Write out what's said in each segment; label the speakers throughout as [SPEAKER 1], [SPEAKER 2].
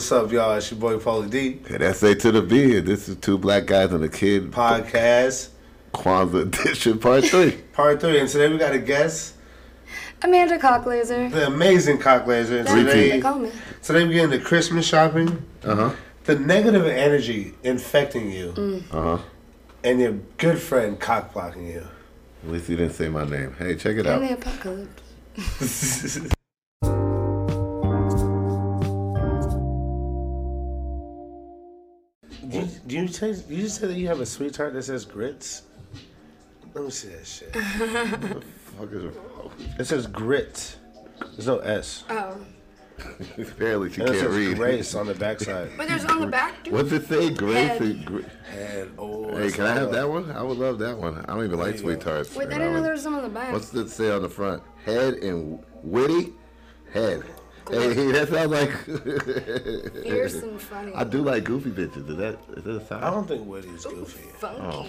[SPEAKER 1] What's up, y'all? It's your boy Paulie D
[SPEAKER 2] And that's A to the B. And this is two black guys and a kid
[SPEAKER 1] podcast
[SPEAKER 2] Kwanzaa edition part three.
[SPEAKER 1] part three, and today we got a guest,
[SPEAKER 3] Amanda Cocklaser.
[SPEAKER 1] the amazing cock laser. And today,
[SPEAKER 3] They call me.
[SPEAKER 1] today we get into Christmas shopping.
[SPEAKER 2] Uh huh.
[SPEAKER 1] The negative energy infecting you,
[SPEAKER 2] Uh huh.
[SPEAKER 1] and your good friend cock blocking you.
[SPEAKER 2] At least you didn't say my name. Hey, check it
[SPEAKER 3] In
[SPEAKER 2] out.
[SPEAKER 3] the apocalypse.
[SPEAKER 1] Do you, do you taste? You just said that you have a sweetheart that says grits. Let me see that shit.
[SPEAKER 2] Fuck is wrong?
[SPEAKER 1] It says grits. There's no S.
[SPEAKER 3] Oh.
[SPEAKER 2] Apparently she
[SPEAKER 1] And it
[SPEAKER 2] Uh, can't
[SPEAKER 1] says
[SPEAKER 2] read.
[SPEAKER 1] grace on the backside.
[SPEAKER 3] But there's on the back, dude.
[SPEAKER 2] What's it say? Grace.
[SPEAKER 3] Head.
[SPEAKER 2] and Gra-
[SPEAKER 1] And, oh,
[SPEAKER 2] Hey,
[SPEAKER 1] that's
[SPEAKER 2] can I have
[SPEAKER 1] all.
[SPEAKER 2] that one? I would love that one. I don't even like
[SPEAKER 1] you go.
[SPEAKER 2] sweethearts.
[SPEAKER 3] Wait, I
[SPEAKER 2] and I
[SPEAKER 3] didn't know
[SPEAKER 2] would-
[SPEAKER 3] there was some on the back.
[SPEAKER 2] What's it say on the front? Head and witty. Head. Hey, that sounds like.
[SPEAKER 3] Fierce and funny.
[SPEAKER 2] I do like goofy bitches. Is that is that a
[SPEAKER 1] I
[SPEAKER 2] sign?
[SPEAKER 1] don't think Woody's goofy.
[SPEAKER 2] Oh.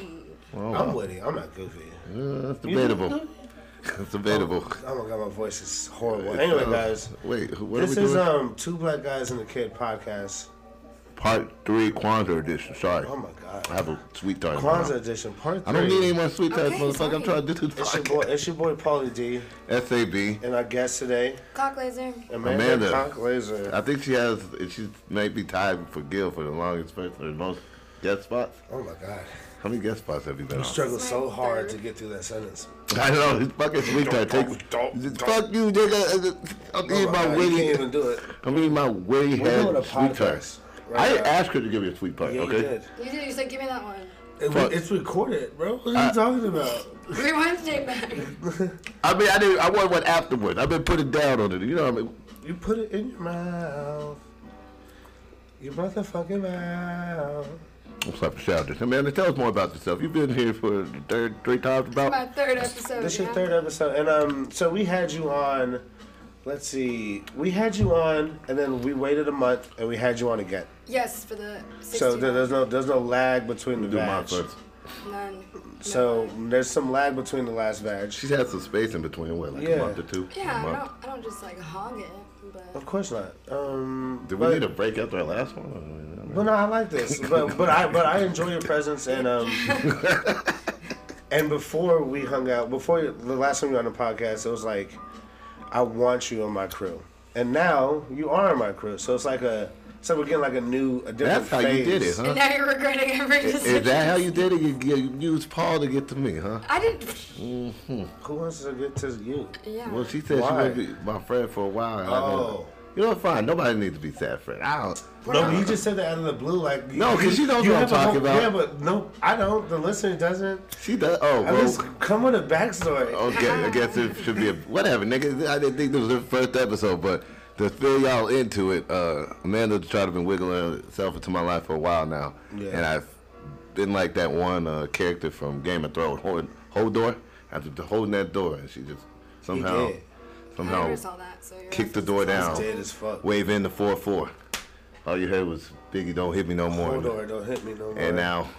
[SPEAKER 3] Funky.
[SPEAKER 1] I'm Woody. I'm not goofy.
[SPEAKER 2] Uh, it's debatable. It's debatable.
[SPEAKER 1] Oh my god, my voice is horrible. Anyway,
[SPEAKER 2] Uh,
[SPEAKER 1] guys,
[SPEAKER 2] Wait, who- what
[SPEAKER 1] this
[SPEAKER 2] are we
[SPEAKER 1] is
[SPEAKER 2] doing?
[SPEAKER 1] um two black guys and a kid podcast.
[SPEAKER 2] Part three Kwanzaa edition. Sorry.
[SPEAKER 1] Oh my god,
[SPEAKER 2] I have a sweet tart. in my
[SPEAKER 1] Kwanzaa
[SPEAKER 2] mouth.
[SPEAKER 1] edition part
[SPEAKER 2] I
[SPEAKER 1] three.
[SPEAKER 2] don't need any more sweet tarts,
[SPEAKER 3] Okay,
[SPEAKER 2] motherfucker. I'm
[SPEAKER 3] fine.
[SPEAKER 2] trying to do this
[SPEAKER 1] It's your boy,
[SPEAKER 2] podcast.
[SPEAKER 1] it's your boy Paulie D,
[SPEAKER 2] SAB.
[SPEAKER 1] and our guest today,
[SPEAKER 3] Cocklaser.
[SPEAKER 1] Amanda,
[SPEAKER 2] Amanda.
[SPEAKER 1] Cock Laser.
[SPEAKER 2] I think she has, she might be tied for Gil for the longest person or most guest spots.
[SPEAKER 1] Oh my god,
[SPEAKER 2] How many guest spots have you been on?
[SPEAKER 1] struggled
[SPEAKER 3] It's
[SPEAKER 1] so
[SPEAKER 3] my
[SPEAKER 1] hard to
[SPEAKER 3] third.
[SPEAKER 1] get through that sentence.
[SPEAKER 2] I know, it's fucking sweet tart. Take,
[SPEAKER 1] Don't- don't- don't-
[SPEAKER 2] fuck you, nigga. I'm
[SPEAKER 1] Oh
[SPEAKER 2] eating
[SPEAKER 1] my
[SPEAKER 2] my
[SPEAKER 1] God, you
[SPEAKER 2] witty,
[SPEAKER 1] can't even do it.
[SPEAKER 2] I'm eating my witty
[SPEAKER 1] We're doing a
[SPEAKER 2] head sweet
[SPEAKER 1] podcast
[SPEAKER 2] tart.
[SPEAKER 1] right
[SPEAKER 2] I didn't
[SPEAKER 1] now.
[SPEAKER 2] ask her to give me a sweet tart,
[SPEAKER 1] Yeah,
[SPEAKER 2] okay?
[SPEAKER 1] you did.
[SPEAKER 3] You did. You said, give me that one.
[SPEAKER 1] It-
[SPEAKER 2] Fuck.
[SPEAKER 1] it's recorded, bro. What are you talking about?
[SPEAKER 3] Rewind the tape back.
[SPEAKER 2] I mean, I didn't. I want one afterwards. I've been putting down on it. You know what I mean?
[SPEAKER 1] You put it in your mouth. Your motherfucking mouth.
[SPEAKER 2] I'm slapping shoulders. Amanda, tell us more about yourself. You've been here for the third, three times
[SPEAKER 3] My
[SPEAKER 2] about.
[SPEAKER 3] third episode.
[SPEAKER 1] This your
[SPEAKER 3] yeah?
[SPEAKER 1] third episode, and um, so we had you on. Let's see, we had you on, and then we waited a month, and we had you on again.
[SPEAKER 3] Yes, for the 16.
[SPEAKER 1] So there, there's no there's no lag between the
[SPEAKER 2] Do my
[SPEAKER 1] batch.
[SPEAKER 2] first.
[SPEAKER 3] None.
[SPEAKER 1] So
[SPEAKER 3] Never.
[SPEAKER 1] there's some lag between the last batch.
[SPEAKER 2] She's had some space in between. What, like
[SPEAKER 1] Yeah.
[SPEAKER 2] a month or two?
[SPEAKER 3] Yeah,
[SPEAKER 2] A
[SPEAKER 3] I
[SPEAKER 2] month.
[SPEAKER 3] don't, I don't just like hog it, but.
[SPEAKER 1] Of course not. Um,
[SPEAKER 2] Did we
[SPEAKER 1] but,
[SPEAKER 2] need a break after our last one? I don't know.
[SPEAKER 1] Well, no, I like this, but but I but I enjoy your presence, and um, and before we hung out, before the last time you were on the podcast, it was like, I want you on my crew, and now you are on my crew, so it's like a so we're getting like a new a different.
[SPEAKER 2] That's how you did it,
[SPEAKER 1] phase.
[SPEAKER 2] huh?
[SPEAKER 3] And now you're regretting every decision.
[SPEAKER 2] Is that how you did it? You, you used Paul to get to me, huh?
[SPEAKER 3] I didn't.
[SPEAKER 1] Who wants to get to you?
[SPEAKER 3] Yeah.
[SPEAKER 2] Well, she said
[SPEAKER 1] Why?
[SPEAKER 2] she would be my friend for a while. and I didn't.
[SPEAKER 1] Oh.
[SPEAKER 2] You know, fine. Nobody needs to be sad friend. I don't.
[SPEAKER 1] No, you just said that out of the blue, like
[SPEAKER 2] No, 'cause you know what I'm
[SPEAKER 1] have a
[SPEAKER 2] talking
[SPEAKER 1] whole-
[SPEAKER 2] about.
[SPEAKER 1] Yeah, but no, I don't. The listener doesn't.
[SPEAKER 2] She does. Oh,
[SPEAKER 1] I
[SPEAKER 2] well. oh,
[SPEAKER 1] just come with a backstory.
[SPEAKER 2] Okay,
[SPEAKER 1] Uh-huh.
[SPEAKER 2] I guess it should be a whatever, nigga. I didn't think this was the first episode, but to fill y'all into it, uh, Amanda's tried to been wiggling herself into my life for a while now,
[SPEAKER 1] Yeah.
[SPEAKER 2] and I've been like that one uh, character from Game of Thrones, hold, hold door. After holding that door, and she just somehow,
[SPEAKER 1] did.
[SPEAKER 3] I never
[SPEAKER 2] somehow
[SPEAKER 3] saw that, so you're
[SPEAKER 2] kicked the door down,
[SPEAKER 1] Dead as fuck.
[SPEAKER 2] wave in the four four. All you heard was Biggie, don't hit me no more,
[SPEAKER 1] Hold on, don't hit me no more.
[SPEAKER 2] and now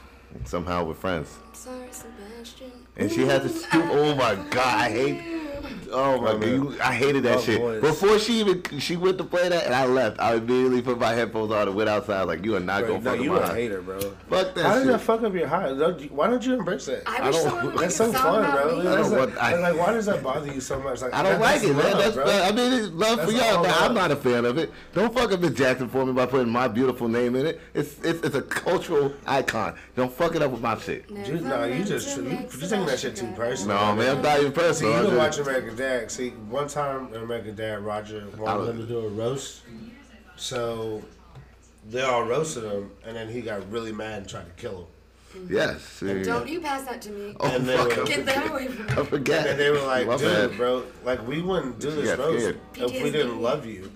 [SPEAKER 2] somehow we're friends.
[SPEAKER 3] I'm sorry, Sebastian.
[SPEAKER 2] And she had to stoop. Oh my god, I hate. Oh my
[SPEAKER 1] Oh,
[SPEAKER 2] god,
[SPEAKER 1] man.
[SPEAKER 2] you- I hated that
[SPEAKER 1] Oh,
[SPEAKER 2] shit.
[SPEAKER 1] boys.
[SPEAKER 2] Before she even she went to play that, and I left. I immediately put my headphones on and went outside. Like you are not
[SPEAKER 1] Bro,
[SPEAKER 2] gonna
[SPEAKER 1] no,
[SPEAKER 2] fuck
[SPEAKER 1] you
[SPEAKER 2] with
[SPEAKER 1] a
[SPEAKER 2] my
[SPEAKER 1] hater, bro.
[SPEAKER 2] Fuck that
[SPEAKER 1] How
[SPEAKER 2] shit.
[SPEAKER 1] did that fuck up your heart? Don't you- Why don't you embrace it?
[SPEAKER 3] I wish
[SPEAKER 2] don't-
[SPEAKER 3] someone would make
[SPEAKER 1] That's
[SPEAKER 3] a
[SPEAKER 1] so
[SPEAKER 3] song
[SPEAKER 1] fun,
[SPEAKER 3] about
[SPEAKER 1] bro.
[SPEAKER 3] me.
[SPEAKER 1] That's
[SPEAKER 2] I don't
[SPEAKER 1] like,
[SPEAKER 2] want- I-
[SPEAKER 1] like, why does that bother you so much? Like,
[SPEAKER 2] I don't like it, man.
[SPEAKER 1] love,
[SPEAKER 2] That's
[SPEAKER 1] bro.
[SPEAKER 2] uh, I mean, it's love
[SPEAKER 1] That's
[SPEAKER 2] for y'all,
[SPEAKER 1] all
[SPEAKER 2] but
[SPEAKER 1] love.
[SPEAKER 2] I'm not a fan of it. Don't fuck up with Jackson for me by putting my beautiful name in it. It's it's, it's a cultural icon. Don't fuck it up with my shit.
[SPEAKER 3] Never
[SPEAKER 1] You, nah, you
[SPEAKER 3] meant
[SPEAKER 1] just
[SPEAKER 3] to
[SPEAKER 1] you, you
[SPEAKER 3] make
[SPEAKER 1] taking that shit too
[SPEAKER 3] Sebastian
[SPEAKER 1] personal.
[SPEAKER 2] No, man, I'm not even
[SPEAKER 1] See, you
[SPEAKER 2] personal. I'm
[SPEAKER 1] don't
[SPEAKER 2] just-
[SPEAKER 1] watch American Dad. See, one time in American Dad, Roger wanted him to do a roast, so they all roasted him, and then he got really mad and tried to kill him.
[SPEAKER 2] yes.
[SPEAKER 3] cry.
[SPEAKER 2] yeah.
[SPEAKER 3] Don't you pass that to me.
[SPEAKER 2] Oh,
[SPEAKER 1] And they
[SPEAKER 2] fuck,
[SPEAKER 1] were-
[SPEAKER 2] I
[SPEAKER 3] Get
[SPEAKER 2] forget-
[SPEAKER 3] that away from me.
[SPEAKER 2] I forget.
[SPEAKER 1] And they were like,
[SPEAKER 2] My
[SPEAKER 1] dude,
[SPEAKER 2] bad.
[SPEAKER 1] bro, like we wouldn't do this
[SPEAKER 2] got
[SPEAKER 1] roast
[SPEAKER 2] scared.
[SPEAKER 1] if we didn't love you.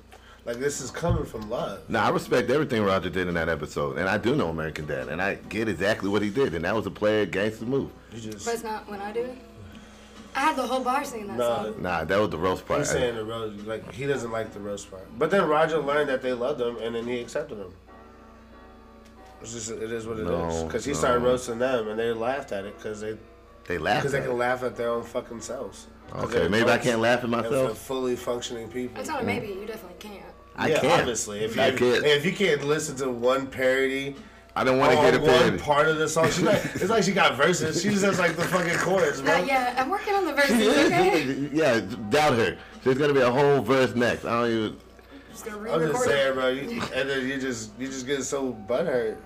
[SPEAKER 1] Like this is coming from love.
[SPEAKER 2] No, I respect everything Roger did in that episode, and I do know American Dad, and I get exactly what he did, and that was a player gangster move.
[SPEAKER 1] You just
[SPEAKER 3] But it's not when I do it. I had the whole bar singing that
[SPEAKER 1] no.
[SPEAKER 3] song.
[SPEAKER 2] Nah, that was the roast part.
[SPEAKER 1] He's saying the roast, like he doesn't like the roast part. But then Roger learned that they loved him, and then he accepted him. It's just it is what it is. 'Cause
[SPEAKER 2] No,
[SPEAKER 1] Because he
[SPEAKER 2] no.
[SPEAKER 1] started roasting them, and they laughed at it because they
[SPEAKER 2] they laughed.
[SPEAKER 1] because they
[SPEAKER 2] at
[SPEAKER 1] can
[SPEAKER 2] it.
[SPEAKER 1] laugh at their own fucking selves. 'Cause
[SPEAKER 2] Okay,
[SPEAKER 1] they're
[SPEAKER 2] maybe I
[SPEAKER 1] adults
[SPEAKER 2] can't laugh at
[SPEAKER 1] and
[SPEAKER 2] myself.
[SPEAKER 1] they're fully functioning people.
[SPEAKER 3] It's not a maybe. You definitely can't.
[SPEAKER 2] I
[SPEAKER 1] yeah,
[SPEAKER 2] can't.
[SPEAKER 1] obviously. If you,
[SPEAKER 2] I can't.
[SPEAKER 1] if you can't listen to one parody
[SPEAKER 2] I don't want to
[SPEAKER 1] or
[SPEAKER 2] get a
[SPEAKER 1] one
[SPEAKER 2] parody.
[SPEAKER 1] part of the song, she's like, it's like she got verses. She just has like the fucking chorus, bro.
[SPEAKER 3] Not yet. I'm working on the verses, okay?
[SPEAKER 2] yeah, doubt her. There's gonna be a whole verse next. I don't even.
[SPEAKER 3] Just gonna
[SPEAKER 1] I'm
[SPEAKER 3] re-record
[SPEAKER 1] just
[SPEAKER 3] it.
[SPEAKER 1] saying, bro. You, and then you just you just get so butthurt.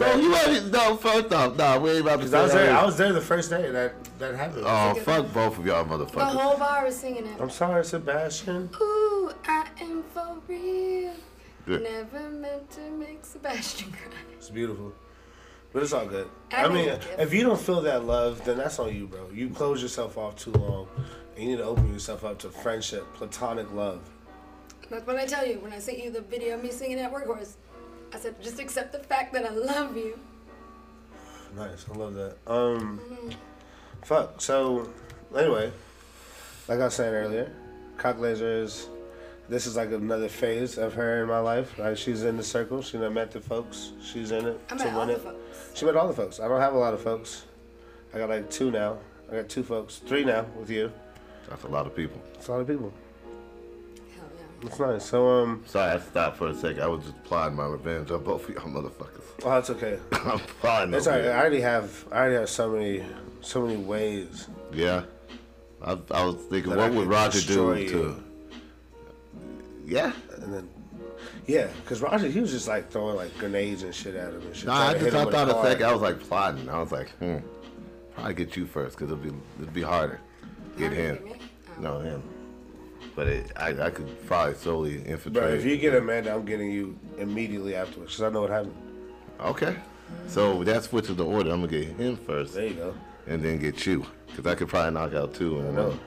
[SPEAKER 2] No, you already. No, first off, no, we ain't about to.
[SPEAKER 1] I was
[SPEAKER 2] say
[SPEAKER 1] there.
[SPEAKER 2] that.
[SPEAKER 1] I was there the first day that that happened.
[SPEAKER 2] Oh, fuck both of y'all,
[SPEAKER 3] The
[SPEAKER 2] motherfuckers.
[SPEAKER 3] whole bar was singing it.
[SPEAKER 1] I'm sorry, Sebastian.
[SPEAKER 3] Ooh, I am for real.
[SPEAKER 2] Good.
[SPEAKER 3] Never meant to make Sebastian cry.
[SPEAKER 1] It's beautiful, but it's all good.
[SPEAKER 3] I
[SPEAKER 1] I, mean,
[SPEAKER 3] think it's-
[SPEAKER 1] if you don't feel that love, then that's on you, bro. You close yourself off too long, and you need to open yourself up to friendship, platonic love.
[SPEAKER 3] That's what I tell you when I sent you the video of me singing at Workhorse. I said, just accept the fact that I love you.
[SPEAKER 1] Nice, I love that. Um, fuck. So, anyway, like I was saying earlier, cock lasers. This is like another phase of her in my life. Like she's in the circle. She done met the folks. She's in it
[SPEAKER 3] I
[SPEAKER 1] to
[SPEAKER 3] met all
[SPEAKER 1] win
[SPEAKER 3] the
[SPEAKER 1] it.
[SPEAKER 3] folks.
[SPEAKER 1] She met all the folks. I don't have a lot of folks. I got like two now. I got two folks, three now with you.
[SPEAKER 2] That's a lot of people.
[SPEAKER 1] It's a lot of people.
[SPEAKER 3] Hell yeah.
[SPEAKER 1] It's nice. So um,
[SPEAKER 2] Sorry, I stopped for a second. I was just plotting my revenge on both of y'all motherfuckers.
[SPEAKER 1] oh, that's okay.
[SPEAKER 2] I'm plotting.
[SPEAKER 1] It's
[SPEAKER 2] over
[SPEAKER 1] alright. I
[SPEAKER 2] here.
[SPEAKER 1] already have. I already have so many, so many ways.
[SPEAKER 2] Yeah. I, I was thinking,
[SPEAKER 1] That I
[SPEAKER 2] what would
[SPEAKER 1] could
[SPEAKER 2] Roger do
[SPEAKER 1] destroy you.
[SPEAKER 2] to. Yeah.
[SPEAKER 1] And then, yeah, because Roger, he was just like throwing like grenades and shit at him and shit.
[SPEAKER 2] No,
[SPEAKER 1] trying
[SPEAKER 2] I
[SPEAKER 1] to
[SPEAKER 2] just
[SPEAKER 1] hit him
[SPEAKER 2] I
[SPEAKER 1] with a
[SPEAKER 2] thought a
[SPEAKER 1] car.
[SPEAKER 2] second. I was like plotting. I was like, hmm, probably get you first because it'd be it'd be harder. Get
[SPEAKER 3] Harder
[SPEAKER 2] him.
[SPEAKER 3] than me? Oh.
[SPEAKER 2] No him. But it, I I could probably solely infiltrate.
[SPEAKER 1] Bro, if you get Amanda, I'm getting you immediately afterwards because I know what happened.
[SPEAKER 2] okay. So that switches the order. I'm gonna get him first,
[SPEAKER 1] There you go.
[SPEAKER 2] and then get you, because I could probably knock out two in
[SPEAKER 1] know.
[SPEAKER 2] one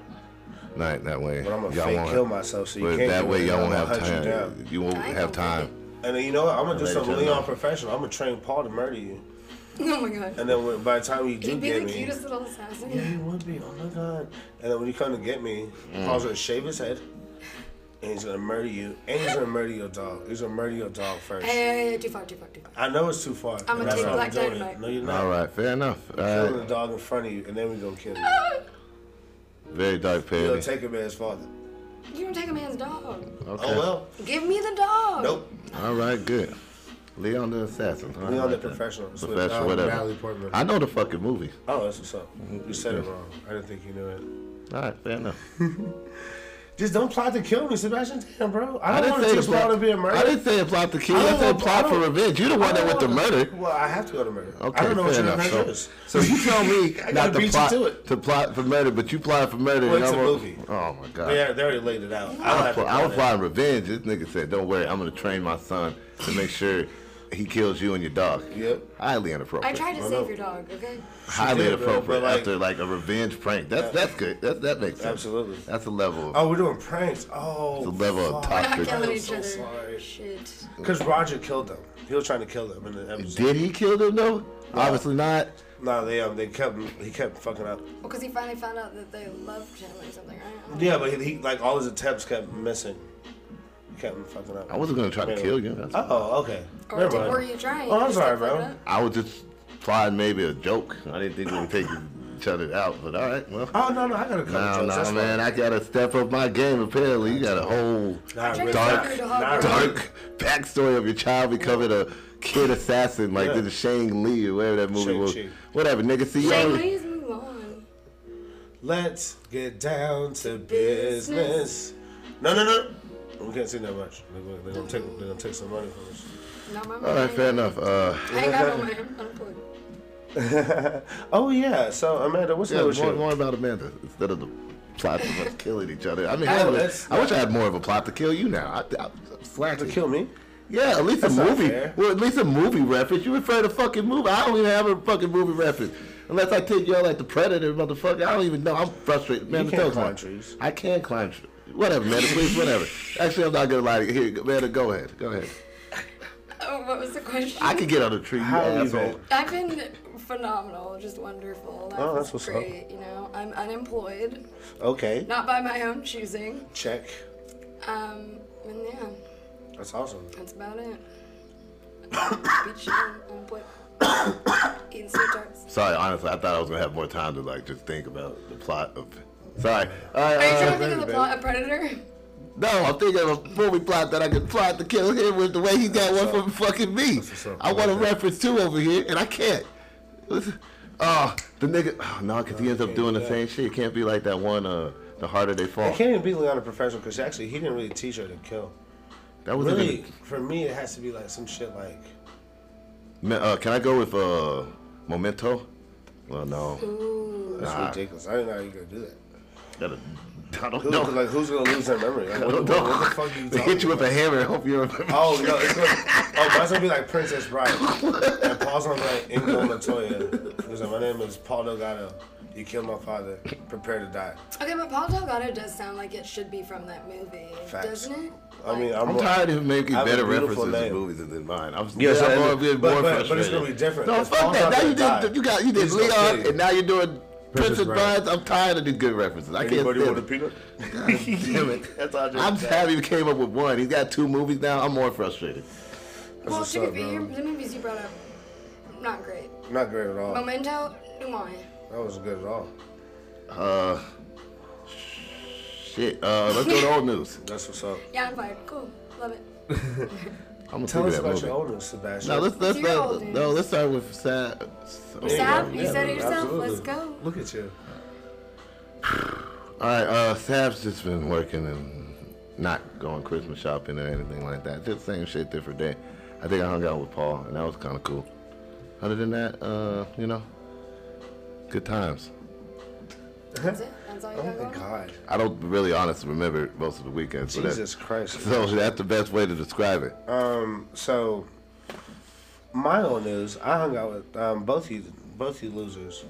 [SPEAKER 2] night. That way,
[SPEAKER 1] But I'm gonna
[SPEAKER 2] y'all
[SPEAKER 1] fake
[SPEAKER 2] won't-
[SPEAKER 1] kill myself so you
[SPEAKER 2] But
[SPEAKER 1] can't.
[SPEAKER 2] that
[SPEAKER 1] do
[SPEAKER 2] way,
[SPEAKER 1] it,
[SPEAKER 2] y'all
[SPEAKER 1] I'm
[SPEAKER 2] won't
[SPEAKER 1] gonna
[SPEAKER 2] have
[SPEAKER 1] hunt you down.
[SPEAKER 2] time. You won't
[SPEAKER 3] I
[SPEAKER 2] have
[SPEAKER 3] don't like
[SPEAKER 2] time.
[SPEAKER 1] And then you know what? I'm gonna do
[SPEAKER 2] Let it
[SPEAKER 1] something
[SPEAKER 2] turn
[SPEAKER 1] Leon
[SPEAKER 2] out.
[SPEAKER 1] professional. I'm gonna train Paul to murder you.
[SPEAKER 3] Oh my god.
[SPEAKER 1] And then when, by the time you do
[SPEAKER 3] You'd be
[SPEAKER 1] get
[SPEAKER 3] the
[SPEAKER 1] me,
[SPEAKER 3] cutest little assassin.
[SPEAKER 1] Yeah, he would be. Oh my god! And then when you come to get me,
[SPEAKER 2] Mm.
[SPEAKER 1] Paul's gonna shave his head, and he's gonna murder you, and he's gonna murder your dog. He's gonna murder your dog first.
[SPEAKER 3] Hey, hey, hey, too far, too far, too far.
[SPEAKER 1] I know it's too far.
[SPEAKER 3] I'ma
[SPEAKER 1] and that's
[SPEAKER 3] take
[SPEAKER 1] why
[SPEAKER 3] Black
[SPEAKER 1] doing it.
[SPEAKER 3] Dynamite.
[SPEAKER 1] No, you're not.
[SPEAKER 2] All right, fair enough. All
[SPEAKER 1] Killing the
[SPEAKER 2] right,
[SPEAKER 1] dog in front of you, and then we gonna kill you.
[SPEAKER 2] very dark
[SPEAKER 1] You gonna
[SPEAKER 2] parody.
[SPEAKER 1] take him as father?
[SPEAKER 3] You don't take a man's dog.
[SPEAKER 2] Okay.
[SPEAKER 1] Oh well.
[SPEAKER 3] Give me the dog.
[SPEAKER 1] Nope.
[SPEAKER 2] All right, good. Leon the Assassin. I
[SPEAKER 1] Leon the
[SPEAKER 2] that.
[SPEAKER 1] Professional. It's with,
[SPEAKER 2] Professional,
[SPEAKER 1] um,
[SPEAKER 2] whatever.
[SPEAKER 1] Natalie Portman.
[SPEAKER 2] I know the fucking movie.
[SPEAKER 1] Oh, that's what's up. You said it wrong. I didn't think you knew it.
[SPEAKER 2] All right, fair enough.
[SPEAKER 1] Just don't plot to kill me, Sebastian Tatum, bro. I don't
[SPEAKER 2] I didn't
[SPEAKER 1] want
[SPEAKER 2] say
[SPEAKER 1] to
[SPEAKER 2] the
[SPEAKER 1] teach Paul
[SPEAKER 2] plot
[SPEAKER 1] to be a murderer.
[SPEAKER 2] I didn't say a plot to kill.
[SPEAKER 1] I
[SPEAKER 2] I,
[SPEAKER 1] don't
[SPEAKER 2] said
[SPEAKER 1] want-
[SPEAKER 2] plot
[SPEAKER 1] I
[SPEAKER 2] for
[SPEAKER 1] don't-
[SPEAKER 2] revenge. You the one that went to
[SPEAKER 1] wanna-
[SPEAKER 2] murder.
[SPEAKER 1] Well, I have to go to murder.
[SPEAKER 2] Okay,
[SPEAKER 1] I don't know what
[SPEAKER 2] fair
[SPEAKER 1] your
[SPEAKER 2] enough.
[SPEAKER 1] murder
[SPEAKER 2] So,
[SPEAKER 1] is.
[SPEAKER 2] so you tell me
[SPEAKER 1] I gotta
[SPEAKER 2] not to
[SPEAKER 1] beat you
[SPEAKER 2] plot
[SPEAKER 1] to it.
[SPEAKER 2] plot for murder, but you plot for murder.
[SPEAKER 1] Well,
[SPEAKER 2] and
[SPEAKER 1] it's
[SPEAKER 2] I'm
[SPEAKER 1] a
[SPEAKER 2] on-
[SPEAKER 1] movie.
[SPEAKER 2] Oh my god.
[SPEAKER 1] Yeah, they already laid it out. I don't
[SPEAKER 2] I,
[SPEAKER 1] have to
[SPEAKER 2] pl- I
[SPEAKER 1] plot
[SPEAKER 2] was
[SPEAKER 1] it.
[SPEAKER 2] plotting revenge. This nigga said, "Don't worry, I'm gonna train my son to make sure he kills you and your dog."
[SPEAKER 1] Yep.
[SPEAKER 2] Highly inappropriate.
[SPEAKER 3] I tried to
[SPEAKER 1] I know.
[SPEAKER 3] save your dog, okay?
[SPEAKER 2] highly
[SPEAKER 1] did, but-
[SPEAKER 2] inappropriate
[SPEAKER 1] but, like-
[SPEAKER 2] after like a revenge prank. That's that's good. That that makes sense.
[SPEAKER 1] Absolutely.
[SPEAKER 2] That's a level. Of,
[SPEAKER 1] Oh, we're doing pranks. Oh,
[SPEAKER 2] It's a level of
[SPEAKER 1] fuck.
[SPEAKER 2] toxic-
[SPEAKER 3] Not killing
[SPEAKER 1] I'm
[SPEAKER 3] each
[SPEAKER 1] so
[SPEAKER 3] other.
[SPEAKER 1] sorry.
[SPEAKER 3] Shit.
[SPEAKER 1] Because Roger killed them. He was trying to kill them, and the episode.
[SPEAKER 2] Did he kill them though? Obviously not.
[SPEAKER 1] No, they um, they kept he kept fucking up.
[SPEAKER 3] Well, because he finally found out that they loved him or something, right?
[SPEAKER 1] Yeah, but he, he like all his attempts kept missing. He kept fucking up.
[SPEAKER 2] I wasn't gonna try to kill you. That's,
[SPEAKER 1] Oh, okay.
[SPEAKER 3] Or
[SPEAKER 1] Never
[SPEAKER 3] did,
[SPEAKER 1] mind.
[SPEAKER 3] were you trying?
[SPEAKER 1] Oh, I'm
[SPEAKER 3] Just
[SPEAKER 1] sorry,
[SPEAKER 3] kept
[SPEAKER 1] bro.
[SPEAKER 3] fucking up?
[SPEAKER 2] I was just trying maybe a joke. I didn't think we would take each other out, but all right. Well,
[SPEAKER 1] Oh no, no, I got a couple
[SPEAKER 2] no,
[SPEAKER 1] jokes.
[SPEAKER 2] no,
[SPEAKER 1] That's
[SPEAKER 2] man, I gotta step up my game. Apparently, you got a whole
[SPEAKER 1] Not
[SPEAKER 3] Trying to
[SPEAKER 1] really.
[SPEAKER 2] Dark-
[SPEAKER 3] save your
[SPEAKER 1] not
[SPEAKER 3] dog. bro.
[SPEAKER 2] dark backstory of your child becoming a kid assassin, like
[SPEAKER 1] Yeah.
[SPEAKER 2] the Shane Lee or whatever that movie was.
[SPEAKER 1] Shang-Chi.
[SPEAKER 2] Whatever, nigga. See, you
[SPEAKER 3] Shane,
[SPEAKER 2] already-
[SPEAKER 3] please move on.
[SPEAKER 1] Let's get down to business. No, no, no. We can't see that much. They're gonna, they're gonna take they're gonna take some money from us.
[SPEAKER 3] Not my
[SPEAKER 2] all right, fair enough. Uh,
[SPEAKER 3] I ain't got no money. I'm unemployed.
[SPEAKER 1] Oh yeah. So Amanda, what's
[SPEAKER 2] Yeah,
[SPEAKER 1] up with
[SPEAKER 2] more,
[SPEAKER 1] you?
[SPEAKER 2] more about Amanda instead of the plot of us killing each other. I mean,
[SPEAKER 1] Oh,
[SPEAKER 2] hell,
[SPEAKER 1] that's-
[SPEAKER 2] I wish I had more of a plot to kill you now. I, I, I'm
[SPEAKER 1] To
[SPEAKER 2] slacking.
[SPEAKER 1] kill me?
[SPEAKER 2] Yeah, at least a
[SPEAKER 1] That's not
[SPEAKER 2] movie.
[SPEAKER 1] fair.
[SPEAKER 2] Well, at least a movie reference. You refer to fucking movie. I don't even have a fucking movie reference. Unless I take y'all like the predator, motherfucker. I don't even know. I'm frustrated, man.
[SPEAKER 1] You
[SPEAKER 2] the
[SPEAKER 1] can't
[SPEAKER 2] dog's
[SPEAKER 1] climb
[SPEAKER 2] mine.
[SPEAKER 1] trees.
[SPEAKER 2] I can climb trees. Whatever, man. Please, whatever. Actually, I'm not gonna lie to you. Here, man, go ahead. Go ahead.
[SPEAKER 3] Oh, what was the question?
[SPEAKER 2] I can get on a tree. You
[SPEAKER 1] How you
[SPEAKER 2] asshole.
[SPEAKER 1] been?
[SPEAKER 3] I've been phenomenal, just wonderful. Life
[SPEAKER 1] Oh, that's
[SPEAKER 3] is
[SPEAKER 1] what's up.
[SPEAKER 3] great. You know, I'm unemployed,
[SPEAKER 1] Okay.
[SPEAKER 3] not by my own choosing.
[SPEAKER 1] Check.
[SPEAKER 3] Um, and yeah,
[SPEAKER 1] That's awesome.
[SPEAKER 3] that's about it. Beach chilling, unemployed, eating sweet tarts.
[SPEAKER 2] Sorry, honestly, I thought I was gonna have more time to like just think about the plot of. Sorry. All right,
[SPEAKER 3] Are you
[SPEAKER 2] uh,
[SPEAKER 3] trying to think of
[SPEAKER 1] Predator,
[SPEAKER 3] the plot of Predator?
[SPEAKER 2] No, I'm thinking of a movie plot that I could plot to kill him with the way he got one from fucking me.
[SPEAKER 1] what's up.
[SPEAKER 2] I want a
[SPEAKER 1] I like that.
[SPEAKER 2] reference too over here, and I can't. Oh, the nigga. Oh, no, because he ends up doing the same shit. It can't be like that one, uh, The Harder They Fall.
[SPEAKER 1] I can't even be Leona professional because actually he didn't really teach her to kill.
[SPEAKER 2] That was
[SPEAKER 1] Really, for me, it has to be like some shit like
[SPEAKER 2] Uh, can I go with uh, Memento? Well, no.
[SPEAKER 1] that's
[SPEAKER 2] Nah.
[SPEAKER 1] ridiculous. I didn't know how you gonna do that.
[SPEAKER 2] Gotta, I don't
[SPEAKER 1] Who,
[SPEAKER 2] know.
[SPEAKER 1] Like, who's gonna lose their memory? Like,
[SPEAKER 2] I
[SPEAKER 1] what, what-
[SPEAKER 2] don't know.
[SPEAKER 1] what the fuck are you
[SPEAKER 2] They
[SPEAKER 1] talking
[SPEAKER 2] hit you with
[SPEAKER 1] about?
[SPEAKER 2] a hammer and hope you remember.
[SPEAKER 1] Oh no, it's gonna, oh, mine's gonna be like Princess Bride. And Paul's gonna be like Ingo Montoya. He's like, my name is Paul Delgado. You killed my father. Prepare to die.
[SPEAKER 3] Okay, but Paul Delgado does sound like it should be from that movie,
[SPEAKER 1] Facts.
[SPEAKER 3] doesn't it?
[SPEAKER 1] I mean,
[SPEAKER 3] Like-
[SPEAKER 1] I'm,
[SPEAKER 2] I'm tired of him making
[SPEAKER 1] I have a
[SPEAKER 2] better
[SPEAKER 1] beautiful
[SPEAKER 2] references to
[SPEAKER 1] name.
[SPEAKER 2] movies than mine. I'm,
[SPEAKER 1] Yeah, so-
[SPEAKER 2] I'm already
[SPEAKER 1] but-
[SPEAKER 2] more
[SPEAKER 1] but-
[SPEAKER 2] frustrated.
[SPEAKER 1] but it's gonna be different.
[SPEAKER 2] No,
[SPEAKER 1] It's
[SPEAKER 2] fuck
[SPEAKER 1] all
[SPEAKER 2] that.
[SPEAKER 1] about
[SPEAKER 2] Now you
[SPEAKER 1] that
[SPEAKER 2] did,
[SPEAKER 1] vibe.
[SPEAKER 2] you got you did
[SPEAKER 1] It's okay.
[SPEAKER 2] Leon, and now you're doing Princess
[SPEAKER 1] Princess Bride.
[SPEAKER 2] Bride. I'm tired of these good references. I can't
[SPEAKER 1] Anybody
[SPEAKER 2] stand
[SPEAKER 1] want a
[SPEAKER 2] it.
[SPEAKER 1] peanut?
[SPEAKER 2] Damn it.
[SPEAKER 1] That's all I just
[SPEAKER 2] I'm
[SPEAKER 1] said.
[SPEAKER 2] happy we came up with one. He's got two movies now. I'm more frustrated.
[SPEAKER 3] well,
[SPEAKER 1] what's
[SPEAKER 3] to be
[SPEAKER 1] up,
[SPEAKER 3] fair,
[SPEAKER 1] bro.
[SPEAKER 3] your- the movies you brought up, not great.
[SPEAKER 1] Not great at all. That
[SPEAKER 3] Memento, why?
[SPEAKER 1] wasn't good at all.
[SPEAKER 2] Uh, shit. Uh, let's go to old news.
[SPEAKER 1] That's what's up.
[SPEAKER 3] Yeah, I'm fired. Cool, love it.
[SPEAKER 2] I'm gonna
[SPEAKER 1] Tell
[SPEAKER 2] see
[SPEAKER 1] us
[SPEAKER 2] that
[SPEAKER 1] about
[SPEAKER 2] movie.
[SPEAKER 1] your oldest, Sebastian.
[SPEAKER 2] No, let's let's
[SPEAKER 3] It's your
[SPEAKER 2] not,
[SPEAKER 3] old
[SPEAKER 2] no, let's start with sad.
[SPEAKER 3] Sab,
[SPEAKER 1] yeah,
[SPEAKER 3] you said it yourself.
[SPEAKER 1] absolutely.
[SPEAKER 3] Let's go.
[SPEAKER 1] Look at you.
[SPEAKER 2] All right, uh, Sab's just been working and not going Christmas shopping or anything like that. Just same shit, different day. I think I hung out with Paul, and that was kind of cool. Other than that, uh, you know, good times.
[SPEAKER 3] That's it. That's all you
[SPEAKER 1] Oh
[SPEAKER 3] got
[SPEAKER 1] my
[SPEAKER 3] going. on?
[SPEAKER 1] God.
[SPEAKER 2] I don't really honestly remember most of the weekends. so that-
[SPEAKER 1] Jesus Christ.
[SPEAKER 2] So that's the best way to describe it.
[SPEAKER 1] Um, so my old news, I hung out with um, both you both you losers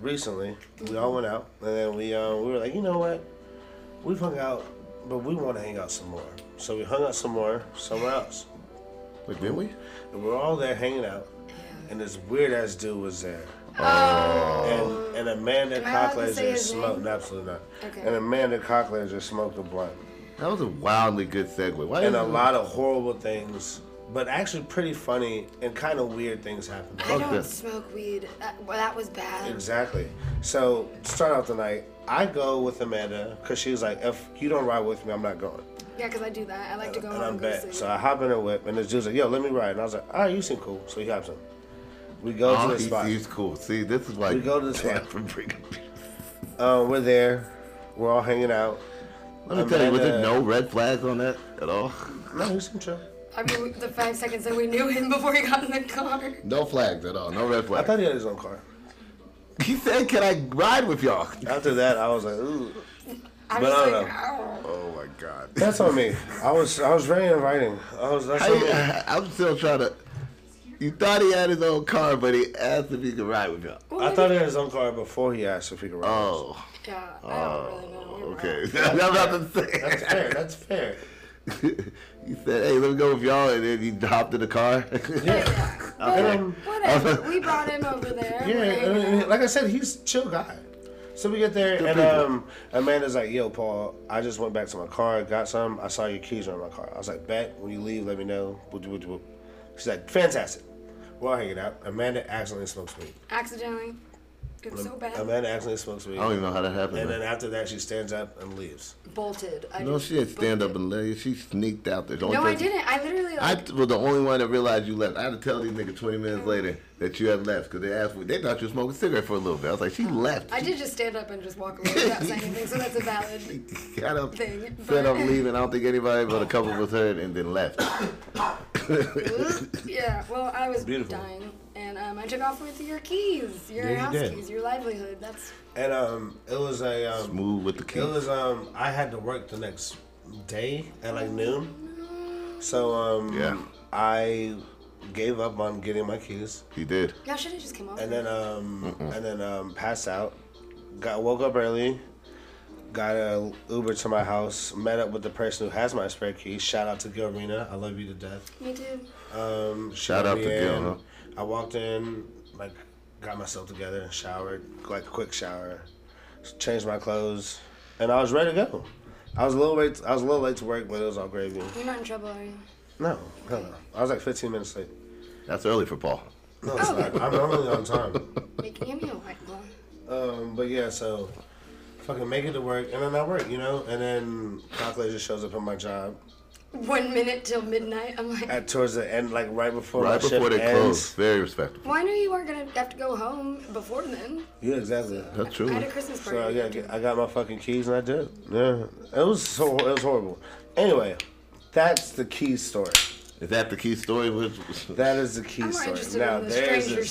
[SPEAKER 1] recently. We all went out and then we uh, we were like, you know what? We've hung out but we wanna hang out some more. So we hung out some more somewhere else.
[SPEAKER 2] Wait, did we?
[SPEAKER 1] And we we're all there hanging out and this weird ass dude was there. And, and Amanda
[SPEAKER 3] Am I allowed to
[SPEAKER 1] Cockler
[SPEAKER 3] say
[SPEAKER 1] just
[SPEAKER 3] his name?
[SPEAKER 1] smoked. No, absolutely not.
[SPEAKER 3] Okay.
[SPEAKER 1] And Amanda Cockler just smoked a blunt.
[SPEAKER 2] That was a wildly good segue. Why
[SPEAKER 1] and a
[SPEAKER 3] Uh-huh.
[SPEAKER 2] didn't we-
[SPEAKER 1] lot of horrible things, but actually pretty funny and kind of weird things happened.
[SPEAKER 3] I don't
[SPEAKER 2] Okay.
[SPEAKER 3] smoke weed. That, well, that was bad.
[SPEAKER 1] Exactly. So to start off the night, I go with Amanda because she was like, "If you don't ride with me, I'm not going."
[SPEAKER 3] Yeah, because I do that. I like to go
[SPEAKER 1] and
[SPEAKER 3] home
[SPEAKER 1] I'm
[SPEAKER 3] and go to
[SPEAKER 1] back.
[SPEAKER 3] sleep.
[SPEAKER 1] So I hop in her whip, and this dude's like, "Yo, let me ride." And I was like, "All right, you seem cool." So he hops in. We go
[SPEAKER 2] Oh,
[SPEAKER 1] to the
[SPEAKER 2] he's,
[SPEAKER 1] spot.
[SPEAKER 2] he's cool. See, this is like
[SPEAKER 1] We go to the spot.
[SPEAKER 2] Tampa Brigade.
[SPEAKER 1] Uh, we're there. We're all hanging out.
[SPEAKER 2] Let me tell you, was there
[SPEAKER 1] Amanda-
[SPEAKER 2] no red flags on that at all?
[SPEAKER 1] No, he seemed chill.
[SPEAKER 3] I mean, the five seconds that we knew him before he got in the car.
[SPEAKER 2] No flags at all. No red
[SPEAKER 1] I
[SPEAKER 2] flags.
[SPEAKER 1] thought he had his own car.
[SPEAKER 2] He said, "Can I ride with y'all?"
[SPEAKER 1] After that, I was like, "Ooh."
[SPEAKER 3] I
[SPEAKER 1] But
[SPEAKER 3] was
[SPEAKER 1] I don't
[SPEAKER 3] like, ow.
[SPEAKER 2] Oh my god.
[SPEAKER 1] That's on me. I was I was very inviting. I was that's on me.
[SPEAKER 2] I, am still trying to. You thought he had his own car, but he asked if he could ride with y'all.
[SPEAKER 3] Well,
[SPEAKER 1] I
[SPEAKER 3] maybe-
[SPEAKER 1] thought he had his own car before he asked if he could ride. with us.
[SPEAKER 2] Oh,
[SPEAKER 3] Yeah, I don't really know. You're
[SPEAKER 2] okay.
[SPEAKER 3] right.
[SPEAKER 2] I'm about to
[SPEAKER 1] That's
[SPEAKER 2] say.
[SPEAKER 1] fair. That's fair.
[SPEAKER 2] He said, "Hey, let me go with y'all," and then he hopped in the car.
[SPEAKER 3] Yeah, yeah.
[SPEAKER 1] Okay.
[SPEAKER 3] Well, Whatever. we brought him over there.
[SPEAKER 1] Yeah,
[SPEAKER 3] We're
[SPEAKER 1] and-
[SPEAKER 3] hanging
[SPEAKER 1] and
[SPEAKER 3] out.
[SPEAKER 1] like I said, he's a chill guy. So we get there,
[SPEAKER 2] Good
[SPEAKER 1] and
[SPEAKER 2] people.
[SPEAKER 1] um, Amanda's like, "Yo, Paul, I just went back to my car, got some. I saw your keys are in my car. I was like, bet when you leave, let me know." Whoop, whoop, whoop. She's like, "Fantastic." We're all hanging out. Amanda accidentally smokes weed.
[SPEAKER 3] Accidentally. It was so bad.
[SPEAKER 1] Amanda accidentally smokes weed,
[SPEAKER 2] I don't even know how that happened.
[SPEAKER 1] and
[SPEAKER 2] man.
[SPEAKER 1] then after that, she stands up and leaves.
[SPEAKER 3] bolted. I
[SPEAKER 2] No,
[SPEAKER 3] just
[SPEAKER 2] she didn't stand up
[SPEAKER 3] bolted.
[SPEAKER 2] and leave. She sneaked out there. The only
[SPEAKER 3] No, I
[SPEAKER 2] person-
[SPEAKER 3] didn't. I literally
[SPEAKER 2] I
[SPEAKER 3] like,
[SPEAKER 2] t- was the only one that realized you left. I had to tell these niggas 20 minutes later that you had left because they asked me. They thought you were smoking a cigarette for a little bit. I was like, she left.
[SPEAKER 3] I did just stand up and just walk away without saying anything, so that's a valid.
[SPEAKER 2] She got up,
[SPEAKER 3] Thing,
[SPEAKER 2] said
[SPEAKER 3] but-
[SPEAKER 2] I'm leaving. I don't think anybody but a couple was heard and then left.
[SPEAKER 3] yeah. Well, I was
[SPEAKER 1] Beautiful.
[SPEAKER 3] dying, and um, I took off with your keys, your
[SPEAKER 2] Yeah, you
[SPEAKER 3] house
[SPEAKER 2] did.
[SPEAKER 3] keys, your livelihood. That's
[SPEAKER 1] And um, it was a um,
[SPEAKER 2] Move with the
[SPEAKER 1] It
[SPEAKER 2] kids.
[SPEAKER 1] was um I had to work the next day at like noon. So um
[SPEAKER 2] Yeah.
[SPEAKER 1] I gave up on getting my keys
[SPEAKER 2] He did.
[SPEAKER 3] y'all should have just come over.
[SPEAKER 1] and then um and then um passed out. Got woke up early, got a Uber to my house, met up with the person who has my spare key. Shout out to Gilrina. I love you to death.
[SPEAKER 3] Me too.
[SPEAKER 1] Um, she
[SPEAKER 2] Shout
[SPEAKER 1] let
[SPEAKER 2] out
[SPEAKER 1] me
[SPEAKER 2] to Gil,
[SPEAKER 1] in.
[SPEAKER 2] huh?
[SPEAKER 1] I walked in, like, got myself together, showered, like, quick shower, changed my clothes, and I was ready to go. I was a little late. I was a little late to work, but it was all gravy.
[SPEAKER 3] You're not in trouble, are you?
[SPEAKER 1] No, hell no. I was like 15 minutes late.
[SPEAKER 2] That's early for Paul.
[SPEAKER 1] No, it's not. I'm normally on time.
[SPEAKER 3] Make give me a white one.
[SPEAKER 1] Um, but yeah, so fucking make it to work, and then I work, you know. And then Cockle just shows up at my job
[SPEAKER 3] One minute till midnight. I'm like,
[SPEAKER 1] at towards the end, like right before
[SPEAKER 2] Right
[SPEAKER 1] my shift
[SPEAKER 2] before they close.
[SPEAKER 1] ends.
[SPEAKER 2] Very respectful.
[SPEAKER 3] well, I knew you weren't gonna have to go home before then.
[SPEAKER 1] Yeah, exactly.
[SPEAKER 2] That's
[SPEAKER 3] I
[SPEAKER 2] true.
[SPEAKER 3] had a Christmas party.
[SPEAKER 1] So yeah, I got my fucking keys and I did. Yeah, it was so it was horrible. Anyway, that's the key story.
[SPEAKER 2] Is that the key story? Which,
[SPEAKER 1] That is the key
[SPEAKER 3] I'm more
[SPEAKER 1] story.
[SPEAKER 3] interested
[SPEAKER 1] now
[SPEAKER 3] in the
[SPEAKER 1] there's
[SPEAKER 3] stranger
[SPEAKER 1] this,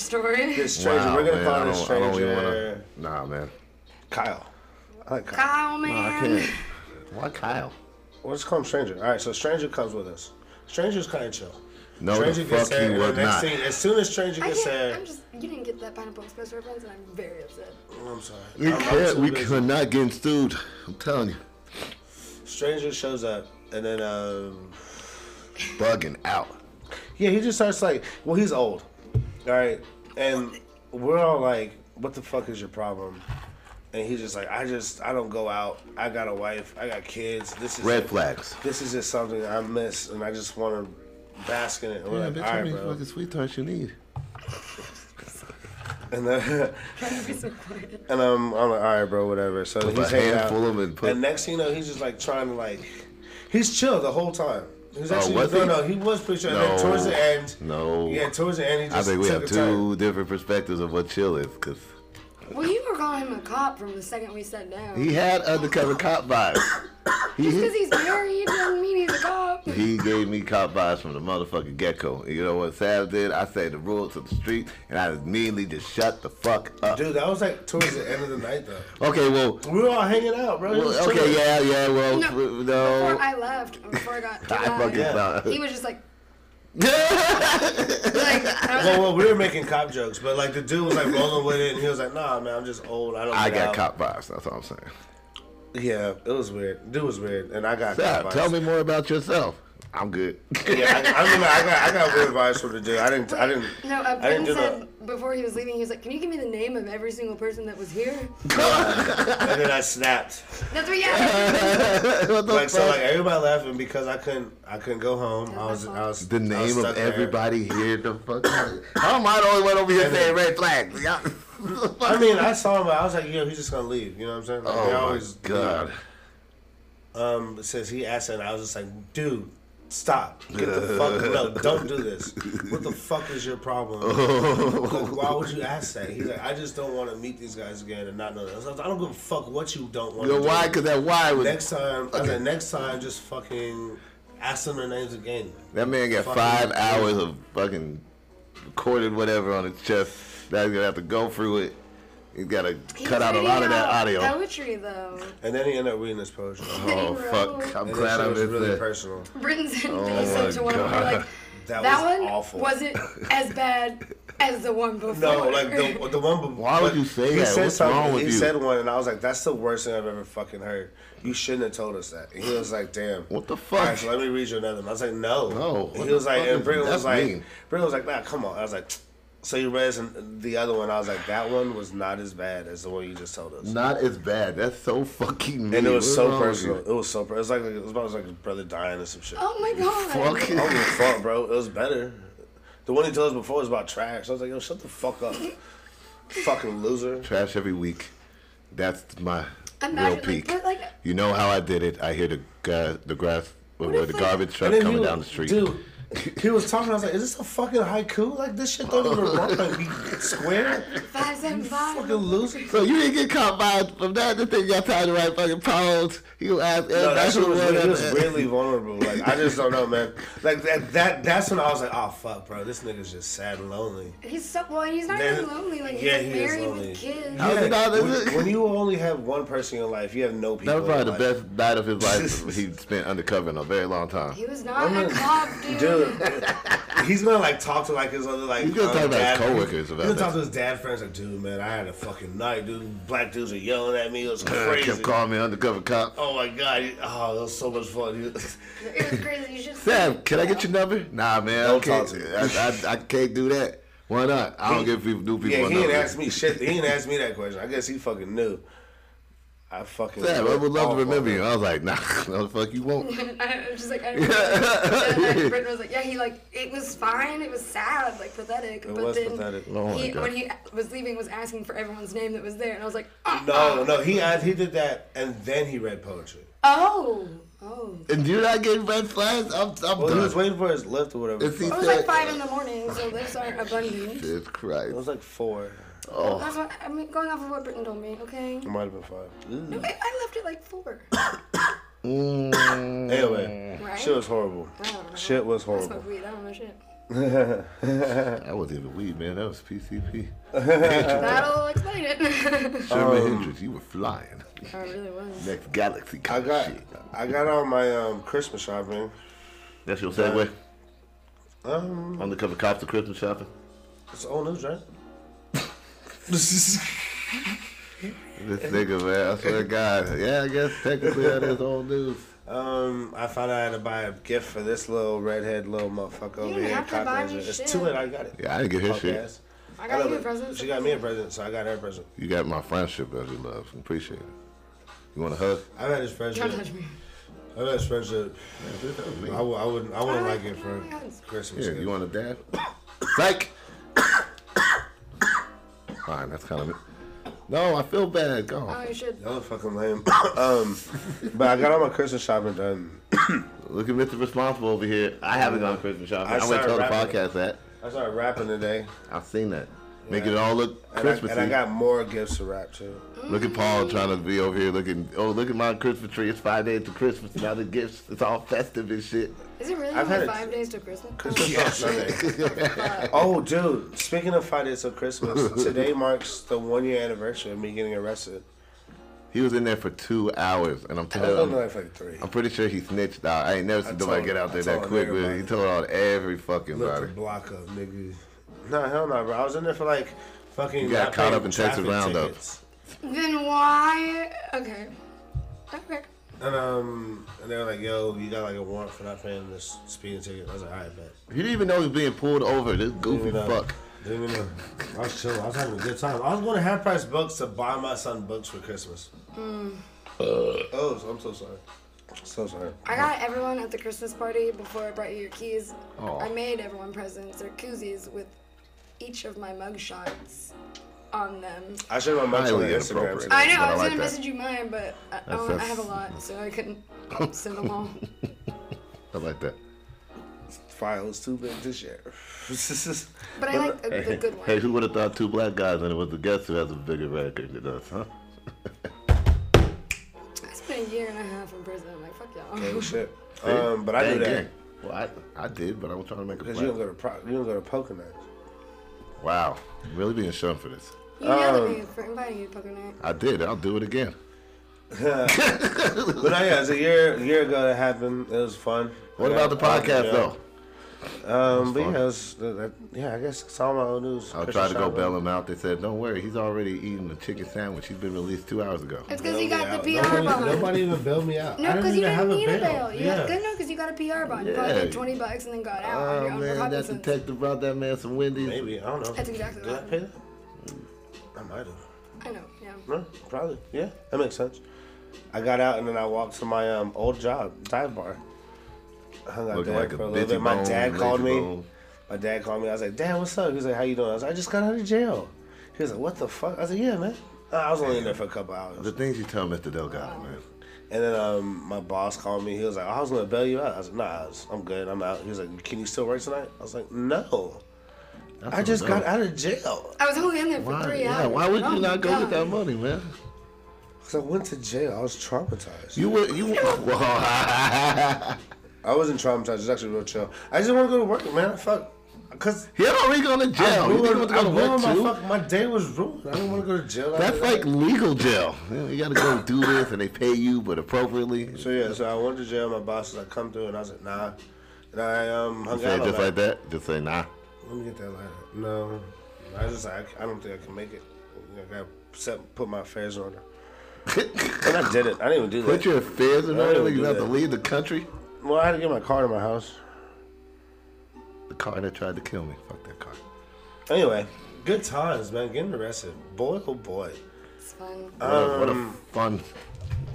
[SPEAKER 3] story.
[SPEAKER 1] this stranger. We're gonna call this
[SPEAKER 2] I don't, I don't
[SPEAKER 1] stranger
[SPEAKER 2] even wanna, Nah, man.
[SPEAKER 1] Kyle. I like Kyle.
[SPEAKER 3] Kyle,
[SPEAKER 2] I
[SPEAKER 3] Oh, man.
[SPEAKER 2] can't. Why Kyle?
[SPEAKER 1] Well, let's call him stranger. All right, so stranger comes with us. Stranger's kind of chill.
[SPEAKER 2] No,
[SPEAKER 1] stranger
[SPEAKER 2] the fuck
[SPEAKER 1] there,
[SPEAKER 2] he
[SPEAKER 1] and
[SPEAKER 2] was
[SPEAKER 1] the next
[SPEAKER 2] not.
[SPEAKER 1] Thing, as soon as stranger
[SPEAKER 3] I
[SPEAKER 1] gets
[SPEAKER 3] can't.
[SPEAKER 1] there,
[SPEAKER 3] I'm just. You didn't get that pineapple express reference, and I'm very upset.
[SPEAKER 1] oh, I'm sorry.
[SPEAKER 2] We
[SPEAKER 1] I'm- I'm
[SPEAKER 2] can't.
[SPEAKER 1] too
[SPEAKER 2] We
[SPEAKER 1] busy.
[SPEAKER 2] could not get sued. I'm telling you,
[SPEAKER 1] Stranger shows up, and then um,
[SPEAKER 2] bugging out.
[SPEAKER 1] Yeah, he just starts like, well, he's old, all right, and we're all like, what the fuck is your problem? And he's just like, I just, I don't go out. I got a wife. I got kids. This is
[SPEAKER 2] Red flags.
[SPEAKER 1] This is just something I miss, and I just want to bask in it. And we're
[SPEAKER 2] Yeah,
[SPEAKER 1] like,
[SPEAKER 2] bitch,
[SPEAKER 1] all
[SPEAKER 2] how
[SPEAKER 1] right,
[SPEAKER 2] many
[SPEAKER 1] bro.
[SPEAKER 2] fucking sweethearts you need?
[SPEAKER 1] And then,
[SPEAKER 3] Trying to be so quiet.
[SPEAKER 1] and I'm, I'm like, all right, bro, whatever. So
[SPEAKER 2] Put
[SPEAKER 1] he's
[SPEAKER 2] a
[SPEAKER 1] hanging out,
[SPEAKER 2] handful of 'em and put-
[SPEAKER 1] and next thing you know, he's just like trying to like, he's chill the whole time. He's
[SPEAKER 2] Oh,
[SPEAKER 1] actually
[SPEAKER 2] was
[SPEAKER 1] no,
[SPEAKER 2] he?
[SPEAKER 1] no, he was pretty chill. And then towards the end,
[SPEAKER 2] No.
[SPEAKER 1] yeah, towards the end, he just
[SPEAKER 2] I think we
[SPEAKER 1] took
[SPEAKER 2] have
[SPEAKER 1] a turn.
[SPEAKER 2] two different perspectives of what chill is, because
[SPEAKER 3] Well, you were calling him a cop from the second we sat down.
[SPEAKER 2] he had undercover cop vibes.
[SPEAKER 3] just because he's married doesn't mean he's a cop.
[SPEAKER 2] He gave me cop vibes from the motherfucking get go. You know what Sav did? I say the rules of the street, and I immediately just shut the fuck up.
[SPEAKER 1] Dude, that was like towards the end of the night though.
[SPEAKER 2] Okay, well,
[SPEAKER 1] We were all hanging out, bro. It was
[SPEAKER 2] well okay,
[SPEAKER 1] chilling.
[SPEAKER 2] yeah, yeah, well,
[SPEAKER 3] No,
[SPEAKER 2] no.
[SPEAKER 3] Before I left, before I got to
[SPEAKER 2] I fucking
[SPEAKER 3] live,
[SPEAKER 2] thought-
[SPEAKER 3] he was just like, like, I was like,
[SPEAKER 1] Well, well, we were making cop jokes, but like the dude was like rolling with it, and he was like, "Nah, man, I'm just old. I don't."
[SPEAKER 2] I
[SPEAKER 1] get
[SPEAKER 2] got
[SPEAKER 1] out."
[SPEAKER 2] cop vibes. That's all I'm saying.
[SPEAKER 1] Yeah, it was weird. Dude was weird, and I got
[SPEAKER 2] Sav,
[SPEAKER 1] cop
[SPEAKER 2] tell
[SPEAKER 1] vibes.
[SPEAKER 2] me more about yourself. I'm good.
[SPEAKER 1] Yeah, I, I remember I got I got weird vibes from the dude. I didn't I didn't
[SPEAKER 3] no, uh,
[SPEAKER 1] I didn't
[SPEAKER 3] Ben
[SPEAKER 1] do
[SPEAKER 3] said
[SPEAKER 1] that.
[SPEAKER 3] before he was leaving, he was like, can you give me the name of every single person that was here?
[SPEAKER 1] And then I snapped.
[SPEAKER 3] That's what, yeah.
[SPEAKER 2] What the
[SPEAKER 1] Like so,
[SPEAKER 2] fuck?
[SPEAKER 1] like everybody left, and because I couldn't I couldn't go home. I was I was
[SPEAKER 2] the
[SPEAKER 1] I was
[SPEAKER 2] name
[SPEAKER 1] stuck
[SPEAKER 2] of
[SPEAKER 1] there.
[SPEAKER 2] everybody here. The fuck? How am I the only one over here
[SPEAKER 1] And
[SPEAKER 2] saying
[SPEAKER 1] then-
[SPEAKER 2] red flags? Y'all-
[SPEAKER 1] I mean, I saw him. but I was like, yo, he's just gonna leave. You know what I'm saying? Like,
[SPEAKER 2] oh
[SPEAKER 1] they
[SPEAKER 2] my
[SPEAKER 1] always leave.
[SPEAKER 2] god.
[SPEAKER 1] um, says he asked that, and I was just like, dude, stop. Get the fuck no, don't do this. What the fuck is your problem? Like, why would you ask that? He's like, I just don't want to meet these guys again and not know that. I, was like, I don't give a fuck what you don't want
[SPEAKER 2] The
[SPEAKER 1] to
[SPEAKER 2] why?
[SPEAKER 1] do.
[SPEAKER 2] Because that why was
[SPEAKER 1] Next time, I was
[SPEAKER 2] Okay.
[SPEAKER 1] like, next time, just fucking ask them their names again.
[SPEAKER 2] That man got
[SPEAKER 1] Fucking
[SPEAKER 2] five
[SPEAKER 1] crazy.
[SPEAKER 2] hours of fucking recorded whatever on his chest. Now he's gonna have to go through it. He's gotta
[SPEAKER 3] He
[SPEAKER 2] cut
[SPEAKER 3] was
[SPEAKER 2] out a lot of
[SPEAKER 3] reading
[SPEAKER 2] that
[SPEAKER 3] out
[SPEAKER 2] audio.
[SPEAKER 3] Poetry, though.
[SPEAKER 1] And then he ended up reading this poetry.
[SPEAKER 3] that he
[SPEAKER 2] oh
[SPEAKER 3] wrote.
[SPEAKER 2] fuck! I'm
[SPEAKER 1] And this
[SPEAKER 2] glad
[SPEAKER 1] shit
[SPEAKER 2] I
[SPEAKER 1] was
[SPEAKER 2] missed
[SPEAKER 1] really
[SPEAKER 2] that.
[SPEAKER 1] personal.
[SPEAKER 3] Britten sent
[SPEAKER 2] Oh
[SPEAKER 3] he sent
[SPEAKER 2] my
[SPEAKER 3] to one of them,
[SPEAKER 2] God.
[SPEAKER 3] like,
[SPEAKER 1] That
[SPEAKER 3] that,
[SPEAKER 1] was
[SPEAKER 3] one
[SPEAKER 1] awful.
[SPEAKER 3] wasn't as bad as the one before.
[SPEAKER 1] No, like the, the one. be-
[SPEAKER 2] Why would
[SPEAKER 1] but
[SPEAKER 2] you say
[SPEAKER 1] he
[SPEAKER 2] that?
[SPEAKER 1] Said
[SPEAKER 2] What's
[SPEAKER 1] something-
[SPEAKER 2] wrong with
[SPEAKER 1] he
[SPEAKER 2] you?
[SPEAKER 1] said one, and I was like, "That's the worst thing I've ever fucking heard. You shouldn't have told us that." And he was like, "Damn."
[SPEAKER 2] What the fuck?
[SPEAKER 1] All right, so let me read you another. One. I was like, "No."
[SPEAKER 2] No,
[SPEAKER 1] And
[SPEAKER 2] what
[SPEAKER 1] he was
[SPEAKER 2] the
[SPEAKER 1] like,
[SPEAKER 2] fuck
[SPEAKER 1] and
[SPEAKER 2] is-
[SPEAKER 1] Britt was
[SPEAKER 2] that's
[SPEAKER 1] like,
[SPEAKER 2] mean.
[SPEAKER 1] Britt was like, "Nah, come on." I was like, "So you read some, the other one?" I was like, "That one was not as bad as the one you just told us."
[SPEAKER 2] Not as bad. That's so fucking. Mean.
[SPEAKER 1] And it was
[SPEAKER 2] What's
[SPEAKER 1] so
[SPEAKER 2] wrong with
[SPEAKER 1] personal.
[SPEAKER 2] you?
[SPEAKER 1] It was so. Per- it was like it was about like his brother dying or some shit.
[SPEAKER 3] Oh my god.
[SPEAKER 2] Fuck.
[SPEAKER 1] I don't give a fuck, bro. It was better. The one he told us before was about trash. I was like, "Yo, shut the fuck up, fucking loser."
[SPEAKER 2] Trash every week. That's my
[SPEAKER 3] Imagine,
[SPEAKER 2] real
[SPEAKER 3] like,
[SPEAKER 2] peak.
[SPEAKER 3] but, like-
[SPEAKER 2] you know how I did it. I hear the gra- the grass, or
[SPEAKER 3] What if,
[SPEAKER 2] the
[SPEAKER 3] like-
[SPEAKER 2] garbage truck
[SPEAKER 1] And then
[SPEAKER 2] coming
[SPEAKER 1] he
[SPEAKER 2] down the
[SPEAKER 1] was-
[SPEAKER 2] street.
[SPEAKER 1] Dude, he was talking. I was like, "Is this a fucking haiku? Like this shit don't even rhyme. Like, be square,
[SPEAKER 3] Five seven five.
[SPEAKER 1] fucking loser."
[SPEAKER 2] So you didn't get caught by from that. The thing got time to write fucking poems. You asked
[SPEAKER 1] No, that
[SPEAKER 2] everybody
[SPEAKER 1] shit was,
[SPEAKER 2] who
[SPEAKER 1] really,
[SPEAKER 2] wrote
[SPEAKER 1] he was
[SPEAKER 2] that.
[SPEAKER 1] really vulnerable. Like I just don't know, man. Like that, that that's when I was like, "Oh fuck, bro, this nigga's just sad and lonely."
[SPEAKER 3] He's so well. He's not
[SPEAKER 1] That-
[SPEAKER 3] even lonely. Like he's
[SPEAKER 1] yeah,
[SPEAKER 3] like,
[SPEAKER 1] he is
[SPEAKER 3] married
[SPEAKER 1] lonely.
[SPEAKER 3] with kids.
[SPEAKER 2] How-
[SPEAKER 1] Yeah,
[SPEAKER 2] No, that's
[SPEAKER 1] when,
[SPEAKER 2] it.
[SPEAKER 1] when you only have one person in your life, you have no people.
[SPEAKER 2] That was
[SPEAKER 1] in
[SPEAKER 2] probably
[SPEAKER 1] your
[SPEAKER 2] the
[SPEAKER 1] life.
[SPEAKER 2] best night of his life. he spent undercover in a very long time.
[SPEAKER 3] He was not
[SPEAKER 1] I'm
[SPEAKER 3] a
[SPEAKER 1] not-
[SPEAKER 3] cop,
[SPEAKER 1] Dude,
[SPEAKER 3] dude.
[SPEAKER 1] he's gonna like talk to like his other like.
[SPEAKER 2] He's gonna
[SPEAKER 1] um,
[SPEAKER 2] talk about his
[SPEAKER 1] dad-
[SPEAKER 2] coworkers about
[SPEAKER 1] He's gonna talk
[SPEAKER 2] that.
[SPEAKER 1] to his dad friends like, dude, man, I had a fucking night, dude. Black dudes were yelling at me. It was crazy.
[SPEAKER 2] Kept calling me undercover cop.
[SPEAKER 1] Oh my god! Oh, that was so much fun.
[SPEAKER 3] It was crazy. You should.
[SPEAKER 2] Sam, can I get your number? Nah, man,
[SPEAKER 1] Don't
[SPEAKER 2] I can't.
[SPEAKER 1] talk to me.
[SPEAKER 2] I, I, I can't do that. Why not? I don't
[SPEAKER 1] He-
[SPEAKER 2] give people new people.
[SPEAKER 1] yeah,
[SPEAKER 2] a
[SPEAKER 1] he didn't
[SPEAKER 2] number.
[SPEAKER 1] ask me shit. He didn't ask me that question. I guess he fucking knew. I fucking.
[SPEAKER 2] Damn, I would love to
[SPEAKER 1] awful.
[SPEAKER 2] remember you. I was like, nah, no the fuck you won't.
[SPEAKER 3] I was just like, I remember.
[SPEAKER 2] Yeah.
[SPEAKER 3] And Britain was like, yeah, he like, it was fine. It was sad, like pathetic.
[SPEAKER 1] It
[SPEAKER 3] but
[SPEAKER 1] was
[SPEAKER 3] then
[SPEAKER 1] pathetic.
[SPEAKER 2] Oh my
[SPEAKER 3] he,
[SPEAKER 2] God.
[SPEAKER 3] when he was leaving, was asking for everyone's name that was there, and I was like, oh,
[SPEAKER 1] No, no, he asked, he did that, and then he read poetry.
[SPEAKER 3] oh, oh.
[SPEAKER 2] And do not get red flags. I'm, I'm
[SPEAKER 1] Well, he was
[SPEAKER 2] done.
[SPEAKER 1] waiting for his lift or whatever.
[SPEAKER 2] It's
[SPEAKER 1] the fuck.
[SPEAKER 3] It
[SPEAKER 2] these-
[SPEAKER 3] was like five in the morning, so lifts aren't abundant.
[SPEAKER 2] Jesus
[SPEAKER 1] It was
[SPEAKER 2] Christ.
[SPEAKER 1] like four.
[SPEAKER 2] Oh.
[SPEAKER 3] That's what I mean. Going off of what Britain told me, okay.
[SPEAKER 1] It might have been five.
[SPEAKER 3] No, I, I left at like four.
[SPEAKER 2] Mm.
[SPEAKER 1] Anyway,
[SPEAKER 3] Right?
[SPEAKER 1] shit was horrible.
[SPEAKER 3] I don't know.
[SPEAKER 1] Shit was
[SPEAKER 3] I
[SPEAKER 1] horrible.
[SPEAKER 3] smoke weed. I don't know shit.
[SPEAKER 2] That wasn't even weed, man. That was PCP.
[SPEAKER 3] That'll explain it.
[SPEAKER 1] Um,
[SPEAKER 2] Sherman Hendrix, you were flying.
[SPEAKER 3] I Oh, really was.
[SPEAKER 2] Next galaxy
[SPEAKER 1] I
[SPEAKER 2] kind
[SPEAKER 1] got,
[SPEAKER 2] of shit.
[SPEAKER 1] I got all my um, Christmas shopping.
[SPEAKER 2] That's your segue?
[SPEAKER 1] Um,
[SPEAKER 2] Undercover cops to Christmas shopping?
[SPEAKER 1] it's old news, right?
[SPEAKER 2] This nigga, man. I swear to God. Yeah, I guess technically that is old news.
[SPEAKER 1] Um, I found out I had to buy a gift for this little redhead little motherfucker over
[SPEAKER 3] didn't
[SPEAKER 1] here.
[SPEAKER 3] have to buy me
[SPEAKER 1] cockroach. it's
[SPEAKER 3] shit.
[SPEAKER 1] too late. I got it.
[SPEAKER 2] Yeah, I didn't get his
[SPEAKER 1] Punk
[SPEAKER 2] shit.
[SPEAKER 1] ass.
[SPEAKER 3] I got you a
[SPEAKER 1] it.
[SPEAKER 3] present.
[SPEAKER 1] She got me a present, so I got her a present.
[SPEAKER 2] You got my friendship as your love. Appreciate it. You want a hug?
[SPEAKER 1] I've had this friendship.
[SPEAKER 3] Don't touch me.
[SPEAKER 1] I've had this friendship. I, w- I wouldn't. I wouldn't
[SPEAKER 3] I
[SPEAKER 1] like
[SPEAKER 3] like-
[SPEAKER 1] it for
[SPEAKER 3] I like-
[SPEAKER 1] Christmas.
[SPEAKER 2] Here,
[SPEAKER 1] gift.
[SPEAKER 2] you want a dab? Psych! Fine, that's kind of it. No, I feel bad. Go
[SPEAKER 3] Oh,
[SPEAKER 2] on.
[SPEAKER 3] you should.
[SPEAKER 1] Y'all are fucking lame. um, but I got all my Christmas shopping done.
[SPEAKER 2] Look at Mr. Responsible over here. I haven't gone Christmas shopping.
[SPEAKER 1] I
[SPEAKER 2] I, went to
[SPEAKER 1] started
[SPEAKER 2] tell the
[SPEAKER 1] rapping.
[SPEAKER 2] podcast that.
[SPEAKER 1] I started rapping today,
[SPEAKER 2] I've seen that. Making it all look
[SPEAKER 1] and I,
[SPEAKER 2] Christmassy.
[SPEAKER 1] and I got more gifts to wrap too.
[SPEAKER 2] Look at Paul trying to be over here looking. Oh, look at my Christmas tree. It's five days to Christmas. Now the gifts. It's all festive and shit.
[SPEAKER 3] Is it really
[SPEAKER 1] I've
[SPEAKER 3] only
[SPEAKER 1] had it-
[SPEAKER 3] five days to Christmas?
[SPEAKER 1] Christmas on Sunday. oh, dude! Speaking of five days of Christmas, today marks the one year anniversary of me getting arrested.
[SPEAKER 2] He was in there for two hours, and I'm
[SPEAKER 1] I was
[SPEAKER 2] telling
[SPEAKER 1] only
[SPEAKER 2] him.
[SPEAKER 1] like for three.
[SPEAKER 2] I'm pretty sure he snitched out. I ain't never seen
[SPEAKER 1] told-
[SPEAKER 2] nobody get out
[SPEAKER 1] I
[SPEAKER 2] there that
[SPEAKER 1] told
[SPEAKER 2] quick. But
[SPEAKER 1] everybody.
[SPEAKER 2] he told out every fucking
[SPEAKER 1] Look
[SPEAKER 2] body.
[SPEAKER 1] the block up, nigga. Nah, hell no, bro. I was in there for like fucking.
[SPEAKER 2] You got
[SPEAKER 1] not
[SPEAKER 2] caught
[SPEAKER 1] paying
[SPEAKER 2] up in Texas
[SPEAKER 1] traffic
[SPEAKER 2] Roundup.
[SPEAKER 1] tickets.
[SPEAKER 3] Then why? Okay. Okay.
[SPEAKER 1] And um, and they were like, "Yo, you got like a warrant for not paying this speeding ticket." I was like, "All right, bet."
[SPEAKER 2] He didn't even know he was being pulled over. This
[SPEAKER 1] Didn't
[SPEAKER 2] goofy
[SPEAKER 1] even know.
[SPEAKER 2] fuck.
[SPEAKER 1] Didn't even know. I was chilling. I was having a good time. I was going to half price books to buy my son books for Christmas. Oh, so- I'm so sorry. So sorry.
[SPEAKER 3] I got everyone at the Christmas party before I brought you your keys.
[SPEAKER 2] Aw.
[SPEAKER 3] I made everyone presents or koozies with each of my mug shots on them.
[SPEAKER 1] I showed my mom on
[SPEAKER 2] Highly
[SPEAKER 1] Instagram.
[SPEAKER 2] inappropriate.
[SPEAKER 1] today.
[SPEAKER 3] I know,
[SPEAKER 2] But I
[SPEAKER 3] I was
[SPEAKER 2] like
[SPEAKER 3] gonna
[SPEAKER 2] that.
[SPEAKER 3] message you mine, but I, I, don't- I have a lot, so I couldn't send them all.
[SPEAKER 2] I like that.
[SPEAKER 1] Files too big to share.
[SPEAKER 3] But I like the, the good
[SPEAKER 2] Hey,
[SPEAKER 3] one.
[SPEAKER 2] who would have thought two black guys and it was the guest who has a bigger record than us, huh?
[SPEAKER 3] I spent a year and a half in prison. I'm like, fuck
[SPEAKER 1] oh
[SPEAKER 3] y'all.
[SPEAKER 1] shit. Um, but I
[SPEAKER 2] Dang,
[SPEAKER 1] do that
[SPEAKER 2] dang. Well, I, I did, but I was trying to make a
[SPEAKER 1] because you don't
[SPEAKER 2] plan.
[SPEAKER 1] go to pro- you don't go to poker nights.
[SPEAKER 2] Wow, really being shunned for this.
[SPEAKER 3] You yelled at
[SPEAKER 1] Um,
[SPEAKER 3] me for inviting you to poker night.
[SPEAKER 2] I did. I'll do it again.
[SPEAKER 1] But no, yeah, it was a year a year ago that happened. It was fun.
[SPEAKER 2] What
[SPEAKER 1] I
[SPEAKER 2] about the
[SPEAKER 1] got- I got
[SPEAKER 2] podcast
[SPEAKER 1] a
[SPEAKER 2] though?
[SPEAKER 1] job. Um, but
[SPEAKER 2] fun.
[SPEAKER 1] yeah, it was, uh, yeah, I guess it's all my old news.
[SPEAKER 2] I
[SPEAKER 1] Christmas
[SPEAKER 2] tried to go
[SPEAKER 1] shopping.
[SPEAKER 2] bail him out. They said, "Don't worry, he's already eating a chicken sandwich. He's been released two hours ago."
[SPEAKER 3] It's because
[SPEAKER 1] Bail me
[SPEAKER 3] you got the
[SPEAKER 1] out.
[SPEAKER 3] PR
[SPEAKER 1] nobody,
[SPEAKER 3] bond.
[SPEAKER 1] nobody even bailed me out. I
[SPEAKER 3] No, because
[SPEAKER 1] even
[SPEAKER 3] you didn't
[SPEAKER 1] have
[SPEAKER 3] need a
[SPEAKER 1] bail.
[SPEAKER 3] bail. You yeah. got, no, because you got a PR bond. You probably
[SPEAKER 2] Yeah.
[SPEAKER 3] paid 20 bucks and then got out on
[SPEAKER 2] Oh
[SPEAKER 3] your own
[SPEAKER 2] man, that
[SPEAKER 3] recognizance.
[SPEAKER 2] detective brought that man some Wendy's.
[SPEAKER 1] Maybe I don't know.
[SPEAKER 3] That's exactly
[SPEAKER 1] Did
[SPEAKER 3] what
[SPEAKER 1] I
[SPEAKER 3] I
[SPEAKER 1] pay that? I might have.
[SPEAKER 3] I know, yeah.
[SPEAKER 1] No, probably. Yeah, that makes sense. I got out and then I walked to my um, old job, dive bar. I hung out
[SPEAKER 2] Looking
[SPEAKER 1] there
[SPEAKER 2] like a
[SPEAKER 1] for a little
[SPEAKER 2] bitchy
[SPEAKER 1] bit. My
[SPEAKER 2] bone,
[SPEAKER 1] dad
[SPEAKER 2] lazy
[SPEAKER 1] called me.
[SPEAKER 2] bone.
[SPEAKER 1] My dad called me. I was like, "Dad, what's up?" He was like, "How you doing?" I was like, "I just got out of jail." He was like, "What the fuck?" I was like, "Yeah, man." Uh, I was only in there for a couple hours.
[SPEAKER 2] The things you tell Mr. Delgado, man.
[SPEAKER 1] And then um, my boss called me. He was like, "I was gonna bail you out." I was like, "Nah, I was- I'm good. I'm out." He was like, "Can you still work tonight?" I was like, "No,
[SPEAKER 2] That's
[SPEAKER 1] I just
[SPEAKER 2] what's
[SPEAKER 1] got
[SPEAKER 2] up.
[SPEAKER 1] out of jail."
[SPEAKER 3] I was only in there for
[SPEAKER 2] Why?
[SPEAKER 3] three
[SPEAKER 2] Yeah,
[SPEAKER 3] hours.
[SPEAKER 2] why would
[SPEAKER 3] Oh
[SPEAKER 2] you
[SPEAKER 3] my
[SPEAKER 2] not go
[SPEAKER 3] God.
[SPEAKER 2] get that money, man?
[SPEAKER 1] Cause I went to jail. I was traumatized.
[SPEAKER 2] You would. You. Well,
[SPEAKER 1] I wasn't traumatized. It's actually real chill. I just want to go to work, man. Fuck, cause
[SPEAKER 2] he had already gone to jail.
[SPEAKER 1] I
[SPEAKER 2] You
[SPEAKER 1] ruined,
[SPEAKER 2] think he went to
[SPEAKER 1] I
[SPEAKER 2] go to work
[SPEAKER 1] ruined my
[SPEAKER 2] too?
[SPEAKER 1] fuck. My day was ruined. I didn't want to go to jail. after
[SPEAKER 2] That's
[SPEAKER 1] that.
[SPEAKER 2] like legal jail. You know, You gotta go do this, and they pay you, but appropriately.
[SPEAKER 1] So yeah, so I went to jail. My boss was like, "Come through," and I was like, "Nah." And I um hung
[SPEAKER 2] Say
[SPEAKER 1] out.
[SPEAKER 2] it
[SPEAKER 1] all
[SPEAKER 2] just
[SPEAKER 1] night.
[SPEAKER 2] like that. Just say nah.
[SPEAKER 1] Let me get that lighter. No, I just I, I don't think I can make it. I got set, put my affairs on her. And I did it. I didn't even do
[SPEAKER 2] Put
[SPEAKER 1] that.
[SPEAKER 2] your affairs in
[SPEAKER 1] I
[SPEAKER 2] order.
[SPEAKER 1] don't
[SPEAKER 2] when You
[SPEAKER 1] do
[SPEAKER 2] have to
[SPEAKER 1] that.
[SPEAKER 2] leave the country.
[SPEAKER 1] well, I had to get my car to my house.
[SPEAKER 2] The car that tried to kill me. Fuck that car.
[SPEAKER 1] Anyway, good times, man. Getting arrested, boy, oh boy.
[SPEAKER 3] It's fun.
[SPEAKER 2] What a- what a fun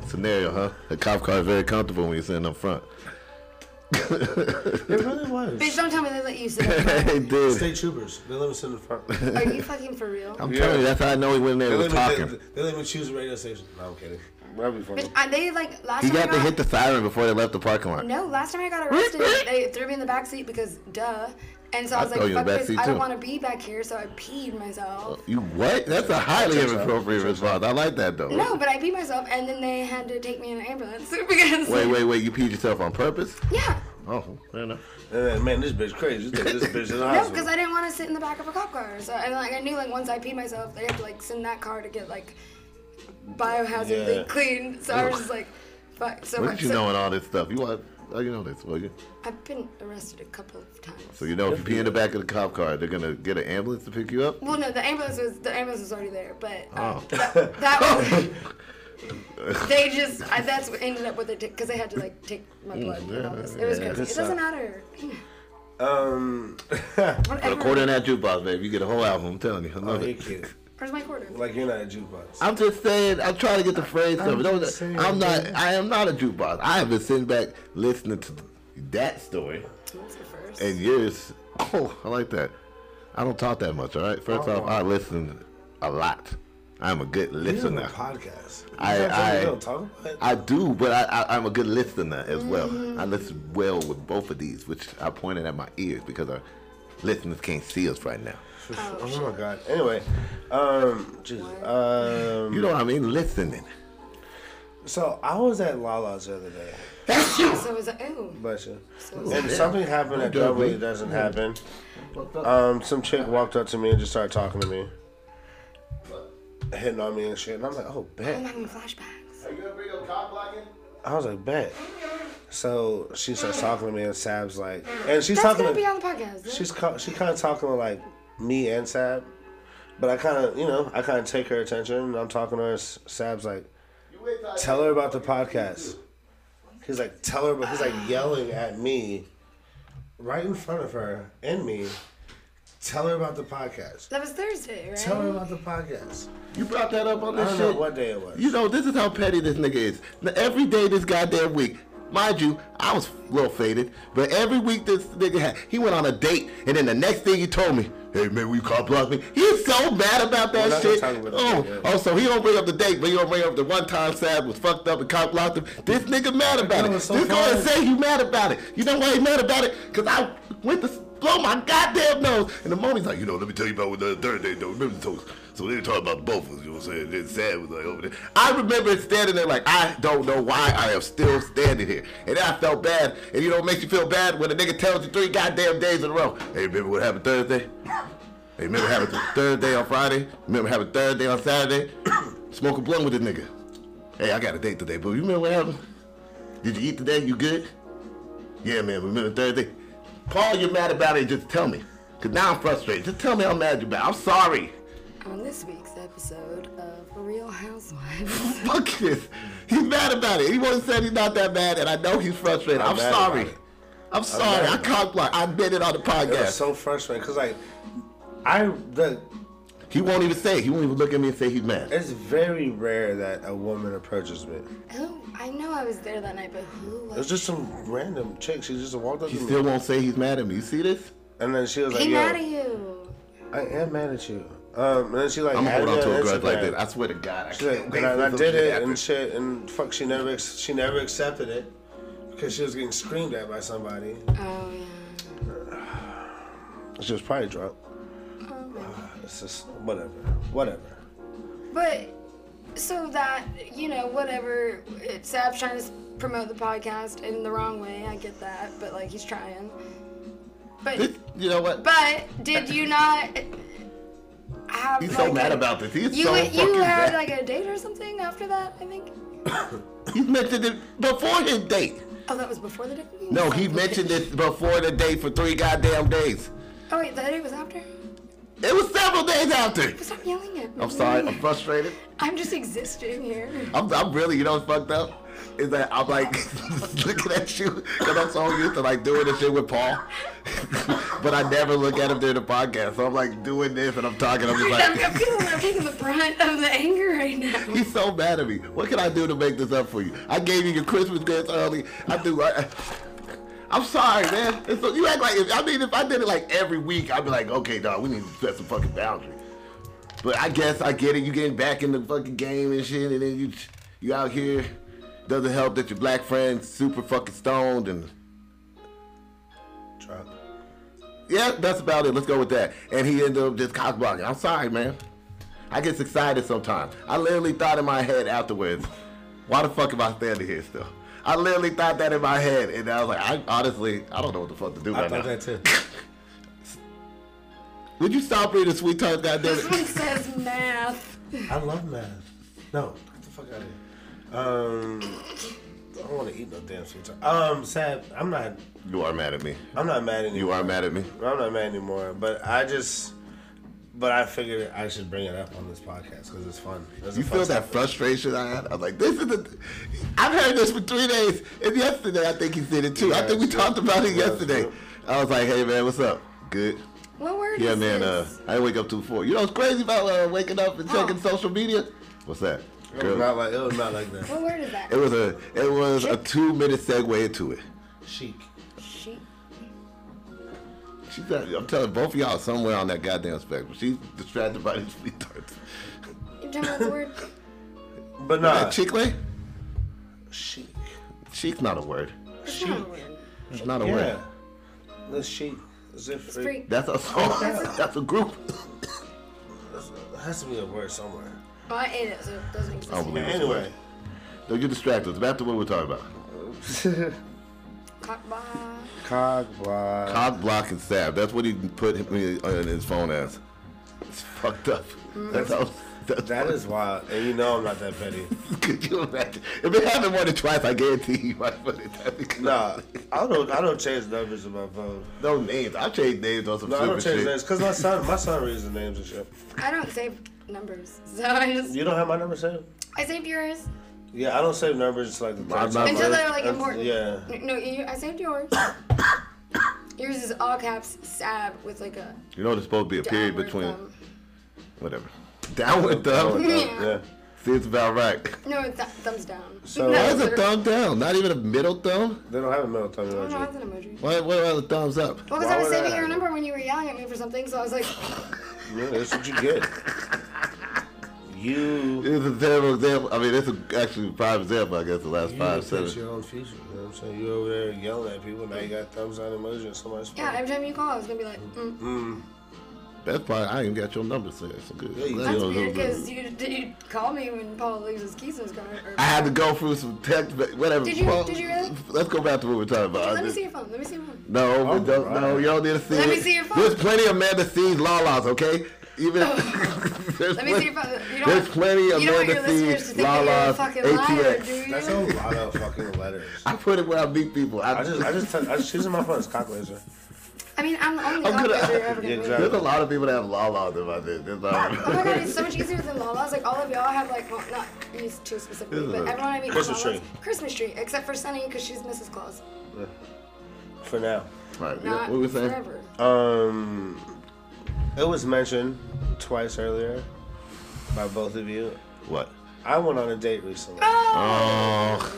[SPEAKER 2] scenario, huh? The cop car is very comfortable when you're sitting up front.
[SPEAKER 1] It really was.
[SPEAKER 3] Bitch, don't tell me they let you sit. up front.
[SPEAKER 2] Hey, dude.
[SPEAKER 1] State troopers. They let us in the front.
[SPEAKER 3] Are you fucking for real?
[SPEAKER 2] I'm
[SPEAKER 1] Yeah.
[SPEAKER 2] telling you, that's how I know he went in there
[SPEAKER 1] They
[SPEAKER 2] and
[SPEAKER 1] let
[SPEAKER 2] was
[SPEAKER 1] me,
[SPEAKER 2] talking.
[SPEAKER 1] they, they let me choose the radio station. No, I'm kidding. That'd be funny.
[SPEAKER 3] Bitch, I, they like last
[SPEAKER 2] He
[SPEAKER 3] time.
[SPEAKER 2] got
[SPEAKER 3] I
[SPEAKER 2] to
[SPEAKER 3] got,
[SPEAKER 2] hit the siren before they left the parking lot.
[SPEAKER 3] No, last time I got arrested, they threw me in the back seat because duh. And so I
[SPEAKER 2] I
[SPEAKER 3] was
[SPEAKER 2] throw
[SPEAKER 3] like,
[SPEAKER 2] you in
[SPEAKER 3] fuck
[SPEAKER 2] the back
[SPEAKER 3] this,
[SPEAKER 2] seat
[SPEAKER 3] I don't
[SPEAKER 2] too.
[SPEAKER 3] want to be back here, so I peed myself.
[SPEAKER 2] You what? That's a highly
[SPEAKER 1] Checks out.
[SPEAKER 2] inappropriate response. I like that though.
[SPEAKER 3] No, but I peed myself, and then they had to take me in an ambulance because.
[SPEAKER 2] Wait, wait, wait! You peed yourself on purpose?
[SPEAKER 3] Yeah.
[SPEAKER 2] Oh, fair enough.
[SPEAKER 1] Uh, man, this bitch crazy. This this bitch is in the
[SPEAKER 3] No, because
[SPEAKER 1] hospital.
[SPEAKER 3] I didn't want to sit in the back of a cop car. So and like I knew like once I peed myself, they had to like send that car to get like biohazardly
[SPEAKER 1] Yeah.
[SPEAKER 3] cleaned. So I was just like, fuck. So,
[SPEAKER 2] What did you
[SPEAKER 3] so
[SPEAKER 2] know in all this stuff? You are, oh, you know this, well, you.
[SPEAKER 3] I've been arrested a couple of times.
[SPEAKER 2] So you know if you pee in the back of the cop car, they're gonna get an ambulance to pick you up.
[SPEAKER 3] Well, no, the ambulance was the ambulance was already there, but uh,
[SPEAKER 2] Oh.
[SPEAKER 3] that, that was they just I, that's what ended up with it because they had to like take my blood. and all this. It was
[SPEAKER 2] Mm, yeah,
[SPEAKER 3] crazy.
[SPEAKER 1] that's
[SPEAKER 3] It doesn't
[SPEAKER 1] not-
[SPEAKER 3] matter.
[SPEAKER 1] Um,
[SPEAKER 2] But
[SPEAKER 3] Whatever.
[SPEAKER 2] according to that jukebox, baby, you get a whole album. I'm telling you, I
[SPEAKER 1] oh,
[SPEAKER 2] love
[SPEAKER 1] you
[SPEAKER 2] it.
[SPEAKER 1] kidding.
[SPEAKER 3] Where's my quarter?
[SPEAKER 1] Like you're not a jukebox.
[SPEAKER 2] I'm just saying. I'm trying to get the phrase covered.
[SPEAKER 1] just
[SPEAKER 2] Don't-
[SPEAKER 1] saying,
[SPEAKER 2] I'm not. I am not a jukebox. I have been sitting back listening to that story
[SPEAKER 3] That's the first.
[SPEAKER 2] and yours. Oh, I like that. I don't talk that much. All right. First off, I listen a lot. I'm a good
[SPEAKER 1] This is Oh. a
[SPEAKER 2] listener.
[SPEAKER 1] podcast.
[SPEAKER 2] I-
[SPEAKER 1] You know what I'm saying?
[SPEAKER 2] I-
[SPEAKER 1] We don't talk about it.
[SPEAKER 2] I do, but I, I, I'm a good listener as well.
[SPEAKER 1] Mm.
[SPEAKER 2] I listen well with both of these, which I pointed at my ears because our listeners can't see us right now.
[SPEAKER 1] Oh my god. Anyway, um, Jesus. Um,
[SPEAKER 2] You know what I mean? Listening.
[SPEAKER 1] so I was at Lala's the other day.
[SPEAKER 3] so it was oh, like, ooh,
[SPEAKER 1] Bless you.
[SPEAKER 3] Ooh,
[SPEAKER 1] and
[SPEAKER 2] yeah.
[SPEAKER 1] something happened that
[SPEAKER 2] Don't do it,
[SPEAKER 1] normally
[SPEAKER 2] babe.
[SPEAKER 1] doesn't happen. Um, some chick walked up to me and just started talking to me, hitting on me and shit. And I'm like, oh,
[SPEAKER 3] I'm
[SPEAKER 1] bet.
[SPEAKER 3] having flashbacks.
[SPEAKER 4] Are you gonna bring up cock blocking?
[SPEAKER 1] I was like, bet. So she starts talking to me, and Sab's like, and she's
[SPEAKER 3] That's
[SPEAKER 1] talking
[SPEAKER 3] gonna
[SPEAKER 1] to
[SPEAKER 3] be on the podcast. yeah?
[SPEAKER 1] she's ca- she kind of talking to like me and Sab, but I kind of you know I kind of take her attention. and I'm talking to her. and S- Sab's like,
[SPEAKER 4] You wait till I
[SPEAKER 1] tell her about the podcast. He's like, tell her, but he's like yelling at me, right in front of her and me. Tell her about the podcast.
[SPEAKER 3] that was Thursday, right?
[SPEAKER 1] Tell her about the podcast.
[SPEAKER 2] You brought that up on
[SPEAKER 1] I
[SPEAKER 2] this
[SPEAKER 1] don't
[SPEAKER 2] shit.
[SPEAKER 1] know what day it was.
[SPEAKER 2] You know, this is how petty this nigga is. Now, every day this goddamn week, mind you, I was a little faded, but every week this nigga had, he went on a date, and then the next thing he told me, hey man, will you call block me? He's so mad about
[SPEAKER 1] We're
[SPEAKER 2] that
[SPEAKER 1] not gonna
[SPEAKER 2] shit.
[SPEAKER 1] talk about that
[SPEAKER 2] oh,
[SPEAKER 1] yet.
[SPEAKER 2] oh, so he don't bring up the date, but he don't bring up the one time Sad was fucked up and cop blocked him. This nigga mad about
[SPEAKER 1] That
[SPEAKER 2] it.
[SPEAKER 1] was so
[SPEAKER 2] this girl
[SPEAKER 1] funny.
[SPEAKER 2] is say he mad about it. You know why he mad about it? Cause I went to blow my goddamn nose. And the mommy's like, you know, let me tell you about what the third day though. Remember the toast. So they were talking about both of us, you know what I'm saying? Then Sad was like over there. I remember standing there like, I don't know why I am still standing here. And then I felt bad. And you know what makes you feel bad when a nigga tells you three goddamn days in a row. Hey, remember what happened Thursday? Hey, remember having Thursday on Friday? Remember having Thursday on Saturday? Smoke a blunt with this nigga. Hey, I got a date today, boo. You remember what happened? Did you eat today? You good? Yeah, man. Remember Thursday? Paul, you're mad about it. Just tell me. Cause now I'm frustrated. Just tell me how mad you're about. I'm sorry.
[SPEAKER 3] On this week's episode of Real Housewives.
[SPEAKER 2] Fuck this. He's mad about it. He once said he's not that mad, and I know he's frustrated.
[SPEAKER 1] I'm
[SPEAKER 2] I'm,
[SPEAKER 1] mad
[SPEAKER 2] sorry.
[SPEAKER 1] about it.
[SPEAKER 2] I'm sorry.
[SPEAKER 1] mad
[SPEAKER 2] I
[SPEAKER 1] about
[SPEAKER 2] can't block. I did it on the
[SPEAKER 1] It
[SPEAKER 2] podcast.
[SPEAKER 1] was so frustrating because like I the
[SPEAKER 2] he won't even say. it. He won't even look at me and say he's mad.
[SPEAKER 1] it's very rare that a woman approaches me.
[SPEAKER 3] Who? Oh, I know I was there that night, but who
[SPEAKER 1] It was
[SPEAKER 3] was?
[SPEAKER 1] just some random chick. She just walked up
[SPEAKER 2] He
[SPEAKER 1] to me,
[SPEAKER 2] still won't say he's mad at me. You see this?
[SPEAKER 1] and then she was like,
[SPEAKER 3] He
[SPEAKER 1] "Yo,
[SPEAKER 3] mad at you.
[SPEAKER 1] I am mad at you." Um, and then she like,
[SPEAKER 2] I'm gonna
[SPEAKER 1] added
[SPEAKER 2] hold
[SPEAKER 1] me
[SPEAKER 2] on to a
[SPEAKER 1] on
[SPEAKER 2] grudge like
[SPEAKER 1] Instagram.
[SPEAKER 2] that. I swear to God, I
[SPEAKER 1] She's like,
[SPEAKER 2] can't.
[SPEAKER 1] and I, and I did it and shit, and fuck, she never ex- she never accepted it because she was getting screamed at by somebody.
[SPEAKER 3] Oh yeah.
[SPEAKER 1] She was probably drunk.
[SPEAKER 3] Oh,
[SPEAKER 1] It's just whatever, whatever.
[SPEAKER 3] But so that you know, whatever. It, Sab's trying to s- promote the podcast in the wrong way. I get that, but like he's trying. But
[SPEAKER 2] you know what?
[SPEAKER 3] but did you not have?
[SPEAKER 2] He's so
[SPEAKER 3] like,
[SPEAKER 2] mad
[SPEAKER 3] a-
[SPEAKER 2] about this. He's
[SPEAKER 3] You
[SPEAKER 2] so
[SPEAKER 3] went- you
[SPEAKER 2] fucking mad.
[SPEAKER 3] had like a date or something after that. I think.
[SPEAKER 2] He mentioned it before his date.
[SPEAKER 3] Oh, that was before the date.
[SPEAKER 2] No, he mentioned it before the date for three goddamn days.
[SPEAKER 3] Oh wait, the date was after.
[SPEAKER 2] It was several days after.
[SPEAKER 3] Stop yelling at me.
[SPEAKER 2] I'm sorry. I'm frustrated.
[SPEAKER 3] I'm just existing here.
[SPEAKER 2] I'm, I'm really, you know, what's fucked up is that I'm like looking at you because I'm so used to like doing this shit with Paul, but I never look at him during the podcast. So I'm like doing this and I'm talking. I'm just
[SPEAKER 3] I'm, I'm
[SPEAKER 2] like,
[SPEAKER 3] feeling like I'm taking the brunt of the anger right now.
[SPEAKER 2] he's so mad at me. What can I do to make this up for you? I gave you your Christmas gifts early. I do. I, I- I'm sorry, man. And so you act like if, I mean, if I did it like every week, I'd be like, okay, dog, we need to set some fucking boundaries. But I guess I get it. You getting back in the fucking game and shit, and then you you out here. Doesn't help that your black friend's super fucking stoned and
[SPEAKER 1] Drunk.
[SPEAKER 2] yeah, that's about it. Let's go with that. And he ended up just cock blocking. I'm sorry, man. I gets excited sometimes. I literally thought in my head afterwards, why the fuck am I standing here still? I literally thought that in my head, and I was like, I honestly, I don't know what the fuck to do
[SPEAKER 1] I
[SPEAKER 2] right now.
[SPEAKER 1] thought that too.
[SPEAKER 2] Would you stop reading Sweet Times, goddamn
[SPEAKER 3] This
[SPEAKER 2] it?
[SPEAKER 3] one says math.
[SPEAKER 1] I love math. No, get the fuck out of here. Um, I don't want to eat no damn sweet. tar- Um, sad. I'm not.
[SPEAKER 2] You are mad at me.
[SPEAKER 1] I'm not mad anymore.
[SPEAKER 2] You are mad at me.
[SPEAKER 1] I'm not mad anymore. But I just. But I figured I should bring it up on this podcast because it's fun. It's a
[SPEAKER 2] You
[SPEAKER 1] fun
[SPEAKER 2] feel that frustration I had? I was like, this is the. I've heard this for three days, and yesterday I think he did it too. I
[SPEAKER 1] Yeah,
[SPEAKER 2] think we
[SPEAKER 1] it's
[SPEAKER 2] talked
[SPEAKER 1] true.
[SPEAKER 2] about it
[SPEAKER 1] Yeah, it's
[SPEAKER 2] yesterday.
[SPEAKER 1] true.
[SPEAKER 2] I was like, hey man, what's up? Good.
[SPEAKER 3] What word
[SPEAKER 2] Yeah,
[SPEAKER 3] is
[SPEAKER 2] man. Uh,
[SPEAKER 3] this?
[SPEAKER 2] I didn't wake up too four. You know what's crazy about uh, waking up and checking
[SPEAKER 3] Oh.
[SPEAKER 2] social media? What's that?
[SPEAKER 1] It was
[SPEAKER 2] Girl,
[SPEAKER 1] not like it was not like that.
[SPEAKER 3] what word is that?
[SPEAKER 2] it was a it was a two minute segue into it.
[SPEAKER 1] Chic.
[SPEAKER 3] Sheep.
[SPEAKER 2] She said, I'm telling both of y'all somewhere on that goddamn spectrum. She's distracted by these sweet tarts.
[SPEAKER 3] You talking about the word?
[SPEAKER 1] But nah.
[SPEAKER 2] That chicle?
[SPEAKER 1] Chic.
[SPEAKER 2] She's not a word.
[SPEAKER 3] It's not a word.
[SPEAKER 2] It's not a
[SPEAKER 1] Yeah.
[SPEAKER 2] word.
[SPEAKER 1] That's chic. Is it
[SPEAKER 3] It's free.
[SPEAKER 2] That's a song. That's a group.
[SPEAKER 1] It has to be a word somewhere.
[SPEAKER 3] Well, I ate it, so it doesn't exist.
[SPEAKER 2] Unbelievable.
[SPEAKER 3] anymore.
[SPEAKER 1] Anyway.
[SPEAKER 2] No, you distracted us. Back to what we're talking about.
[SPEAKER 3] Cock bye.
[SPEAKER 1] Cog block.
[SPEAKER 2] Cog block and stab. That's what he put me on his phone as. It's fucked up. That's how. That's
[SPEAKER 1] That is wild, and you know I'm not that petty.
[SPEAKER 2] Could you imagine? If it happened more than twice, I guarantee you might put it down. because-
[SPEAKER 1] Nah, I don't. I don't change numbers in my phone.
[SPEAKER 2] No names. I changed names on some
[SPEAKER 1] No, I don't
[SPEAKER 2] stupid
[SPEAKER 1] change
[SPEAKER 2] shit.
[SPEAKER 1] names because my son, my son reads the names and shit.
[SPEAKER 3] I don't save numbers, so I just
[SPEAKER 1] You don't have my number saved?
[SPEAKER 3] I saved yours
[SPEAKER 1] Yeah, I don't save numbers like the
[SPEAKER 2] My
[SPEAKER 1] text.
[SPEAKER 2] number-
[SPEAKER 3] until they're like
[SPEAKER 1] Uh,
[SPEAKER 3] important.
[SPEAKER 1] yeah.
[SPEAKER 3] N- No, you, I saved yours. yours is all caps stab with like a
[SPEAKER 2] You know, there's supposed to be a period
[SPEAKER 3] downward
[SPEAKER 2] between
[SPEAKER 3] thumb.
[SPEAKER 2] whatever. Downward
[SPEAKER 1] Oh,
[SPEAKER 2] thumb.
[SPEAKER 1] yeah. yeah.
[SPEAKER 2] See, it's about right.
[SPEAKER 3] No, it's th- thumbs down.
[SPEAKER 1] So-
[SPEAKER 3] no,
[SPEAKER 2] Why is a
[SPEAKER 3] literally-
[SPEAKER 2] thumb down? Not even a middle thumb.
[SPEAKER 1] They don't have a middle tongue
[SPEAKER 3] I don't know, Oh, that's
[SPEAKER 1] emoji.
[SPEAKER 3] an emoji.
[SPEAKER 2] Why? What about the thumbs up?
[SPEAKER 3] Well, because
[SPEAKER 1] Why
[SPEAKER 3] I was
[SPEAKER 1] would that
[SPEAKER 3] saving your
[SPEAKER 1] happen?
[SPEAKER 3] number when you were yelling at me for something, so I was like,
[SPEAKER 1] Yeah, that's what you get. You.
[SPEAKER 2] It's a terrible example. I mean, it's a, actually a prime example. I guess the last
[SPEAKER 1] You
[SPEAKER 2] five,
[SPEAKER 1] fix
[SPEAKER 2] seven.
[SPEAKER 1] your own future. You know what I'm saying? You over there yelling at people. Now you got thumbs down emoji and somebody's
[SPEAKER 3] yeah,
[SPEAKER 1] phone.
[SPEAKER 3] every time you call, I was going to be like, mm.
[SPEAKER 2] That's probably I ain't got your number so it's good.
[SPEAKER 1] Yeah, you-
[SPEAKER 2] Glad
[SPEAKER 3] that's
[SPEAKER 2] you don't
[SPEAKER 3] weird
[SPEAKER 2] know.
[SPEAKER 3] because you, you called me when Paul leaves his keys in his car. Or,
[SPEAKER 2] I had to go through some text, but whatever.
[SPEAKER 3] Did you-
[SPEAKER 2] Well,
[SPEAKER 3] did you really?
[SPEAKER 2] Let's go back to what we're talking about.
[SPEAKER 3] let
[SPEAKER 2] I
[SPEAKER 3] me
[SPEAKER 2] just-
[SPEAKER 3] see your phone. Let me see your phone.
[SPEAKER 2] No, we
[SPEAKER 1] Oh,
[SPEAKER 2] don't,
[SPEAKER 1] right.
[SPEAKER 2] no, y'all need to see
[SPEAKER 3] Let
[SPEAKER 2] it.
[SPEAKER 3] me see your phone. Oh.
[SPEAKER 2] There's plenty of Amanda C's lalas, okay? Even there's
[SPEAKER 3] Let me see your phone. You don't,
[SPEAKER 2] There's plenty of
[SPEAKER 3] you don't want
[SPEAKER 2] Amanda
[SPEAKER 3] your listeners to
[SPEAKER 2] C's
[SPEAKER 3] think that you're a
[SPEAKER 2] lalas,
[SPEAKER 3] fucking liar, do
[SPEAKER 2] ATX.
[SPEAKER 3] you?
[SPEAKER 1] That's a lot of fucking letters.
[SPEAKER 2] I put it where I meet people. I,
[SPEAKER 1] I just, I just, I just using my phone as cock laser.
[SPEAKER 3] I mean, I'm the only
[SPEAKER 2] I'm
[SPEAKER 3] operator
[SPEAKER 2] gonna-
[SPEAKER 3] you're
[SPEAKER 1] Yeah,
[SPEAKER 3] ever going to
[SPEAKER 1] exactly.
[SPEAKER 2] there's a lot of people that have lalas in my business. There's um,
[SPEAKER 3] Oh my
[SPEAKER 2] not-
[SPEAKER 3] god, it's so much easier than Lala's. Like all of y'all have like, well, not you two specifically,
[SPEAKER 2] Isn't
[SPEAKER 3] but
[SPEAKER 2] it?
[SPEAKER 3] everyone I meet
[SPEAKER 1] Christmas
[SPEAKER 3] has
[SPEAKER 1] tree.
[SPEAKER 3] Lala's. Christmas tree, except for Sunny because she's Mrs. Claus.
[SPEAKER 1] For now.
[SPEAKER 2] right, yeah,
[SPEAKER 3] Not
[SPEAKER 2] what we saying? Uh,
[SPEAKER 3] forever.
[SPEAKER 1] Um, it was mentioned twice earlier by both of you.
[SPEAKER 2] What?
[SPEAKER 1] I went on a date recently.
[SPEAKER 2] Oh,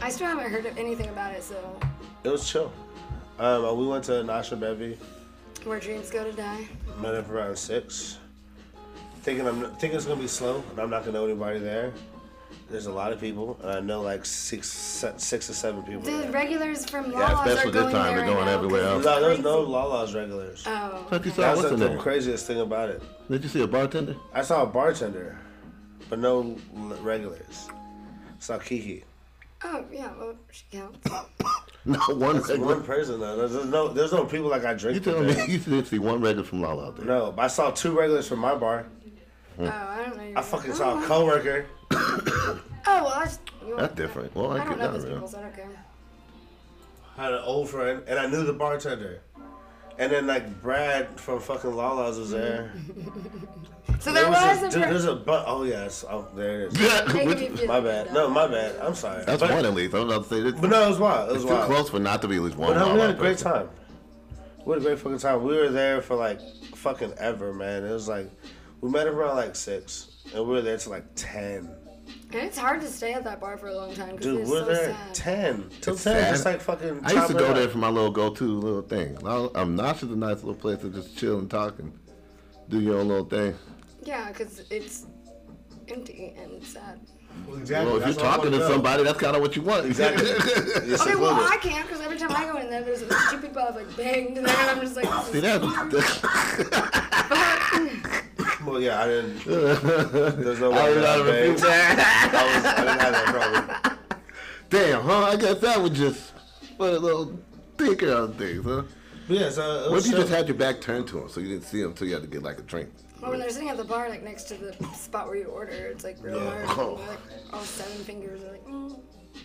[SPEAKER 3] I still haven't heard of anything about it, so
[SPEAKER 1] It was chill. Um, we went to Nasha Bevy,
[SPEAKER 3] where dreams go to die.
[SPEAKER 1] met up around six. Thinking I'm thinking it's gonna be slow, and I'm not gonna know anybody there. There's a lot of people, and I know like six, se- six or seven people.
[SPEAKER 3] The
[SPEAKER 1] there.
[SPEAKER 3] regulars from Lala's
[SPEAKER 2] Yeah, especially
[SPEAKER 3] are
[SPEAKER 2] this
[SPEAKER 3] going
[SPEAKER 2] time, they're
[SPEAKER 3] there
[SPEAKER 2] going
[SPEAKER 3] right now
[SPEAKER 2] everywhere
[SPEAKER 3] 'cause
[SPEAKER 2] else.
[SPEAKER 1] no, there's no
[SPEAKER 3] crazy.
[SPEAKER 1] Lala's regulars.
[SPEAKER 3] Oh,
[SPEAKER 2] thought you
[SPEAKER 3] okay.
[SPEAKER 2] saw
[SPEAKER 1] That's
[SPEAKER 2] what's
[SPEAKER 1] like
[SPEAKER 2] in
[SPEAKER 1] the
[SPEAKER 2] there?
[SPEAKER 1] craziest thing about it.
[SPEAKER 2] Did you see a bartender?
[SPEAKER 1] I saw a bartender, but no l- regulars. Saw Kiki.
[SPEAKER 3] oh yeah, well she counts. Oh,
[SPEAKER 2] Not one regular.
[SPEAKER 1] One person though. There's, there's no there's no people like I
[SPEAKER 2] You
[SPEAKER 1] drink
[SPEAKER 2] tell
[SPEAKER 1] with.
[SPEAKER 2] me
[SPEAKER 1] there.
[SPEAKER 2] you didn't see one regular from Lala out there.
[SPEAKER 1] No, but I saw two regulars from my bar.
[SPEAKER 3] oh, I don't know.
[SPEAKER 1] I
[SPEAKER 3] your-
[SPEAKER 1] fucking
[SPEAKER 3] oh,
[SPEAKER 1] saw a coworker.
[SPEAKER 3] Oh well, that's you
[SPEAKER 2] That's different. Well, I,
[SPEAKER 3] I
[SPEAKER 2] could
[SPEAKER 3] don't know
[SPEAKER 2] not
[SPEAKER 3] those
[SPEAKER 2] really.
[SPEAKER 3] people, so I don't care.
[SPEAKER 1] had an old friend, and I knew the bartender. And then like Brad from fucking Lala's was there.
[SPEAKER 3] Mm-hmm. So there
[SPEAKER 1] There was
[SPEAKER 3] was,
[SPEAKER 1] this-
[SPEAKER 3] a
[SPEAKER 1] dude, there's a but oh yes oh there it is.
[SPEAKER 2] Which-
[SPEAKER 1] My bad. No, my bad. I'm sorry.
[SPEAKER 2] That's
[SPEAKER 1] but,
[SPEAKER 2] one at least. I was about to say this.
[SPEAKER 1] But no, it was wild. It was
[SPEAKER 2] it's too
[SPEAKER 1] wild.
[SPEAKER 2] close for not to be at least one.
[SPEAKER 1] But no, we
[SPEAKER 2] wild
[SPEAKER 1] had a great
[SPEAKER 2] person.
[SPEAKER 1] time. We had a great fucking time. We were there for like fucking ever, man. It was like we met around like six, and we were there till like ten.
[SPEAKER 3] And it's hard to stay at that bar for a long time because
[SPEAKER 1] Dude,
[SPEAKER 3] it's
[SPEAKER 1] we were
[SPEAKER 3] so
[SPEAKER 1] there
[SPEAKER 3] sad.
[SPEAKER 1] at ten till
[SPEAKER 2] It's
[SPEAKER 1] ten,
[SPEAKER 2] sad.
[SPEAKER 1] just like fucking.
[SPEAKER 2] I used to
[SPEAKER 1] chopping
[SPEAKER 2] go
[SPEAKER 1] it
[SPEAKER 2] there
[SPEAKER 1] up.
[SPEAKER 2] for my little go-to little thing. Now, I'm not sure the nice little place to just chill and talk and do your own little thing.
[SPEAKER 3] yeah, because it's empty and sad.
[SPEAKER 5] Well, exactly.
[SPEAKER 2] Well, if you're
[SPEAKER 5] that's why I
[SPEAKER 2] talking
[SPEAKER 5] wanna
[SPEAKER 2] to
[SPEAKER 5] go.
[SPEAKER 2] somebody, that's kind of what you want.
[SPEAKER 1] Exactly. It's
[SPEAKER 3] Okay, well,
[SPEAKER 1] secluded.
[SPEAKER 3] I can't because every time I go in there, there's two people I've like banged, and I'm just like,
[SPEAKER 2] See that?
[SPEAKER 1] Well, yeah, I didn't. There's no way. I,
[SPEAKER 2] I was
[SPEAKER 1] that I,
[SPEAKER 2] out of a few
[SPEAKER 1] banged. I, was, I didn't have that problem.
[SPEAKER 2] Damn, huh? I guess that would just put a little thinker on things, huh?
[SPEAKER 1] But yeah, so it
[SPEAKER 2] What
[SPEAKER 1] was
[SPEAKER 2] if you just
[SPEAKER 1] chill.
[SPEAKER 2] had your back turned to him so you didn't see him until you had to get like a drink?
[SPEAKER 3] well, when they're sitting at the bar, like next to the spot where you order, it's like real
[SPEAKER 1] Yeah. Oh.
[SPEAKER 3] hard. and they're, like, all seven fingers are like, mm.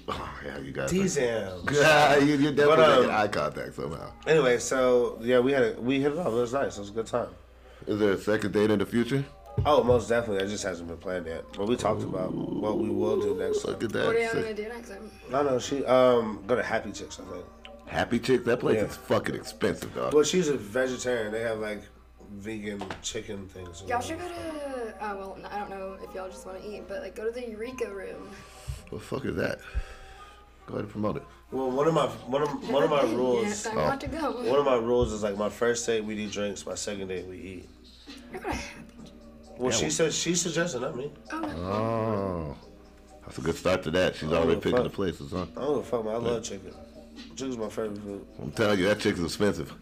[SPEAKER 2] Oh, yeah, you got it.
[SPEAKER 1] Damn.
[SPEAKER 2] Yeah, you, you're definitely
[SPEAKER 1] But, um,
[SPEAKER 2] making eye contact somehow.
[SPEAKER 1] Anyway, so yeah, we had a, we hit it off. It was nice. It was a good time.
[SPEAKER 2] Is there a second date in the future?
[SPEAKER 1] Oh, most definitely. That just hasn't been planned yet. But we talked about what we will do next.
[SPEAKER 2] Look at
[SPEAKER 3] what are y'all gonna
[SPEAKER 2] that.
[SPEAKER 3] do next time?
[SPEAKER 1] No, no, she um go to Happy Chicks, I think.
[SPEAKER 2] Happy Chick, that place
[SPEAKER 1] Yeah.
[SPEAKER 2] is fucking expensive, dog.
[SPEAKER 1] Well, she's a vegetarian. They have like vegan chicken things.
[SPEAKER 3] Y'all should go to. Uh, well, I don't know if y'all just want to eat, but like go to the Eureka room.
[SPEAKER 2] What the fuck is that? Go ahead and promote it.
[SPEAKER 1] Well, one of my one of one of my
[SPEAKER 3] Yeah,
[SPEAKER 1] rules. Oh.
[SPEAKER 3] I'm about to go.
[SPEAKER 1] One of my rules is like my first date we do drinks, my second date we eat.
[SPEAKER 3] You're gonna happy.
[SPEAKER 1] Well, she
[SPEAKER 2] well-
[SPEAKER 1] said she suggested, not me.
[SPEAKER 3] Oh no.
[SPEAKER 2] Oh, that's a good start to that. She's
[SPEAKER 1] Oh,
[SPEAKER 2] already picking
[SPEAKER 1] fuck.
[SPEAKER 2] the places, huh?
[SPEAKER 1] I don't give a fuck. Man. I love chicken. Chicken's my favorite food.
[SPEAKER 2] I'm telling you, that chick's expensive.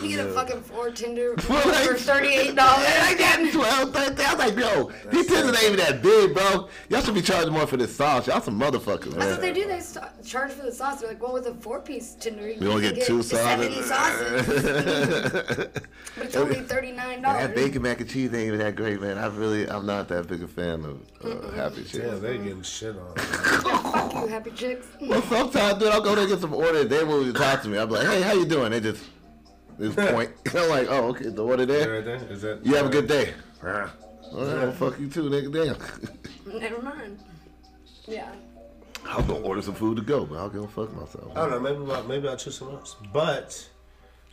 [SPEAKER 3] You get a fucking four tender for
[SPEAKER 2] Well, like-
[SPEAKER 3] thirty-eight
[SPEAKER 2] I
[SPEAKER 3] dollars.
[SPEAKER 2] got 12, 13. I was like, yo, these tenders ain't even that big, bro. Y'all should be charging more for this sauce. Y'all some motherfuckers,
[SPEAKER 3] That's what
[SPEAKER 2] man.
[SPEAKER 3] they do. They st- charge for the sauce. They're like, well, with a four-piece tender, you,
[SPEAKER 2] You only
[SPEAKER 3] can
[SPEAKER 2] get two
[SPEAKER 3] 70
[SPEAKER 2] sauces.
[SPEAKER 3] sauces,
[SPEAKER 2] and
[SPEAKER 3] but it's only thirty-nine
[SPEAKER 2] that
[SPEAKER 3] dollars.
[SPEAKER 2] bacon mac and cheese ain't even that great, man. I really, I'm not that big a fan of uh, Happy Chick.
[SPEAKER 1] Yeah, they're getting shit on.
[SPEAKER 3] Fuck you, happy chicks.
[SPEAKER 2] Well, sometimes, dude, I'll go there and get some order. They will even talk to me. I'm like, hey, how you doing? They just, this point. I'm like, oh, okay, the order
[SPEAKER 1] Is that
[SPEAKER 2] there.
[SPEAKER 1] right there? Is that?
[SPEAKER 2] You have a good day. All right, well, fuck you too, nigga. Damn.
[SPEAKER 3] Never mind. Yeah.
[SPEAKER 2] I'll go order some food to go, but I'll go fuck myself.
[SPEAKER 1] I don't know. Maybe I'll, maybe I'll choose someone else. But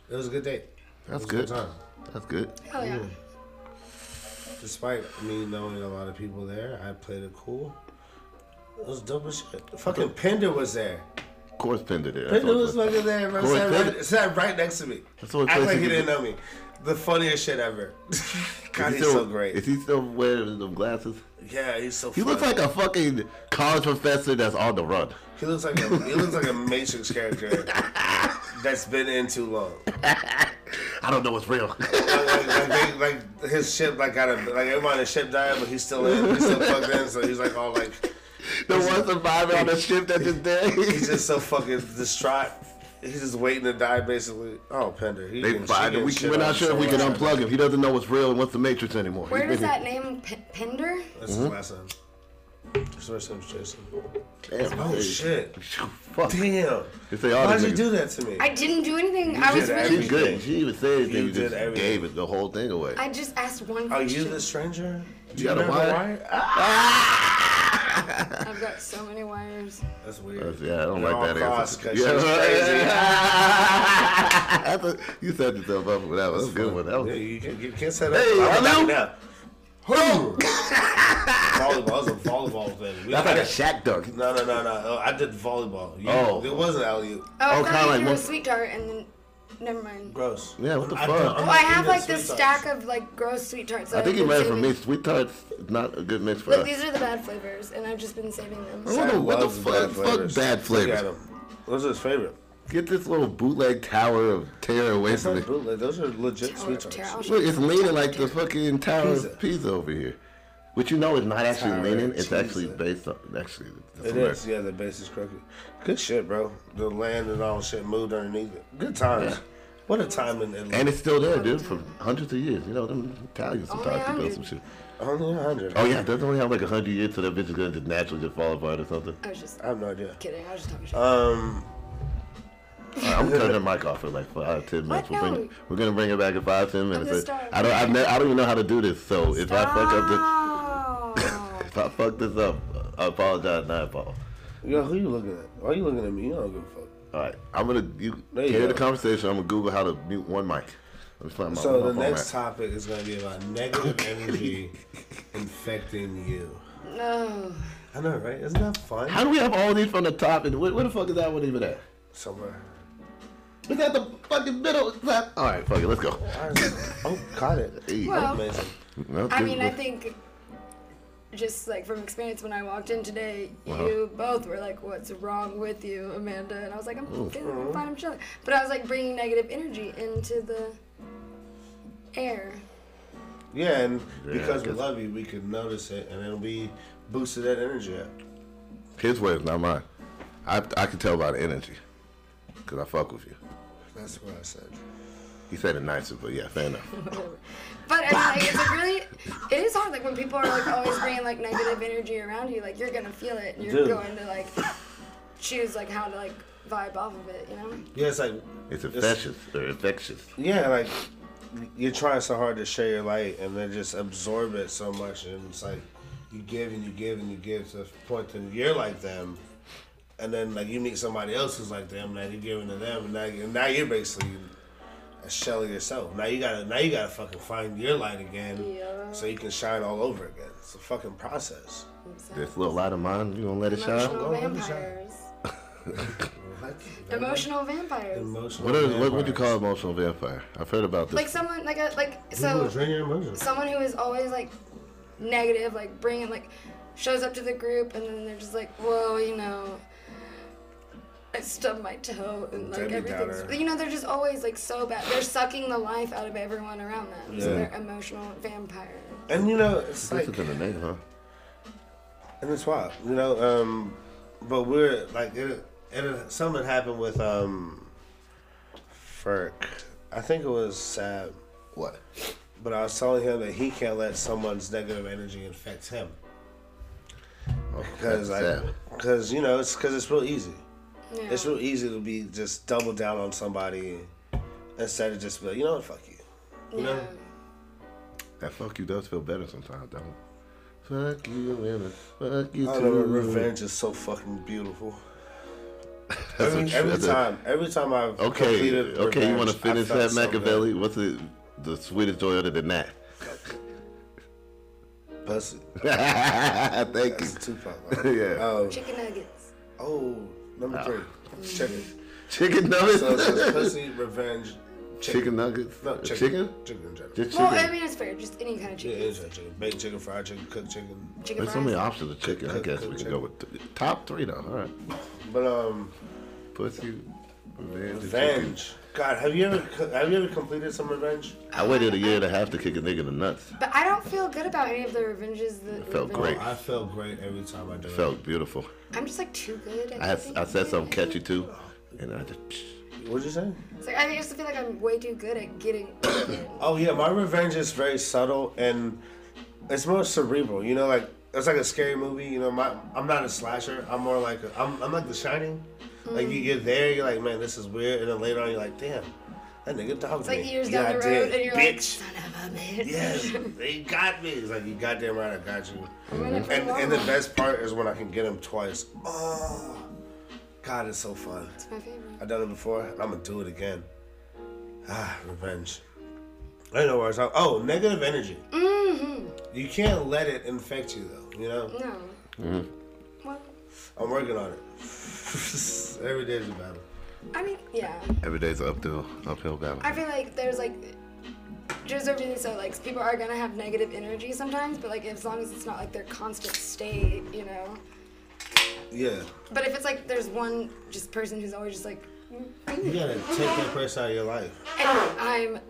[SPEAKER 1] it was a good date.
[SPEAKER 2] That's
[SPEAKER 1] It was a
[SPEAKER 2] good.
[SPEAKER 1] time.
[SPEAKER 2] That's good.
[SPEAKER 3] Hell yeah.
[SPEAKER 1] Despite me knowing a lot of people there, I played it cool. It was dope as shit. Fucking Pender was there.
[SPEAKER 2] Of course, Pender there. That's
[SPEAKER 1] Pender
[SPEAKER 2] always
[SPEAKER 1] was
[SPEAKER 2] fun.
[SPEAKER 1] fucking there, bro.
[SPEAKER 2] Boy,
[SPEAKER 1] Sat
[SPEAKER 2] Pender-
[SPEAKER 1] right, sat right next to me.
[SPEAKER 2] That's always
[SPEAKER 1] Act
[SPEAKER 2] place
[SPEAKER 1] like
[SPEAKER 2] to
[SPEAKER 1] he
[SPEAKER 2] get-
[SPEAKER 1] didn't know me. The funniest shit ever. God,
[SPEAKER 2] Is he
[SPEAKER 1] he's so
[SPEAKER 2] still-
[SPEAKER 1] great.
[SPEAKER 2] Is he still wearing the glasses?
[SPEAKER 1] yeah, he's so.
[SPEAKER 2] He looks
[SPEAKER 1] funny.
[SPEAKER 2] like a fucking college professor that's on the run.
[SPEAKER 1] he looks like a, he looks like a Matrix character that's been in too long.
[SPEAKER 2] I don't know what's real.
[SPEAKER 1] Like, like, like, they, like his ship, like got a like everyone on his ship died, but he's still in. He's still plugged in, so he's like all like
[SPEAKER 2] the one survivor on the ship that's just there.
[SPEAKER 1] He's just so fucking distraught. He's just waiting to die, basically. Oh, Pender. He
[SPEAKER 2] they
[SPEAKER 1] getting-
[SPEAKER 2] find
[SPEAKER 1] she
[SPEAKER 2] him. We,
[SPEAKER 1] getting
[SPEAKER 2] we're
[SPEAKER 1] shit
[SPEAKER 2] not
[SPEAKER 1] on
[SPEAKER 2] sure if we
[SPEAKER 1] so
[SPEAKER 2] can
[SPEAKER 1] much.
[SPEAKER 2] unplug him. He doesn't know what's real and what's the Matrix anymore.
[SPEAKER 3] Where
[SPEAKER 2] He's
[SPEAKER 3] does
[SPEAKER 2] been
[SPEAKER 3] that name P- Pinder?
[SPEAKER 1] That's
[SPEAKER 2] Mm-hmm.
[SPEAKER 1] his last name. His first name's Jason.
[SPEAKER 2] here. Damn,
[SPEAKER 1] Oh
[SPEAKER 2] hey.
[SPEAKER 1] shit!
[SPEAKER 2] Fuck.
[SPEAKER 1] Damn.
[SPEAKER 2] They say all
[SPEAKER 1] Why'd
[SPEAKER 2] these
[SPEAKER 1] you
[SPEAKER 2] niggas-
[SPEAKER 1] do that to me?
[SPEAKER 3] I didn't do anything. I was
[SPEAKER 1] did
[SPEAKER 3] really.
[SPEAKER 2] She's good. She even said anything.
[SPEAKER 1] You
[SPEAKER 2] You just
[SPEAKER 1] did everything.
[SPEAKER 2] gave it the whole thing away.
[SPEAKER 3] I just asked one
[SPEAKER 1] Are
[SPEAKER 3] question.
[SPEAKER 1] you the stranger? Do
[SPEAKER 2] You got a
[SPEAKER 1] remember
[SPEAKER 2] wire?
[SPEAKER 1] wire? Ah,
[SPEAKER 3] I've got so many wires.
[SPEAKER 1] that's weird.
[SPEAKER 2] That's- yeah, I don't
[SPEAKER 1] They're all
[SPEAKER 2] like that
[SPEAKER 1] crossed
[SPEAKER 2] answer.
[SPEAKER 1] 'cause she was crazy.
[SPEAKER 2] That's a- you set yourself up for that one. That's a good one. That
[SPEAKER 1] Yeah,
[SPEAKER 2] was,
[SPEAKER 1] you, can, you can't set up.
[SPEAKER 2] Hey,
[SPEAKER 1] I'm
[SPEAKER 2] hello?
[SPEAKER 1] back now. volleyball. That was a volleyball thing. We
[SPEAKER 2] that's like a
[SPEAKER 1] gotta-
[SPEAKER 2] shack dunk.
[SPEAKER 1] no, no, no, no. Oh, I did volleyball. You,
[SPEAKER 2] Oh.
[SPEAKER 1] it wasn't alley oop.
[SPEAKER 3] Oh, I
[SPEAKER 2] Oh, kinda
[SPEAKER 3] thought
[SPEAKER 2] like
[SPEAKER 3] you threw a
[SPEAKER 2] one-
[SPEAKER 3] sweet dart and then. Never mind.
[SPEAKER 1] Gross.
[SPEAKER 2] Yeah, what the
[SPEAKER 1] I-
[SPEAKER 2] fuck?
[SPEAKER 1] I'm
[SPEAKER 3] Oh,
[SPEAKER 1] not
[SPEAKER 3] I have
[SPEAKER 1] eating
[SPEAKER 3] like this
[SPEAKER 1] sweet tarts.
[SPEAKER 3] stack of like gross sweet tarts.
[SPEAKER 2] I
[SPEAKER 3] that
[SPEAKER 2] think
[SPEAKER 3] I've
[SPEAKER 2] you
[SPEAKER 3] been
[SPEAKER 2] read it from
[SPEAKER 3] saving.
[SPEAKER 2] me. Sweet tarts is not a good mix for
[SPEAKER 3] Look,
[SPEAKER 2] us.
[SPEAKER 3] these are the bad flavors, and I've just been saving
[SPEAKER 2] I
[SPEAKER 3] them.
[SPEAKER 2] don't know what the
[SPEAKER 1] Loves
[SPEAKER 2] fuck.
[SPEAKER 1] flavors.
[SPEAKER 2] Fuck bad
[SPEAKER 1] Look
[SPEAKER 2] flavors.
[SPEAKER 1] at him. Those are his favorite.
[SPEAKER 2] Get this little bootleg tower of terror away
[SPEAKER 1] It's
[SPEAKER 2] from me.
[SPEAKER 1] not bootleg. Those are legit
[SPEAKER 3] Tower
[SPEAKER 1] sweet
[SPEAKER 3] of Terror.
[SPEAKER 1] tarts.
[SPEAKER 3] I'll show
[SPEAKER 2] Look,
[SPEAKER 3] you.
[SPEAKER 2] it's leaning like the fucking tower
[SPEAKER 1] Pizza.
[SPEAKER 2] of Pisa over here. Which you know is not actually
[SPEAKER 1] Tower of
[SPEAKER 2] leaning. It's actually
[SPEAKER 1] Pisa.
[SPEAKER 2] based on actually. that's
[SPEAKER 1] It
[SPEAKER 2] hilarious.
[SPEAKER 1] is, yeah. The base is crooked. Good shit, bro. The land and all shit moved underneath it. Good times.
[SPEAKER 2] Yeah.
[SPEAKER 1] What a time in Italy.
[SPEAKER 2] And it's still there, dude, for hundreds of years. You know, them Italians
[SPEAKER 3] Only
[SPEAKER 2] sometimes can build
[SPEAKER 3] 100.
[SPEAKER 2] some shit.
[SPEAKER 1] Only a hundred.
[SPEAKER 2] Oh yeah, doesn't only have like hundred years, so that bitch is gonna just naturally just fall apart or something.
[SPEAKER 3] I was just
[SPEAKER 1] I have no idea.
[SPEAKER 3] kidding. I was just talking shit.
[SPEAKER 1] Um,
[SPEAKER 2] Alright, I'm turning the mic off for like five, ten minutes.
[SPEAKER 3] What?
[SPEAKER 2] We're, bringing,
[SPEAKER 3] No.
[SPEAKER 2] we're gonna bring it back in five, ten minutes.
[SPEAKER 3] gonna start.
[SPEAKER 2] I don't, I've ne- I don't even know how to do this. So if I fuck up this,
[SPEAKER 3] Stop.
[SPEAKER 2] if I fuck this up, uh, I apologize. Not at all.
[SPEAKER 1] Yo, who you looking at? Why you looking at me? You don't give a fuck.
[SPEAKER 2] All right, I'm gonna you
[SPEAKER 1] There you
[SPEAKER 2] carry the
[SPEAKER 1] go.
[SPEAKER 2] conversation. I'm gonna Google how to mute one mic. Let me find my
[SPEAKER 1] So
[SPEAKER 2] my
[SPEAKER 1] the
[SPEAKER 2] phone
[SPEAKER 1] next
[SPEAKER 2] mic.
[SPEAKER 1] topic is gonna be about negative energy infecting you.
[SPEAKER 3] no.
[SPEAKER 1] I know, right? Isn't that fun?
[SPEAKER 2] How do we have all these from the top? And where, where the fuck is that one even at?
[SPEAKER 1] Somewhere.
[SPEAKER 2] Is that the fucking middle? Is that- All right, fuck it, let's go.
[SPEAKER 1] I was- Oh, caught it.
[SPEAKER 2] Hey,
[SPEAKER 3] Well-
[SPEAKER 1] Amazing.
[SPEAKER 2] no,
[SPEAKER 3] I
[SPEAKER 2] dude,
[SPEAKER 3] mean, I
[SPEAKER 2] let's-
[SPEAKER 3] think just like from experience when I walked in today,
[SPEAKER 2] Uh-huh.
[SPEAKER 3] you both were like, "What's wrong with you, Amanda?" And I was like, "I'm feeling fine, I'm chilling." But I was like bringing negative energy into the air.
[SPEAKER 1] Yeah, and
[SPEAKER 2] Yeah,
[SPEAKER 1] because we
[SPEAKER 2] because-
[SPEAKER 1] love you, we can notice it, and it'll be boosted that energy up.
[SPEAKER 2] his way is not mine. I I can tell by the energy, cause I fuck with you.
[SPEAKER 1] That's what I said.
[SPEAKER 2] He said it nicer, but yeah, fair enough.
[SPEAKER 3] But I mean, like, it's like really, it is hard. Like when people are like always bringing like negative energy around you, like you're gonna feel it. And you're
[SPEAKER 1] Dude.
[SPEAKER 3] going to like choose like how to like vibe off of it. You know?
[SPEAKER 1] Yeah, it's like
[SPEAKER 2] It's infectious or infectious.
[SPEAKER 1] yeah, like you're trying so hard to share your light, and then just absorb it so much, and it's like you give and you give and you give to the point that you're like them, and then like you meet somebody else who's like them, now you're giving to them, and now, you- now you're basically a shell of yourself. Now you gotta now you gotta fucking find your light again,
[SPEAKER 3] Yeah.
[SPEAKER 1] so you can shine all over again. It's a fucking process.
[SPEAKER 2] This little light of mine, you gonna let it shine?
[SPEAKER 3] Emotional
[SPEAKER 1] Go on, let it shine.
[SPEAKER 3] vampires.
[SPEAKER 1] That's
[SPEAKER 3] Emotional vampires.
[SPEAKER 1] emotional.
[SPEAKER 2] What is what would you call emotional vampire? I've heard about this.
[SPEAKER 3] Like someone like a like
[SPEAKER 1] So,
[SPEAKER 3] so
[SPEAKER 1] drain your emotions.
[SPEAKER 3] someone who is always like negative, like bringing like shows up to the group and then they're just like, whoa, you know, I stubbed my toe and like
[SPEAKER 1] Debbie
[SPEAKER 3] everything's
[SPEAKER 1] Downer.
[SPEAKER 3] you know they're just always like so bad. They're sucking the life out of everyone around them. So
[SPEAKER 1] Yeah.
[SPEAKER 3] they're emotional vampires.
[SPEAKER 1] And you know, it's
[SPEAKER 2] this
[SPEAKER 1] like
[SPEAKER 2] is in the name, huh?
[SPEAKER 1] And it's wild, you know. Um, but we're like, it, it, something happened with um, Ferk. I think it was Sab,
[SPEAKER 2] What?
[SPEAKER 1] but I was telling him that he can't let someone's negative energy infect him because,
[SPEAKER 2] Oh, Sad.
[SPEAKER 1] because you know, it's because it's real easy.
[SPEAKER 3] Yeah.
[SPEAKER 1] It's real easy to be just double down on somebody instead of just be like, you know what, fuck you. You know,
[SPEAKER 2] That fuck you does feel better sometimes, don't it? Fuck you, women. Fuck you
[SPEAKER 1] I don't know,
[SPEAKER 2] too.
[SPEAKER 1] revenge is so fucking beautiful.
[SPEAKER 2] That's
[SPEAKER 1] every,
[SPEAKER 2] a-
[SPEAKER 1] every
[SPEAKER 2] that's a-
[SPEAKER 1] time, every time I've
[SPEAKER 2] Okay,
[SPEAKER 1] completed
[SPEAKER 2] okay. You
[SPEAKER 1] revenge,
[SPEAKER 2] want to
[SPEAKER 1] I
[SPEAKER 2] finish
[SPEAKER 1] felt
[SPEAKER 2] that
[SPEAKER 1] so good.
[SPEAKER 2] Machiavelli? What's the the sweetest joy other than that?
[SPEAKER 1] Pussy.
[SPEAKER 2] Thank you.
[SPEAKER 1] That's Tupac. right?
[SPEAKER 2] Yeah.
[SPEAKER 1] Oh,
[SPEAKER 3] Chicken nuggets.
[SPEAKER 1] oh, number three. Chicken.
[SPEAKER 2] Chicken nuggets.
[SPEAKER 1] So it's just pussy, revenge, chicken.
[SPEAKER 2] chicken nuggets.
[SPEAKER 1] No,
[SPEAKER 2] chicken.
[SPEAKER 1] chicken. Chicken in general.
[SPEAKER 2] Just chicken.
[SPEAKER 3] Well, I mean it's fair, just any kind of
[SPEAKER 1] Yeah,
[SPEAKER 3] chicken.
[SPEAKER 1] it is that chicken. Baked chicken, fried chicken, cooked chicken.
[SPEAKER 3] Chicken
[SPEAKER 2] There's so many
[SPEAKER 3] fries.
[SPEAKER 2] options of chicken. I guess we can go with th- top three though. All right.
[SPEAKER 1] But um,
[SPEAKER 2] Pussy. Revenge. and chicken.
[SPEAKER 1] revenge. God, have you ever have you ever completed some revenge?
[SPEAKER 2] I waited a year and a half to kick a nigga in the nuts.
[SPEAKER 3] But I don't feel good about any of the revenges that
[SPEAKER 2] It felt
[SPEAKER 3] revenges.
[SPEAKER 2] great.
[SPEAKER 1] Oh, I felt great every time I did
[SPEAKER 2] Felt beautiful.
[SPEAKER 3] I'm just like too good. At
[SPEAKER 2] I had,
[SPEAKER 3] everything.
[SPEAKER 2] I said something catchy too, and I just.
[SPEAKER 1] it. What'd you say?
[SPEAKER 3] It's like, I just feel like I'm way too good at getting.
[SPEAKER 1] Oh yeah, my revenge is very subtle and it's more cerebral. You know, like it's like a scary movie. You know, my I'm not a slasher. I'm more like a, I'm I'm like The Shining. Like you, you're there, you're like, man, this is weird, and then later on, you're like, damn, that nigga dogged
[SPEAKER 3] It's
[SPEAKER 1] me.
[SPEAKER 3] like years
[SPEAKER 1] Yeah,
[SPEAKER 3] down
[SPEAKER 1] I
[SPEAKER 3] the road,
[SPEAKER 1] did,
[SPEAKER 3] and you're like,
[SPEAKER 1] bitch.
[SPEAKER 3] son of a bitch.
[SPEAKER 1] Yes, they got me. It's like you goddamn right, I got you.
[SPEAKER 3] Went in for
[SPEAKER 1] And
[SPEAKER 3] a
[SPEAKER 1] and the
[SPEAKER 3] walk.
[SPEAKER 1] best part is when I can get him twice. Oh, God, it's so fun.
[SPEAKER 3] It's my favorite.
[SPEAKER 1] I've done it before, and I'm gonna do it again. Ah, revenge. I don't know where I was talking. Oh, negative energy. You can't let it infect you, though. You know,
[SPEAKER 3] Mm-hmm. No.
[SPEAKER 1] Mm-hmm.
[SPEAKER 3] Well,
[SPEAKER 1] I'm working on it. Every day is a battle.
[SPEAKER 3] I mean, yeah.
[SPEAKER 2] Every day's an uphill uphill battle.
[SPEAKER 3] I feel like there's like, just everything. So like, people are gonna have negative energy sometimes, but like, as long as it's not like their constant state, you know.
[SPEAKER 1] Yeah,
[SPEAKER 3] But if it's like there's one just person who's always just like,
[SPEAKER 1] you gotta take that person out of your life.
[SPEAKER 3] and I'm.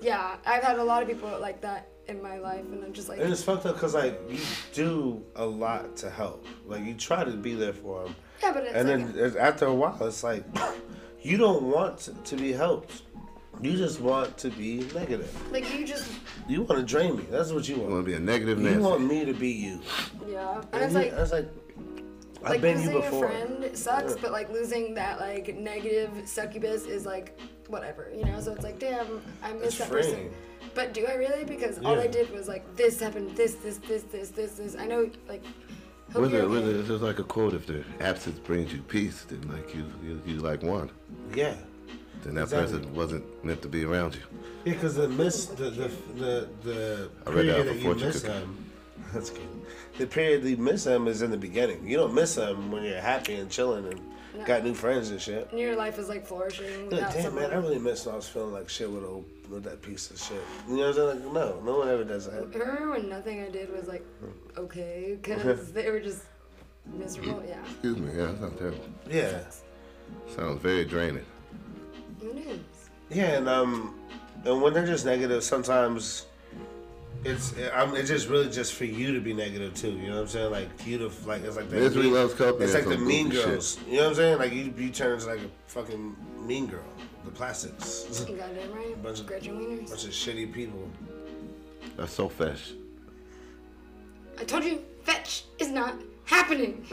[SPEAKER 3] Yeah, I've had a lot of people like that in my life, and I'm just like,
[SPEAKER 1] And it's fucked up because like you do a lot to help. Like you try to be there for them,
[SPEAKER 3] yeah, but it's
[SPEAKER 1] and
[SPEAKER 3] like,
[SPEAKER 1] then it's- after a while, it's like you don't want to, to be helped. You just want to be negative.
[SPEAKER 3] Like you just,
[SPEAKER 1] You want to drain me. That's what you
[SPEAKER 2] You want
[SPEAKER 1] want.
[SPEAKER 2] to be a negative
[SPEAKER 1] You
[SPEAKER 2] Nancy?
[SPEAKER 1] want me to be you.
[SPEAKER 3] yeah. And
[SPEAKER 1] And
[SPEAKER 3] it's
[SPEAKER 1] you-
[SPEAKER 3] like,
[SPEAKER 1] I was like,
[SPEAKER 3] Like
[SPEAKER 1] been you
[SPEAKER 3] losing
[SPEAKER 1] before.
[SPEAKER 3] a friend sucks, but like losing that like negative succubus is like whatever, you know. So it's like, damn, I miss
[SPEAKER 1] It's
[SPEAKER 3] that person.
[SPEAKER 1] freeing.
[SPEAKER 3] But do I really? Because all I
[SPEAKER 1] Yeah.
[SPEAKER 3] did was like this happened, this, this, this, this, this, this. I know, like. hope
[SPEAKER 2] With
[SPEAKER 3] you're
[SPEAKER 2] it, with
[SPEAKER 3] okay.
[SPEAKER 2] it, it's just like a quote. If the absence brings you peace, then like you, you, you like one.
[SPEAKER 1] Yeah.
[SPEAKER 2] Then that
[SPEAKER 1] Exactly.
[SPEAKER 2] person wasn't meant to be around you.
[SPEAKER 1] Yeah, because the miss the the the, the
[SPEAKER 2] I read
[SPEAKER 1] period
[SPEAKER 2] that off a
[SPEAKER 1] that you
[SPEAKER 2] fortune
[SPEAKER 1] miss
[SPEAKER 2] cookie.
[SPEAKER 1] them. That's good. The period that you miss them is in the beginning. You don't miss them when you're happy and chilling and
[SPEAKER 3] No.
[SPEAKER 1] got new friends and shit.
[SPEAKER 3] And your life is like flourishing
[SPEAKER 1] You're
[SPEAKER 3] without
[SPEAKER 1] Like, damn
[SPEAKER 3] someone.
[SPEAKER 1] man, I really miss when I was feeling like shit with old with that piece of shit. You know what I'm saying? Like, no, no one ever does that.
[SPEAKER 3] Remember when nothing I did was like okay because they were just miserable. Yeah,
[SPEAKER 2] Excuse me. Yeah, that sounds terrible.
[SPEAKER 1] Yeah.
[SPEAKER 2] Sounds very draining.
[SPEAKER 3] it is.
[SPEAKER 1] Yeah, and um, and when they're just negative, sometimes it's I'm, it's just really just for you to be negative too. You know what I'm saying? Like you to like it's like the
[SPEAKER 2] Misery
[SPEAKER 1] mean-
[SPEAKER 2] loves company
[SPEAKER 1] It's
[SPEAKER 2] or
[SPEAKER 1] like the
[SPEAKER 2] some
[SPEAKER 1] Mean
[SPEAKER 2] goofy
[SPEAKER 1] Girls. You know what I'm saying? Like you you turn into like a fucking Mean Girl, the plastics,
[SPEAKER 3] You got it right.
[SPEAKER 1] Bunch of-
[SPEAKER 3] Gretchen Wieners.
[SPEAKER 1] bunch of shitty people.
[SPEAKER 2] That's so fresh.
[SPEAKER 3] I told you, fetch is not happening.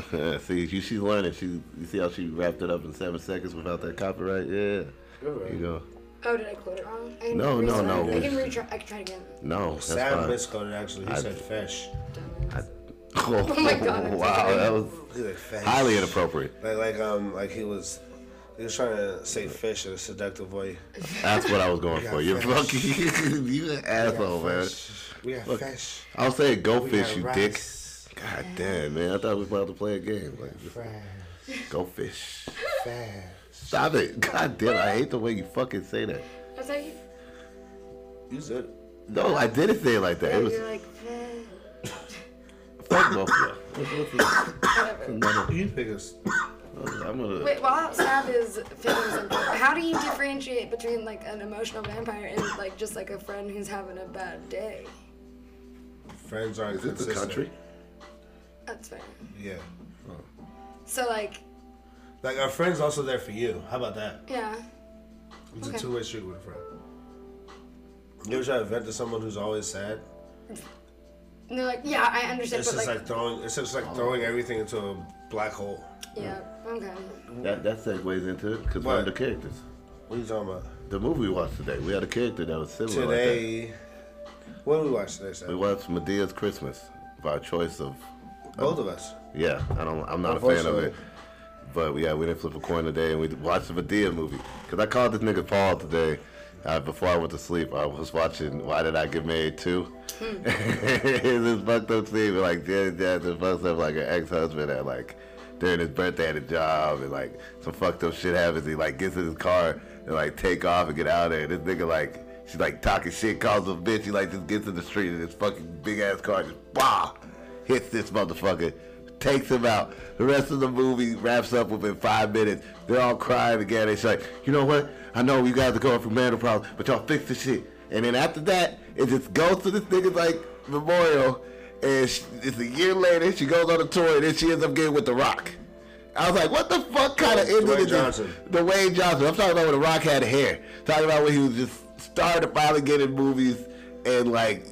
[SPEAKER 2] see, you, she's learning. She, you see how she wrapped it up in seven seconds without that copyright? Yeah.
[SPEAKER 1] You're right.
[SPEAKER 2] You go.
[SPEAKER 3] Oh, did I quote it wrong? I can
[SPEAKER 2] No, no,
[SPEAKER 3] retry-
[SPEAKER 2] no.
[SPEAKER 3] I can retry. I can try again.
[SPEAKER 2] No, that's
[SPEAKER 1] Sad
[SPEAKER 2] fine.
[SPEAKER 1] misquoted actually. He
[SPEAKER 2] I-
[SPEAKER 1] said fish.
[SPEAKER 3] Dumbass.
[SPEAKER 2] Oh,
[SPEAKER 3] my God, I'm so
[SPEAKER 2] Wow,
[SPEAKER 3] sorry.
[SPEAKER 2] that was
[SPEAKER 1] He said fish.
[SPEAKER 2] highly inappropriate.
[SPEAKER 1] Like like um like he was he was trying to say fish in a seductive way.
[SPEAKER 2] That's what I was going
[SPEAKER 1] got
[SPEAKER 2] for. You're
[SPEAKER 1] fresh.
[SPEAKER 2] fucking, you an asshole, man.
[SPEAKER 1] We got fish.
[SPEAKER 2] I'll say go
[SPEAKER 1] We
[SPEAKER 2] fish,
[SPEAKER 1] got
[SPEAKER 2] you
[SPEAKER 1] rice.
[SPEAKER 2] dick. God damn, man. I thought we was about to play a game. Like, just
[SPEAKER 1] Fresh.
[SPEAKER 2] go fish.
[SPEAKER 1] Fish.
[SPEAKER 2] Stop it. God damn, I hate the way you fucking say that.
[SPEAKER 3] That's how you.
[SPEAKER 1] You said
[SPEAKER 2] No, I didn't say it like that.
[SPEAKER 3] Yeah,
[SPEAKER 2] It was
[SPEAKER 3] you're like fetch.
[SPEAKER 2] fuck both of you.
[SPEAKER 3] Whatever.
[SPEAKER 1] you pick us.
[SPEAKER 2] I'm gonna.
[SPEAKER 3] Wait, while Sab is feeling something, how do you differentiate between like an emotional vampire and like just like a friend who's having a bad day?
[SPEAKER 1] Friends aren't
[SPEAKER 2] Is it the
[SPEAKER 1] consistent.
[SPEAKER 2] country?
[SPEAKER 3] That's fair.
[SPEAKER 1] Yeah.
[SPEAKER 3] So like,
[SPEAKER 1] Like our friend's also there for you. How about that?
[SPEAKER 3] yeah.
[SPEAKER 1] It's
[SPEAKER 3] Okay.
[SPEAKER 1] a two way street with a friend. You ever try to vent to someone who's always sad?
[SPEAKER 3] And they're like, yeah, I understand,
[SPEAKER 1] It's
[SPEAKER 3] but
[SPEAKER 1] just
[SPEAKER 3] like,
[SPEAKER 1] like, throwing it's just like
[SPEAKER 2] Oh.
[SPEAKER 1] throwing everything into a black hole.
[SPEAKER 3] yeah, okay.
[SPEAKER 2] That that segues into it because one of
[SPEAKER 1] What?
[SPEAKER 2] the characters.
[SPEAKER 1] What are you talking about?
[SPEAKER 2] The movie we watched today, we had a character that was similar. like that.
[SPEAKER 1] Today what did we watch today,
[SPEAKER 2] we
[SPEAKER 1] Sam?
[SPEAKER 2] watched Medea's Christmas by choice of.
[SPEAKER 1] Both of us.
[SPEAKER 2] Yeah, I don't. I'm not a fan of it.
[SPEAKER 1] Unfortunately.
[SPEAKER 2] But yeah, we didn't flip a coin today, and we watched the Medea movie. Cause I called this nigga Paul today. Uh, before I went to sleep, I was watching Why Did I Get Married Too? this fucked up scene, where, like Janet Jackson fucks up like her ex-husband at like during his birthday at a job, and like some fucked up shit happens. He like gets in his car and like take off and get out of there. And this nigga like she's like talking shit, calls him a bitch. He like just gets in the street and this fucking big ass car just bah hits this motherfucker, takes him out. The rest of the movie wraps up within five minutes. They're all crying together. It's like, you know what? I know you guys are going through marital problems, but y'all fix the shit. And then after that, it just goes to this nigga's like memorial. And sh it's a year later, she goes on a tour, and then she ends up getting with The Rock. I was like, what the fuck kind of ending
[SPEAKER 1] Dwayne
[SPEAKER 2] is this?
[SPEAKER 1] Johnson.
[SPEAKER 2] The Wayne Johnson. I'm talking about when The Rock had hair. Talking about when he was just starting to finally get in movies and like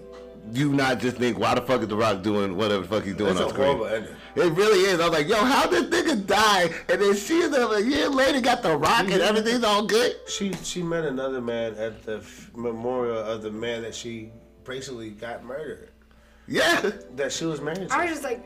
[SPEAKER 2] you not just think why the fuck is The Rock doing whatever the fuck he's doing
[SPEAKER 1] It's a
[SPEAKER 2] on screen.
[SPEAKER 1] horrible ending.
[SPEAKER 2] It really is. I was like, yo, how did nigga die? And then she is a year later got The Rock
[SPEAKER 1] Mm-hmm.
[SPEAKER 2] and everything's all good.
[SPEAKER 1] She she met another man at the f- memorial of the man that she basically got murdered.
[SPEAKER 2] Yeah.
[SPEAKER 1] That she was married to.
[SPEAKER 3] I was just like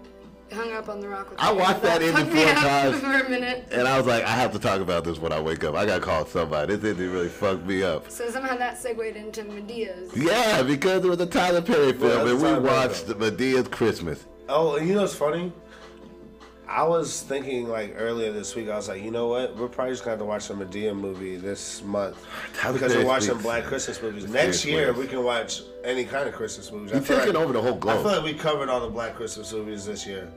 [SPEAKER 3] hung up on the rock. With
[SPEAKER 2] I
[SPEAKER 3] you.
[SPEAKER 2] watched that uh, ending
[SPEAKER 3] fucked me
[SPEAKER 2] four
[SPEAKER 3] up
[SPEAKER 2] times.
[SPEAKER 3] for a minute.
[SPEAKER 2] And I was like, I have to talk about this when I wake up. I got to call somebody. This ending really fucked me up.
[SPEAKER 3] So somehow that segued into Medea's.
[SPEAKER 2] Yeah, because it was a Tyler Perry film,
[SPEAKER 1] that's
[SPEAKER 2] and
[SPEAKER 1] a
[SPEAKER 2] we
[SPEAKER 1] Tyler Perry
[SPEAKER 2] watched
[SPEAKER 1] film.
[SPEAKER 2] Medea's Christmas.
[SPEAKER 1] Oh, and you know what's funny? I was thinking like earlier this week. I was like, you know what? We're probably just gonna have to watch some Medea movie this month
[SPEAKER 2] Tyler
[SPEAKER 1] because
[SPEAKER 2] Perry
[SPEAKER 1] we're watching
[SPEAKER 2] speaks.
[SPEAKER 1] Black Christmas movies.
[SPEAKER 2] This
[SPEAKER 1] Next
[SPEAKER 2] dude
[SPEAKER 1] year,
[SPEAKER 2] swears.
[SPEAKER 1] we can watch any kind of Christmas movies. I
[SPEAKER 2] He's
[SPEAKER 1] feel
[SPEAKER 2] taking
[SPEAKER 1] like-
[SPEAKER 2] over the whole
[SPEAKER 1] I feel
[SPEAKER 2] globe.
[SPEAKER 1] like we covered all the Black Christmas movies this year,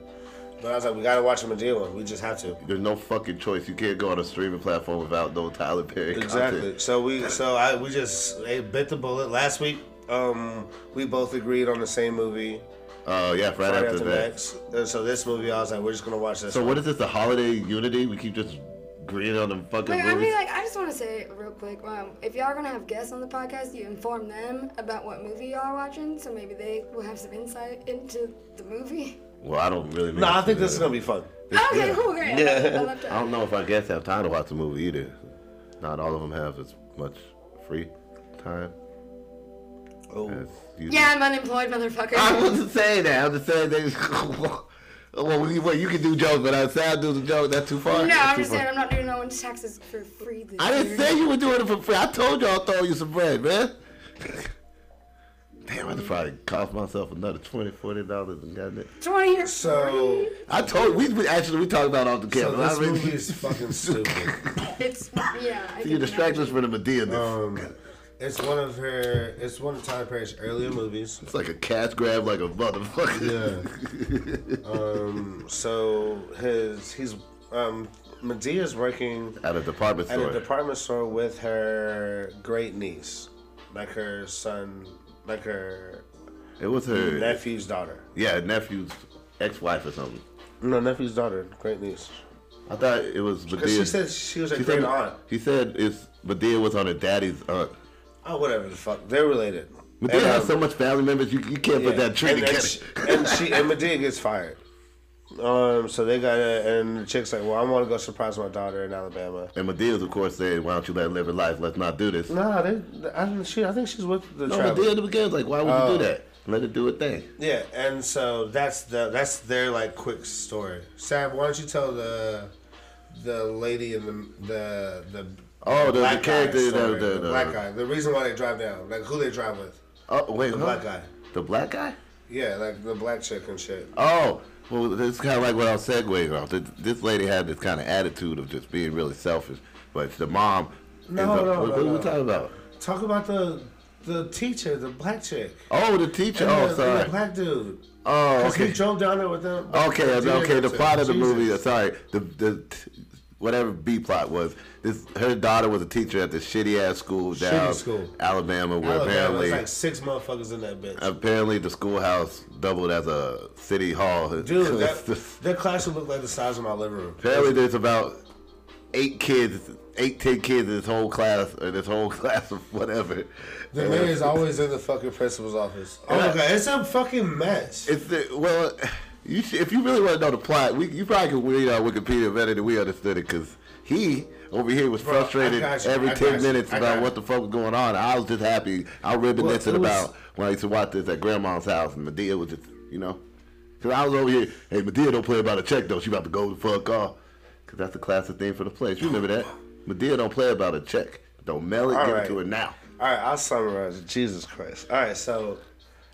[SPEAKER 1] but I was like, we gotta watch a Medea one. We just have to.
[SPEAKER 2] There's no fucking choice. You can't go on a streaming platform without no Tyler Perry
[SPEAKER 1] Exactly.
[SPEAKER 2] content.
[SPEAKER 1] So we so I we just eh, bit the bullet last week. Um, we both agreed on the same movie.
[SPEAKER 2] Oh yeah, right
[SPEAKER 1] Right
[SPEAKER 2] after,
[SPEAKER 1] after
[SPEAKER 2] that.
[SPEAKER 1] next. And so this movie, I was like, we're just gonna watch this.
[SPEAKER 2] So what is this? The holiday unity? We keep just agreeing on the fucking
[SPEAKER 3] Wait, I
[SPEAKER 2] movies.
[SPEAKER 3] mean, like, I just want to say real quick, um, if y'all are gonna have guests on the podcast, you inform them about what movie y'all are watching, so maybe they will have some insight into the movie.
[SPEAKER 2] Well, I don't really.
[SPEAKER 1] No, I think this is gonna be fun.
[SPEAKER 3] Okay, cool, great. I love it, I love it.
[SPEAKER 2] I don't know if I guess have time to watch the movie either. Not all of them have as much free time
[SPEAKER 1] Oh,
[SPEAKER 2] as you. do.
[SPEAKER 3] Yeah, I'm unemployed,
[SPEAKER 2] I
[SPEAKER 3] motherfucker.
[SPEAKER 2] wasn't saying that. I'm just saying they. well, you, well, you can do jokes, but I say I do the joke. That's too far.
[SPEAKER 3] No,
[SPEAKER 2] That's
[SPEAKER 3] I'm
[SPEAKER 2] too
[SPEAKER 3] just
[SPEAKER 2] far.
[SPEAKER 3] saying I'm not doing no one's taxes for free this
[SPEAKER 2] I didn't
[SPEAKER 3] year.
[SPEAKER 2] say you were doing it for free. I told you I'll throw you some bread, man. Damn, I just probably cost myself another twenty, forty dollars and got it.
[SPEAKER 3] Twenty or
[SPEAKER 1] so
[SPEAKER 2] I told we we- actually we talked about it off the
[SPEAKER 1] so
[SPEAKER 2] camera. I
[SPEAKER 1] this
[SPEAKER 2] really-
[SPEAKER 1] movie is fucking stupid.
[SPEAKER 3] it's yeah. I
[SPEAKER 2] you
[SPEAKER 3] can
[SPEAKER 2] distract us
[SPEAKER 3] imagine.
[SPEAKER 2] from the Medea.
[SPEAKER 1] Um, it's one of her. It's one of Tyler Perry's earlier movies.
[SPEAKER 2] it's like a cash grab, like a motherfucker.
[SPEAKER 1] Um, so his he's um, Medea's working
[SPEAKER 2] At a department
[SPEAKER 1] at
[SPEAKER 2] store.
[SPEAKER 1] a department store with her great niece, like her son, like her
[SPEAKER 2] it was her,
[SPEAKER 1] nephew's daughter.
[SPEAKER 2] yeah, nephew's ex-wife or something.
[SPEAKER 1] No, nephew's daughter, great niece.
[SPEAKER 2] I thought it was
[SPEAKER 1] Because
[SPEAKER 2] Medea.
[SPEAKER 1] she said she was a
[SPEAKER 2] she
[SPEAKER 1] great
[SPEAKER 2] said,
[SPEAKER 1] aunt.
[SPEAKER 2] she said it's Medea was on her daddy's aunt.
[SPEAKER 1] Oh, whatever the fuck, they're related.
[SPEAKER 2] Medea
[SPEAKER 1] And,
[SPEAKER 2] has
[SPEAKER 1] um,
[SPEAKER 2] so much family members, you, you can't put
[SPEAKER 1] Yeah.
[SPEAKER 2] that tree
[SPEAKER 1] and,
[SPEAKER 2] together.
[SPEAKER 1] and she, and she and Medea gets fired. Um, so they got a, and the chick's like, well, I want to go surprise my daughter in Alabama.
[SPEAKER 2] And Medea's, of course, saying, "Why don't you let her live her life? Let's not do this." No,
[SPEAKER 1] Nah, they, I don't. She, I think she's with the travel.
[SPEAKER 2] Medea in the beginning, like, why would you do that? Let it do its thing.
[SPEAKER 1] Yeah, and so that's the that's their like quick story. Sam, why don't you tell the the lady in the the the
[SPEAKER 2] Oh, the- the
[SPEAKER 1] black guy
[SPEAKER 2] character, the-
[SPEAKER 1] story,
[SPEAKER 2] the- the-
[SPEAKER 1] black guy, the reason why they drive down, like who they drive with,
[SPEAKER 2] Oh wait, the
[SPEAKER 1] black guy.
[SPEAKER 2] The black guy?
[SPEAKER 1] yeah, like the black chick and shit.
[SPEAKER 2] Oh, well, it's kind of like what I was segueing off. This, this lady had this kind of attitude of just being really selfish, but the mom.
[SPEAKER 1] No,
[SPEAKER 2] is a-
[SPEAKER 1] no, no,
[SPEAKER 2] What, what are we
[SPEAKER 1] no.
[SPEAKER 2] talking about?
[SPEAKER 1] Talk about the the teacher, the black chick.
[SPEAKER 2] Oh, the teacher.
[SPEAKER 1] And
[SPEAKER 2] oh,
[SPEAKER 1] the,
[SPEAKER 2] sorry.
[SPEAKER 1] And the black dude.
[SPEAKER 2] oh,
[SPEAKER 1] 'Cause
[SPEAKER 2] okay.
[SPEAKER 1] he drove down there with them.
[SPEAKER 2] Okay,
[SPEAKER 1] with the
[SPEAKER 2] okay. The
[SPEAKER 1] dude.
[SPEAKER 2] plot of the movie. uh,
[SPEAKER 1] Jesus.
[SPEAKER 2] Sorry, the the t- whatever B plot was. This her daughter was a teacher at this shitty ass school
[SPEAKER 1] Shitty
[SPEAKER 2] down
[SPEAKER 1] school.
[SPEAKER 2] Alabama, where
[SPEAKER 1] Alabama,
[SPEAKER 2] apparently
[SPEAKER 1] Oh, there's like six motherfuckers in that bitch.
[SPEAKER 2] apparently the schoolhouse doubled as a city hall.
[SPEAKER 1] Dude, that, that classroom looked like the size of my living room.
[SPEAKER 2] apparently there's about eight kids, eight ten kids in this whole class, or this whole class of whatever.
[SPEAKER 1] The
[SPEAKER 2] And
[SPEAKER 1] mayor is always in the fucking principal's office. Oh my god, it's a fucking mess.
[SPEAKER 2] It's the, well, you should, if you really want to know the plot, we, you probably can read on Wikipedia better than we understood it because he over here was
[SPEAKER 1] I
[SPEAKER 2] frustrated
[SPEAKER 1] got you,
[SPEAKER 2] every
[SPEAKER 1] I
[SPEAKER 2] ten
[SPEAKER 1] got you,
[SPEAKER 2] minutes
[SPEAKER 1] I
[SPEAKER 2] about
[SPEAKER 1] got
[SPEAKER 2] what the fuck was going on. I was just happy. I reminisced
[SPEAKER 1] Well, it was-
[SPEAKER 2] about when I used to watch this at grandma's house and Medea was just, you know, because I was over here. Hey, Medea don't play about a check though. She about to go the fuck off because that's the classic thing for the place. You remember that? Medea don't play about a check. Don't mail it.
[SPEAKER 1] All
[SPEAKER 2] give it
[SPEAKER 1] right.
[SPEAKER 2] to her now.
[SPEAKER 1] All right, I'll summarize it. Jesus Christ. All right, so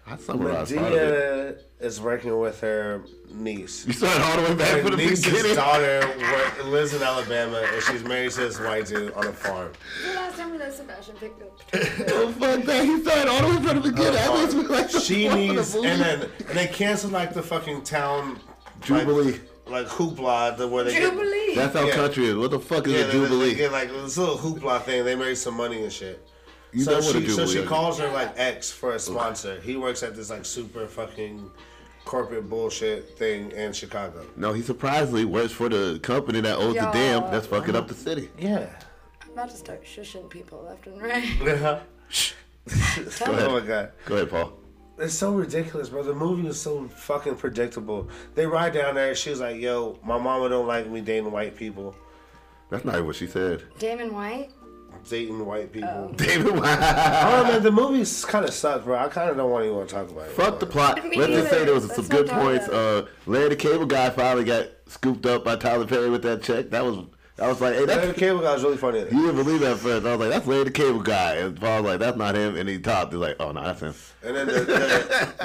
[SPEAKER 2] I summarized part of it.
[SPEAKER 1] Medea is working with her niece.
[SPEAKER 2] You started all the way back
[SPEAKER 1] Her
[SPEAKER 2] from the
[SPEAKER 1] niece's
[SPEAKER 2] beginning.
[SPEAKER 1] daughter wor- lives in Alabama, and she's married to this white dude on a farm.
[SPEAKER 3] The last time that Sebastian picked up.
[SPEAKER 2] Oh, fuck that. He started all the way from the beginning. That makes me like the
[SPEAKER 1] Oh, She
[SPEAKER 2] fuck of the
[SPEAKER 1] needs, and
[SPEAKER 2] movie.
[SPEAKER 1] then and they canceled like the fucking town
[SPEAKER 2] Jubilee.
[SPEAKER 1] like, like hoopla, the where they get-
[SPEAKER 3] Jubilee.
[SPEAKER 2] That's how
[SPEAKER 1] Yeah.
[SPEAKER 2] country is. What the fuck is
[SPEAKER 1] Yeah,
[SPEAKER 2] a
[SPEAKER 1] they-
[SPEAKER 2] jubilee?
[SPEAKER 1] They get like this little hoopla thing. They made some money and shit.
[SPEAKER 2] You
[SPEAKER 1] so
[SPEAKER 2] know what a
[SPEAKER 1] she, so
[SPEAKER 2] jubilee
[SPEAKER 1] she
[SPEAKER 2] is.
[SPEAKER 1] calls her like ex for a sponsor. He works at this like super fucking corporate bullshit thing in Chicago.
[SPEAKER 2] no, he surprisingly works for the company that owns the
[SPEAKER 3] Y'all.
[SPEAKER 2] dam that's fucking up the city.
[SPEAKER 1] Yeah.
[SPEAKER 3] I'm about to start shushing people left and right.
[SPEAKER 1] oh
[SPEAKER 2] ahead.
[SPEAKER 1] my god.
[SPEAKER 2] Go ahead, Paul.
[SPEAKER 1] It's so ridiculous, bro. The movie is so fucking predictable. They ride down there. She's like, "Yo, my mama don't like me dating white people.
[SPEAKER 2] That's not even what she said.
[SPEAKER 3] Damon White.
[SPEAKER 1] Dating white people."
[SPEAKER 2] David, why?
[SPEAKER 1] Oh man, the movie kind of sucks, bro. I kind of don't want anyone to talk about it.
[SPEAKER 2] Fuck the plot.
[SPEAKER 3] Me
[SPEAKER 2] Let's just say
[SPEAKER 3] neither.
[SPEAKER 2] there was
[SPEAKER 3] Let's
[SPEAKER 2] some
[SPEAKER 3] not
[SPEAKER 2] good
[SPEAKER 3] talk
[SPEAKER 2] points.
[SPEAKER 3] about
[SPEAKER 2] Uh, Larry the Cable Guy finally got scooped up by Tyler Perry with that check. That was, I was like, hey,
[SPEAKER 1] Larry the
[SPEAKER 2] that's,
[SPEAKER 1] Cable Guy was really funny.
[SPEAKER 2] you didn't believe that at first. I was like, that's Larry the Cable Guy. And Paul was like, that's not him. And he topped. He's like, oh, no, that's him.
[SPEAKER 1] And then the,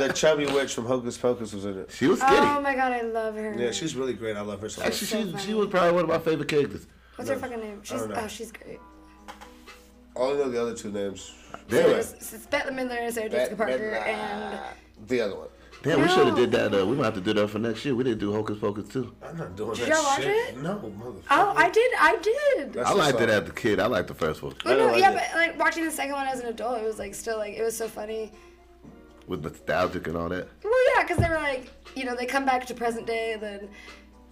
[SPEAKER 1] the, the chubby witch from Hocus Pocus was in it.
[SPEAKER 2] She was skinny.
[SPEAKER 3] Oh my god, I love her.
[SPEAKER 1] Yeah, she's really great. I love her so much.
[SPEAKER 2] Actually,
[SPEAKER 3] so
[SPEAKER 2] she, she
[SPEAKER 3] funny.
[SPEAKER 2] was probably one of my favorite characters.
[SPEAKER 3] What's her fucking name? She's
[SPEAKER 1] know.
[SPEAKER 3] oh, she's great.
[SPEAKER 1] I only know the other two names.
[SPEAKER 3] So
[SPEAKER 1] Anyway,
[SPEAKER 3] there's- it's Bette Midler and Sarah
[SPEAKER 1] Bet-
[SPEAKER 3] Jessica Parker
[SPEAKER 1] Bet-
[SPEAKER 3] and
[SPEAKER 1] the other one.
[SPEAKER 2] Damn, we should have
[SPEAKER 3] No.
[SPEAKER 2] did that. Uh, we might have to do that for next year. We didn't do Hocus Pocus too.
[SPEAKER 1] I'm not doing
[SPEAKER 3] Did
[SPEAKER 1] that
[SPEAKER 3] y'all watch
[SPEAKER 1] shit.
[SPEAKER 3] it?
[SPEAKER 1] No, motherfucker.
[SPEAKER 3] Oh, I did, I did.
[SPEAKER 1] That's
[SPEAKER 2] I
[SPEAKER 1] what's
[SPEAKER 2] liked it
[SPEAKER 1] up.
[SPEAKER 2] as a kid. I liked the first one
[SPEAKER 3] Well,
[SPEAKER 1] don't
[SPEAKER 3] no,
[SPEAKER 1] like
[SPEAKER 3] yeah,
[SPEAKER 1] it.
[SPEAKER 3] but like watching the second one as an adult, it was like still like it was so funny.
[SPEAKER 2] with nostalgic and all that.
[SPEAKER 3] Well, yeah, because they were like, you know, they come back to present day, and then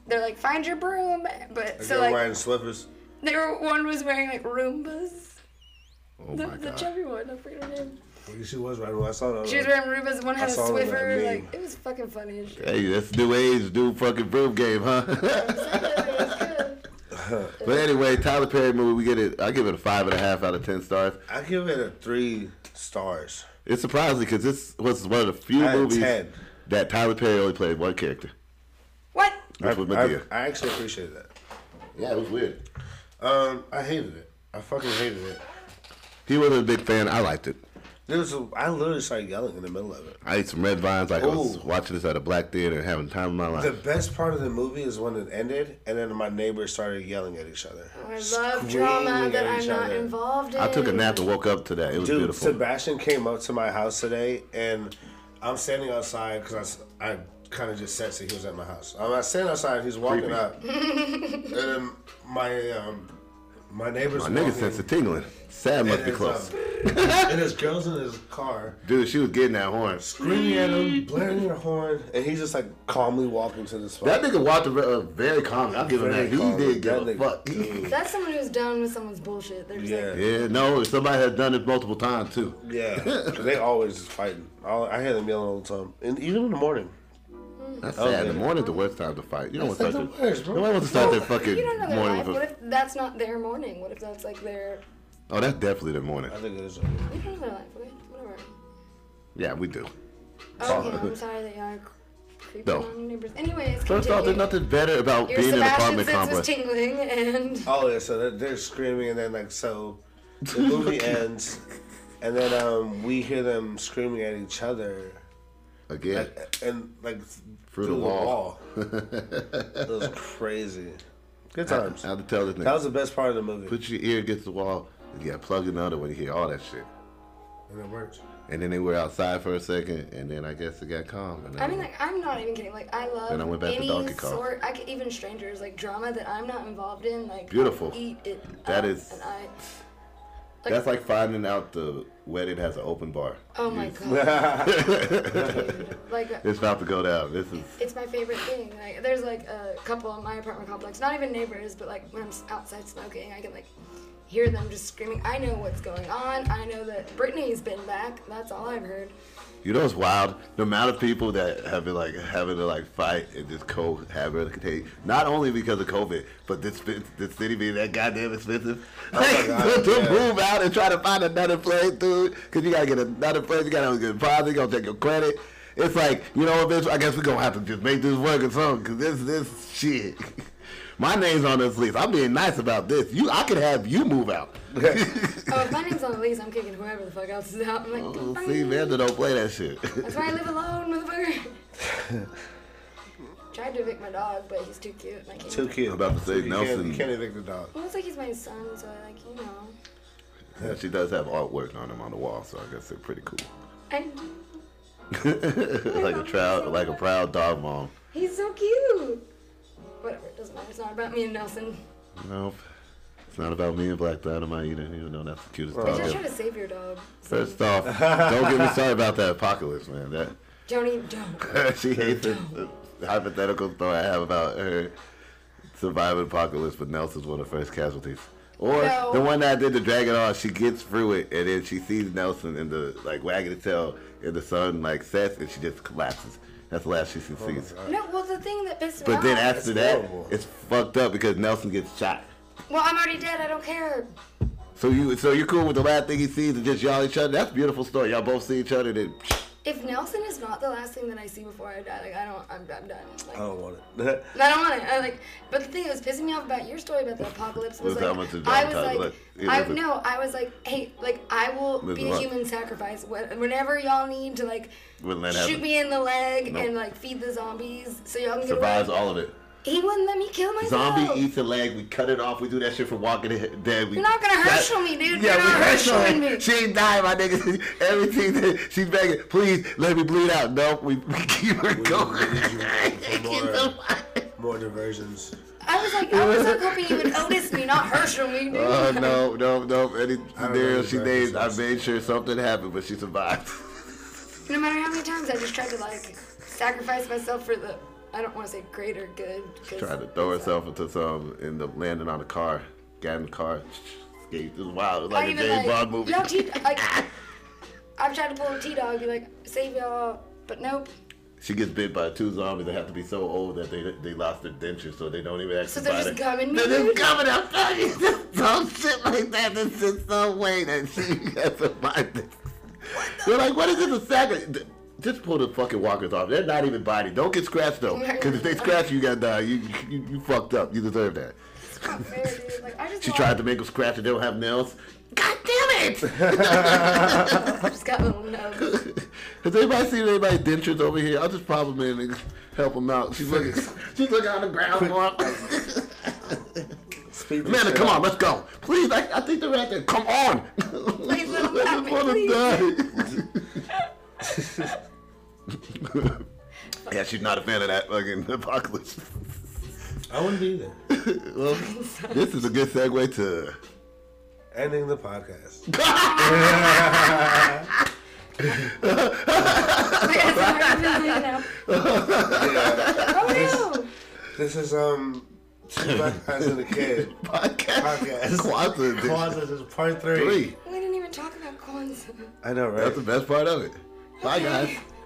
[SPEAKER 3] they're like, find your broom. But
[SPEAKER 1] They
[SPEAKER 3] so
[SPEAKER 1] were
[SPEAKER 3] like,
[SPEAKER 1] wearing slippers.
[SPEAKER 3] they were one was wearing like Roombas,
[SPEAKER 2] Oh
[SPEAKER 3] the,
[SPEAKER 2] my
[SPEAKER 3] the
[SPEAKER 2] god!
[SPEAKER 1] Oh
[SPEAKER 3] chubby one. I forget her name.
[SPEAKER 1] She was right when I saw that.
[SPEAKER 3] She was wearing Rubas, one had
[SPEAKER 1] Oh. I
[SPEAKER 3] a
[SPEAKER 1] saw that
[SPEAKER 3] Swiffer.
[SPEAKER 1] meme.
[SPEAKER 3] Like it was fucking funny as shit.
[SPEAKER 2] Hey, that's new age, new fucking proof game, huh?
[SPEAKER 3] It was good.
[SPEAKER 2] but anyway, Tyler Perry movie, we get it. I give it a five and a half out of ten stars.
[SPEAKER 1] I give it a three stars.
[SPEAKER 2] It's surprising because this was one of the few
[SPEAKER 1] Out of
[SPEAKER 2] movies
[SPEAKER 1] 10.
[SPEAKER 2] that Tyler Perry only played one character,
[SPEAKER 3] What?
[SPEAKER 2] which was
[SPEAKER 1] I,
[SPEAKER 2] Medea.
[SPEAKER 1] I actually appreciate that.
[SPEAKER 2] Yeah, it was weird.
[SPEAKER 1] Um, I hated it. I fucking hated it.
[SPEAKER 2] He wasn't a big fan. I liked it.
[SPEAKER 1] There was a, I literally started yelling in the middle of it.
[SPEAKER 2] I ate some red vines like I was
[SPEAKER 1] Ooh.
[SPEAKER 2] watching this at a black theater and having the time of my life.
[SPEAKER 1] The best part of the movie is when it ended, and then my neighbors started yelling at each other.
[SPEAKER 3] I love drama
[SPEAKER 1] Screaming
[SPEAKER 3] that
[SPEAKER 1] at
[SPEAKER 3] I'm
[SPEAKER 1] each
[SPEAKER 3] not
[SPEAKER 1] other.
[SPEAKER 3] involved in.
[SPEAKER 2] I took a nap and woke up to that. It was
[SPEAKER 1] Dude,
[SPEAKER 2] beautiful.
[SPEAKER 1] Sebastian came up to my house today, and I'm standing outside because I, kind of just sensed that he was at my house. I'm not standing outside. He's walking
[SPEAKER 2] Creepy.
[SPEAKER 1] up, and then my um, my neighbors.
[SPEAKER 2] My nigga
[SPEAKER 1] walking,
[SPEAKER 2] sense of tingling. Sad must
[SPEAKER 1] and
[SPEAKER 2] be
[SPEAKER 1] his,
[SPEAKER 2] close.
[SPEAKER 1] um, and his girls in his car
[SPEAKER 2] Dude, she was getting that horn.
[SPEAKER 1] screaming at him, blaring their horn, and he's just like calmly walking to the spot.
[SPEAKER 2] That nigga walked a- uh, very calm. I'll give him
[SPEAKER 1] Very
[SPEAKER 2] that. He
[SPEAKER 1] calm.
[SPEAKER 2] did give
[SPEAKER 1] That
[SPEAKER 2] a
[SPEAKER 1] nigga-
[SPEAKER 2] fuck.
[SPEAKER 1] dude.
[SPEAKER 3] That's someone who's done with someone's bullshit. They're just
[SPEAKER 1] yeah.
[SPEAKER 3] like,
[SPEAKER 2] Yeah, no, somebody had done it multiple times too.
[SPEAKER 1] Yeah, they always just fighting. All- I hear them yelling all the time, and even in the morning.
[SPEAKER 2] That's sad.
[SPEAKER 1] Oh, yeah.
[SPEAKER 2] The morning's the worst time to fight. You don't want to
[SPEAKER 1] That's
[SPEAKER 2] start.
[SPEAKER 1] like
[SPEAKER 2] The
[SPEAKER 1] the worst, bro.
[SPEAKER 2] Nobody wants to start their fucking
[SPEAKER 3] you don't know their
[SPEAKER 2] morning
[SPEAKER 3] life.
[SPEAKER 2] with
[SPEAKER 3] What
[SPEAKER 2] a.
[SPEAKER 3] if that's not their morning? What if that's like their.
[SPEAKER 2] Oh, that's definitely their morning.
[SPEAKER 1] I think it is.
[SPEAKER 3] You don't know their life, okay? Whatever.
[SPEAKER 2] Yeah, we do.
[SPEAKER 3] Oh, yeah, I'm sorry that y'all are creeping
[SPEAKER 2] No.
[SPEAKER 3] on your neighbors. Anyways,
[SPEAKER 2] First off,
[SPEAKER 3] continue.
[SPEAKER 2] there's nothing better about
[SPEAKER 3] Your
[SPEAKER 2] being in an
[SPEAKER 3] Sebastian
[SPEAKER 2] apartment
[SPEAKER 3] sense was
[SPEAKER 2] complex.
[SPEAKER 3] tingling, and
[SPEAKER 1] Oh yeah, so they're, they're screaming, and then like so, the movie ends, and then um, we hear them screaming at each other,
[SPEAKER 2] Again,
[SPEAKER 1] and like
[SPEAKER 2] Through the wall.
[SPEAKER 1] it was crazy. Good
[SPEAKER 2] I
[SPEAKER 1] times.
[SPEAKER 2] have to tell this
[SPEAKER 1] that
[SPEAKER 2] nigga.
[SPEAKER 1] was the best part of the movie,
[SPEAKER 2] Put your ear against the wall. Yeah, plug another one. You hear all that shit.
[SPEAKER 1] and it worked.
[SPEAKER 2] And then they were outside for a second, and then I guess it got calm. And
[SPEAKER 3] I mean, like, I'm not even kidding. Like, I love
[SPEAKER 2] Then I went back to
[SPEAKER 3] any
[SPEAKER 2] Donkey Kong.
[SPEAKER 3] sort, I, c- even strangers, like drama that I'm not involved in. Like,
[SPEAKER 2] Beautiful.
[SPEAKER 3] I eat it.
[SPEAKER 2] That
[SPEAKER 3] up,
[SPEAKER 2] is-
[SPEAKER 3] And I,
[SPEAKER 2] that's like finding out the wedding has an open bar.
[SPEAKER 3] oh my
[SPEAKER 2] You-
[SPEAKER 3] god. like,
[SPEAKER 2] It's about to go down. This is
[SPEAKER 3] it's my favorite thing. Like, there's like a couple in my apartment complex, not even neighbors, but like when I'm s- outside smoking, I can like hear them just screaming. I know what's going on. I know that Brittany's been back. That's all I've heard.
[SPEAKER 2] You know, it's wild. The amount of people that have been like having to like fight and just cohabitate, not only because of COVID, but this the city being that goddamn expensive. like,
[SPEAKER 1] God,
[SPEAKER 2] to
[SPEAKER 1] Oh, yeah.
[SPEAKER 2] move out and try to find another place, dude, because you gotta get another place, you gotta get deposit, you gotta take your credit. It's like, you know what, bitch? I guess we're gonna have to just make this work or something, because this this shit. My name's on this lease. I'm being nice about this. You, I could have you move out.
[SPEAKER 3] Oh, if my name's on the lease, I'm kicking whoever the fuck else is out. I'm like,
[SPEAKER 1] Oh,
[SPEAKER 3] "Bye."
[SPEAKER 2] See, Vanda don't play that shit.
[SPEAKER 3] That's why I live alone, motherfucker. Tried to evict my dog, but he's too cute. And I can't.
[SPEAKER 1] Too cute.
[SPEAKER 2] I'm about to say
[SPEAKER 1] you can't-
[SPEAKER 2] Nelson-
[SPEAKER 1] you can't evict the dog.
[SPEAKER 3] Well, it's like he's my son, so I like, you know.
[SPEAKER 2] Yeah, she does have artwork on them on the wall, so I guess they're pretty cool.
[SPEAKER 3] I do.
[SPEAKER 2] like a proud, like a proud dog mom.
[SPEAKER 3] He's so cute. Whatever, it doesn't matter. It's not about me and Nelson.
[SPEAKER 2] Nope, it's not about me and Black Dynamite either. Even though that's the cutest
[SPEAKER 3] You're
[SPEAKER 2] dog
[SPEAKER 3] just trying
[SPEAKER 2] ever.
[SPEAKER 3] to save your dog.
[SPEAKER 2] First off, don't get me started about that apocalypse, man.
[SPEAKER 3] Joni, don't.
[SPEAKER 2] That she hates it. The hypothetical story I have about her surviving apocalypse, but Nelson's one of the first casualties. Or
[SPEAKER 3] No.
[SPEAKER 2] the one that did the dragon on, she gets through it, and then she sees Nelson in the like wagging the tail, and the sun like sets, and she just collapses. That's the last she sees.
[SPEAKER 3] No, well, the thing that pissed me
[SPEAKER 2] But
[SPEAKER 3] off.
[SPEAKER 2] then after
[SPEAKER 1] That's
[SPEAKER 2] that,
[SPEAKER 1] horrible.
[SPEAKER 2] it's fucked up because Nelson gets shot.
[SPEAKER 3] Well, I'm already dead. I don't care.
[SPEAKER 2] So you, so you're cool with the last thing he sees and just y'all each other. That's a beautiful story. Y'all both see each other. Then
[SPEAKER 3] If Nelson is not the last thing that I see before I die, like, I don't, I'm, I'm done.
[SPEAKER 1] I
[SPEAKER 2] Oh.
[SPEAKER 3] Like,
[SPEAKER 1] don't want it.
[SPEAKER 3] I don't want it. I like, but the thing that was pissing me off about your story about the apocalypse
[SPEAKER 2] Was
[SPEAKER 3] was like,
[SPEAKER 2] how much it
[SPEAKER 3] I was
[SPEAKER 2] downtime,
[SPEAKER 3] like,
[SPEAKER 2] like, it
[SPEAKER 3] I
[SPEAKER 2] doesn't-
[SPEAKER 3] no, I was like, hey, like I will
[SPEAKER 2] Doesn't
[SPEAKER 3] be a
[SPEAKER 2] work.
[SPEAKER 3] human sacrifice wh- whenever y'all need to like
[SPEAKER 2] Wouldn't let
[SPEAKER 3] shoot
[SPEAKER 2] happen.
[SPEAKER 3] me in the leg
[SPEAKER 2] Nope.
[SPEAKER 3] and like feed the zombies so y'all can get
[SPEAKER 2] survives
[SPEAKER 3] away.
[SPEAKER 2] all of it.
[SPEAKER 3] He wouldn't let me kill myself.
[SPEAKER 2] Zombie eats a leg. We cut it off. We do that shit for Walking Dead. We,
[SPEAKER 3] You're not gonna
[SPEAKER 2] that-
[SPEAKER 3] Herschel me, dude.
[SPEAKER 2] Yeah,
[SPEAKER 3] You're not
[SPEAKER 2] we Herschel
[SPEAKER 3] Herschel
[SPEAKER 2] me.
[SPEAKER 3] me.
[SPEAKER 2] She ain't dying, my nigga. Everything that she's begging, please let me bleed out. No, we, we keep her going.
[SPEAKER 1] need you for more. More diversions.
[SPEAKER 3] I was like, I was like hoping you would notice me, not Herschel me, dude.
[SPEAKER 2] Oh no, no, no. Any
[SPEAKER 1] don't
[SPEAKER 2] scenario
[SPEAKER 1] know
[SPEAKER 2] she
[SPEAKER 1] the
[SPEAKER 2] named, I
[SPEAKER 1] references.
[SPEAKER 2] made sure something happened, but she survived.
[SPEAKER 3] No matter how many times I just tried to like sacrifice myself for the, I don't want to say greater good. 'cause-
[SPEAKER 2] Tried to throw herself into some and the landing on a car, got in the car, escaped. It was wild. It was
[SPEAKER 3] I
[SPEAKER 2] like a
[SPEAKER 3] even,
[SPEAKER 2] James
[SPEAKER 3] like,
[SPEAKER 2] Bond movie.
[SPEAKER 3] Y'all teach, like, I've tried to pull a T dog, be like, save y'all, but nope.
[SPEAKER 2] She gets bit by two zombies that have to be so old that they they lost their dentures, so they don't even
[SPEAKER 3] So
[SPEAKER 2] actually.
[SPEAKER 3] they're
[SPEAKER 2] bite
[SPEAKER 3] just
[SPEAKER 2] it.
[SPEAKER 3] gumming me,
[SPEAKER 2] They're just
[SPEAKER 3] dude?
[SPEAKER 2] gumming. I'm telling you, just dumb shit like that. There's just no way that she has a mind. this. They're like, what is this? A sack? of- th- Just pull the fucking walkers off. They're not even body. Don't get scratched though, because if they scratch you, you gotta die. You, you you fucked up. You deserve that.
[SPEAKER 3] It's not fair, dude. Like, I just,
[SPEAKER 2] She
[SPEAKER 3] want-
[SPEAKER 2] tried to make them scratch and they don't have nails. God damn it!
[SPEAKER 3] I just got little nubs.
[SPEAKER 2] Has anybody seen anybody dentures over here? I'll just pop them in and help them out. She's looking, she's looking on the ground. going,
[SPEAKER 1] Speed this
[SPEAKER 2] Amanda,
[SPEAKER 1] shit
[SPEAKER 2] come
[SPEAKER 1] up.
[SPEAKER 2] on, let's go. Please, I, I think they're at there. Come on.
[SPEAKER 3] Please let 'em
[SPEAKER 2] I just
[SPEAKER 3] have me,
[SPEAKER 2] wanna
[SPEAKER 3] please.
[SPEAKER 2] die. yeah, she's not a fan of that fucking apocalypse.
[SPEAKER 1] I wouldn't be there.
[SPEAKER 2] well, this is a good segue to.
[SPEAKER 1] Ending the podcast.
[SPEAKER 3] Like, it's hard to really know. Oh, no.
[SPEAKER 1] This is um, two black guys and a kid
[SPEAKER 2] Podcast.
[SPEAKER 1] Podcast.
[SPEAKER 2] Kwanzaa edition
[SPEAKER 1] closet is part three.
[SPEAKER 2] three.
[SPEAKER 3] We didn't even talk about Kwanzaa.
[SPEAKER 1] I know,
[SPEAKER 2] That's
[SPEAKER 1] right?
[SPEAKER 2] the best part of it. Bye, guys.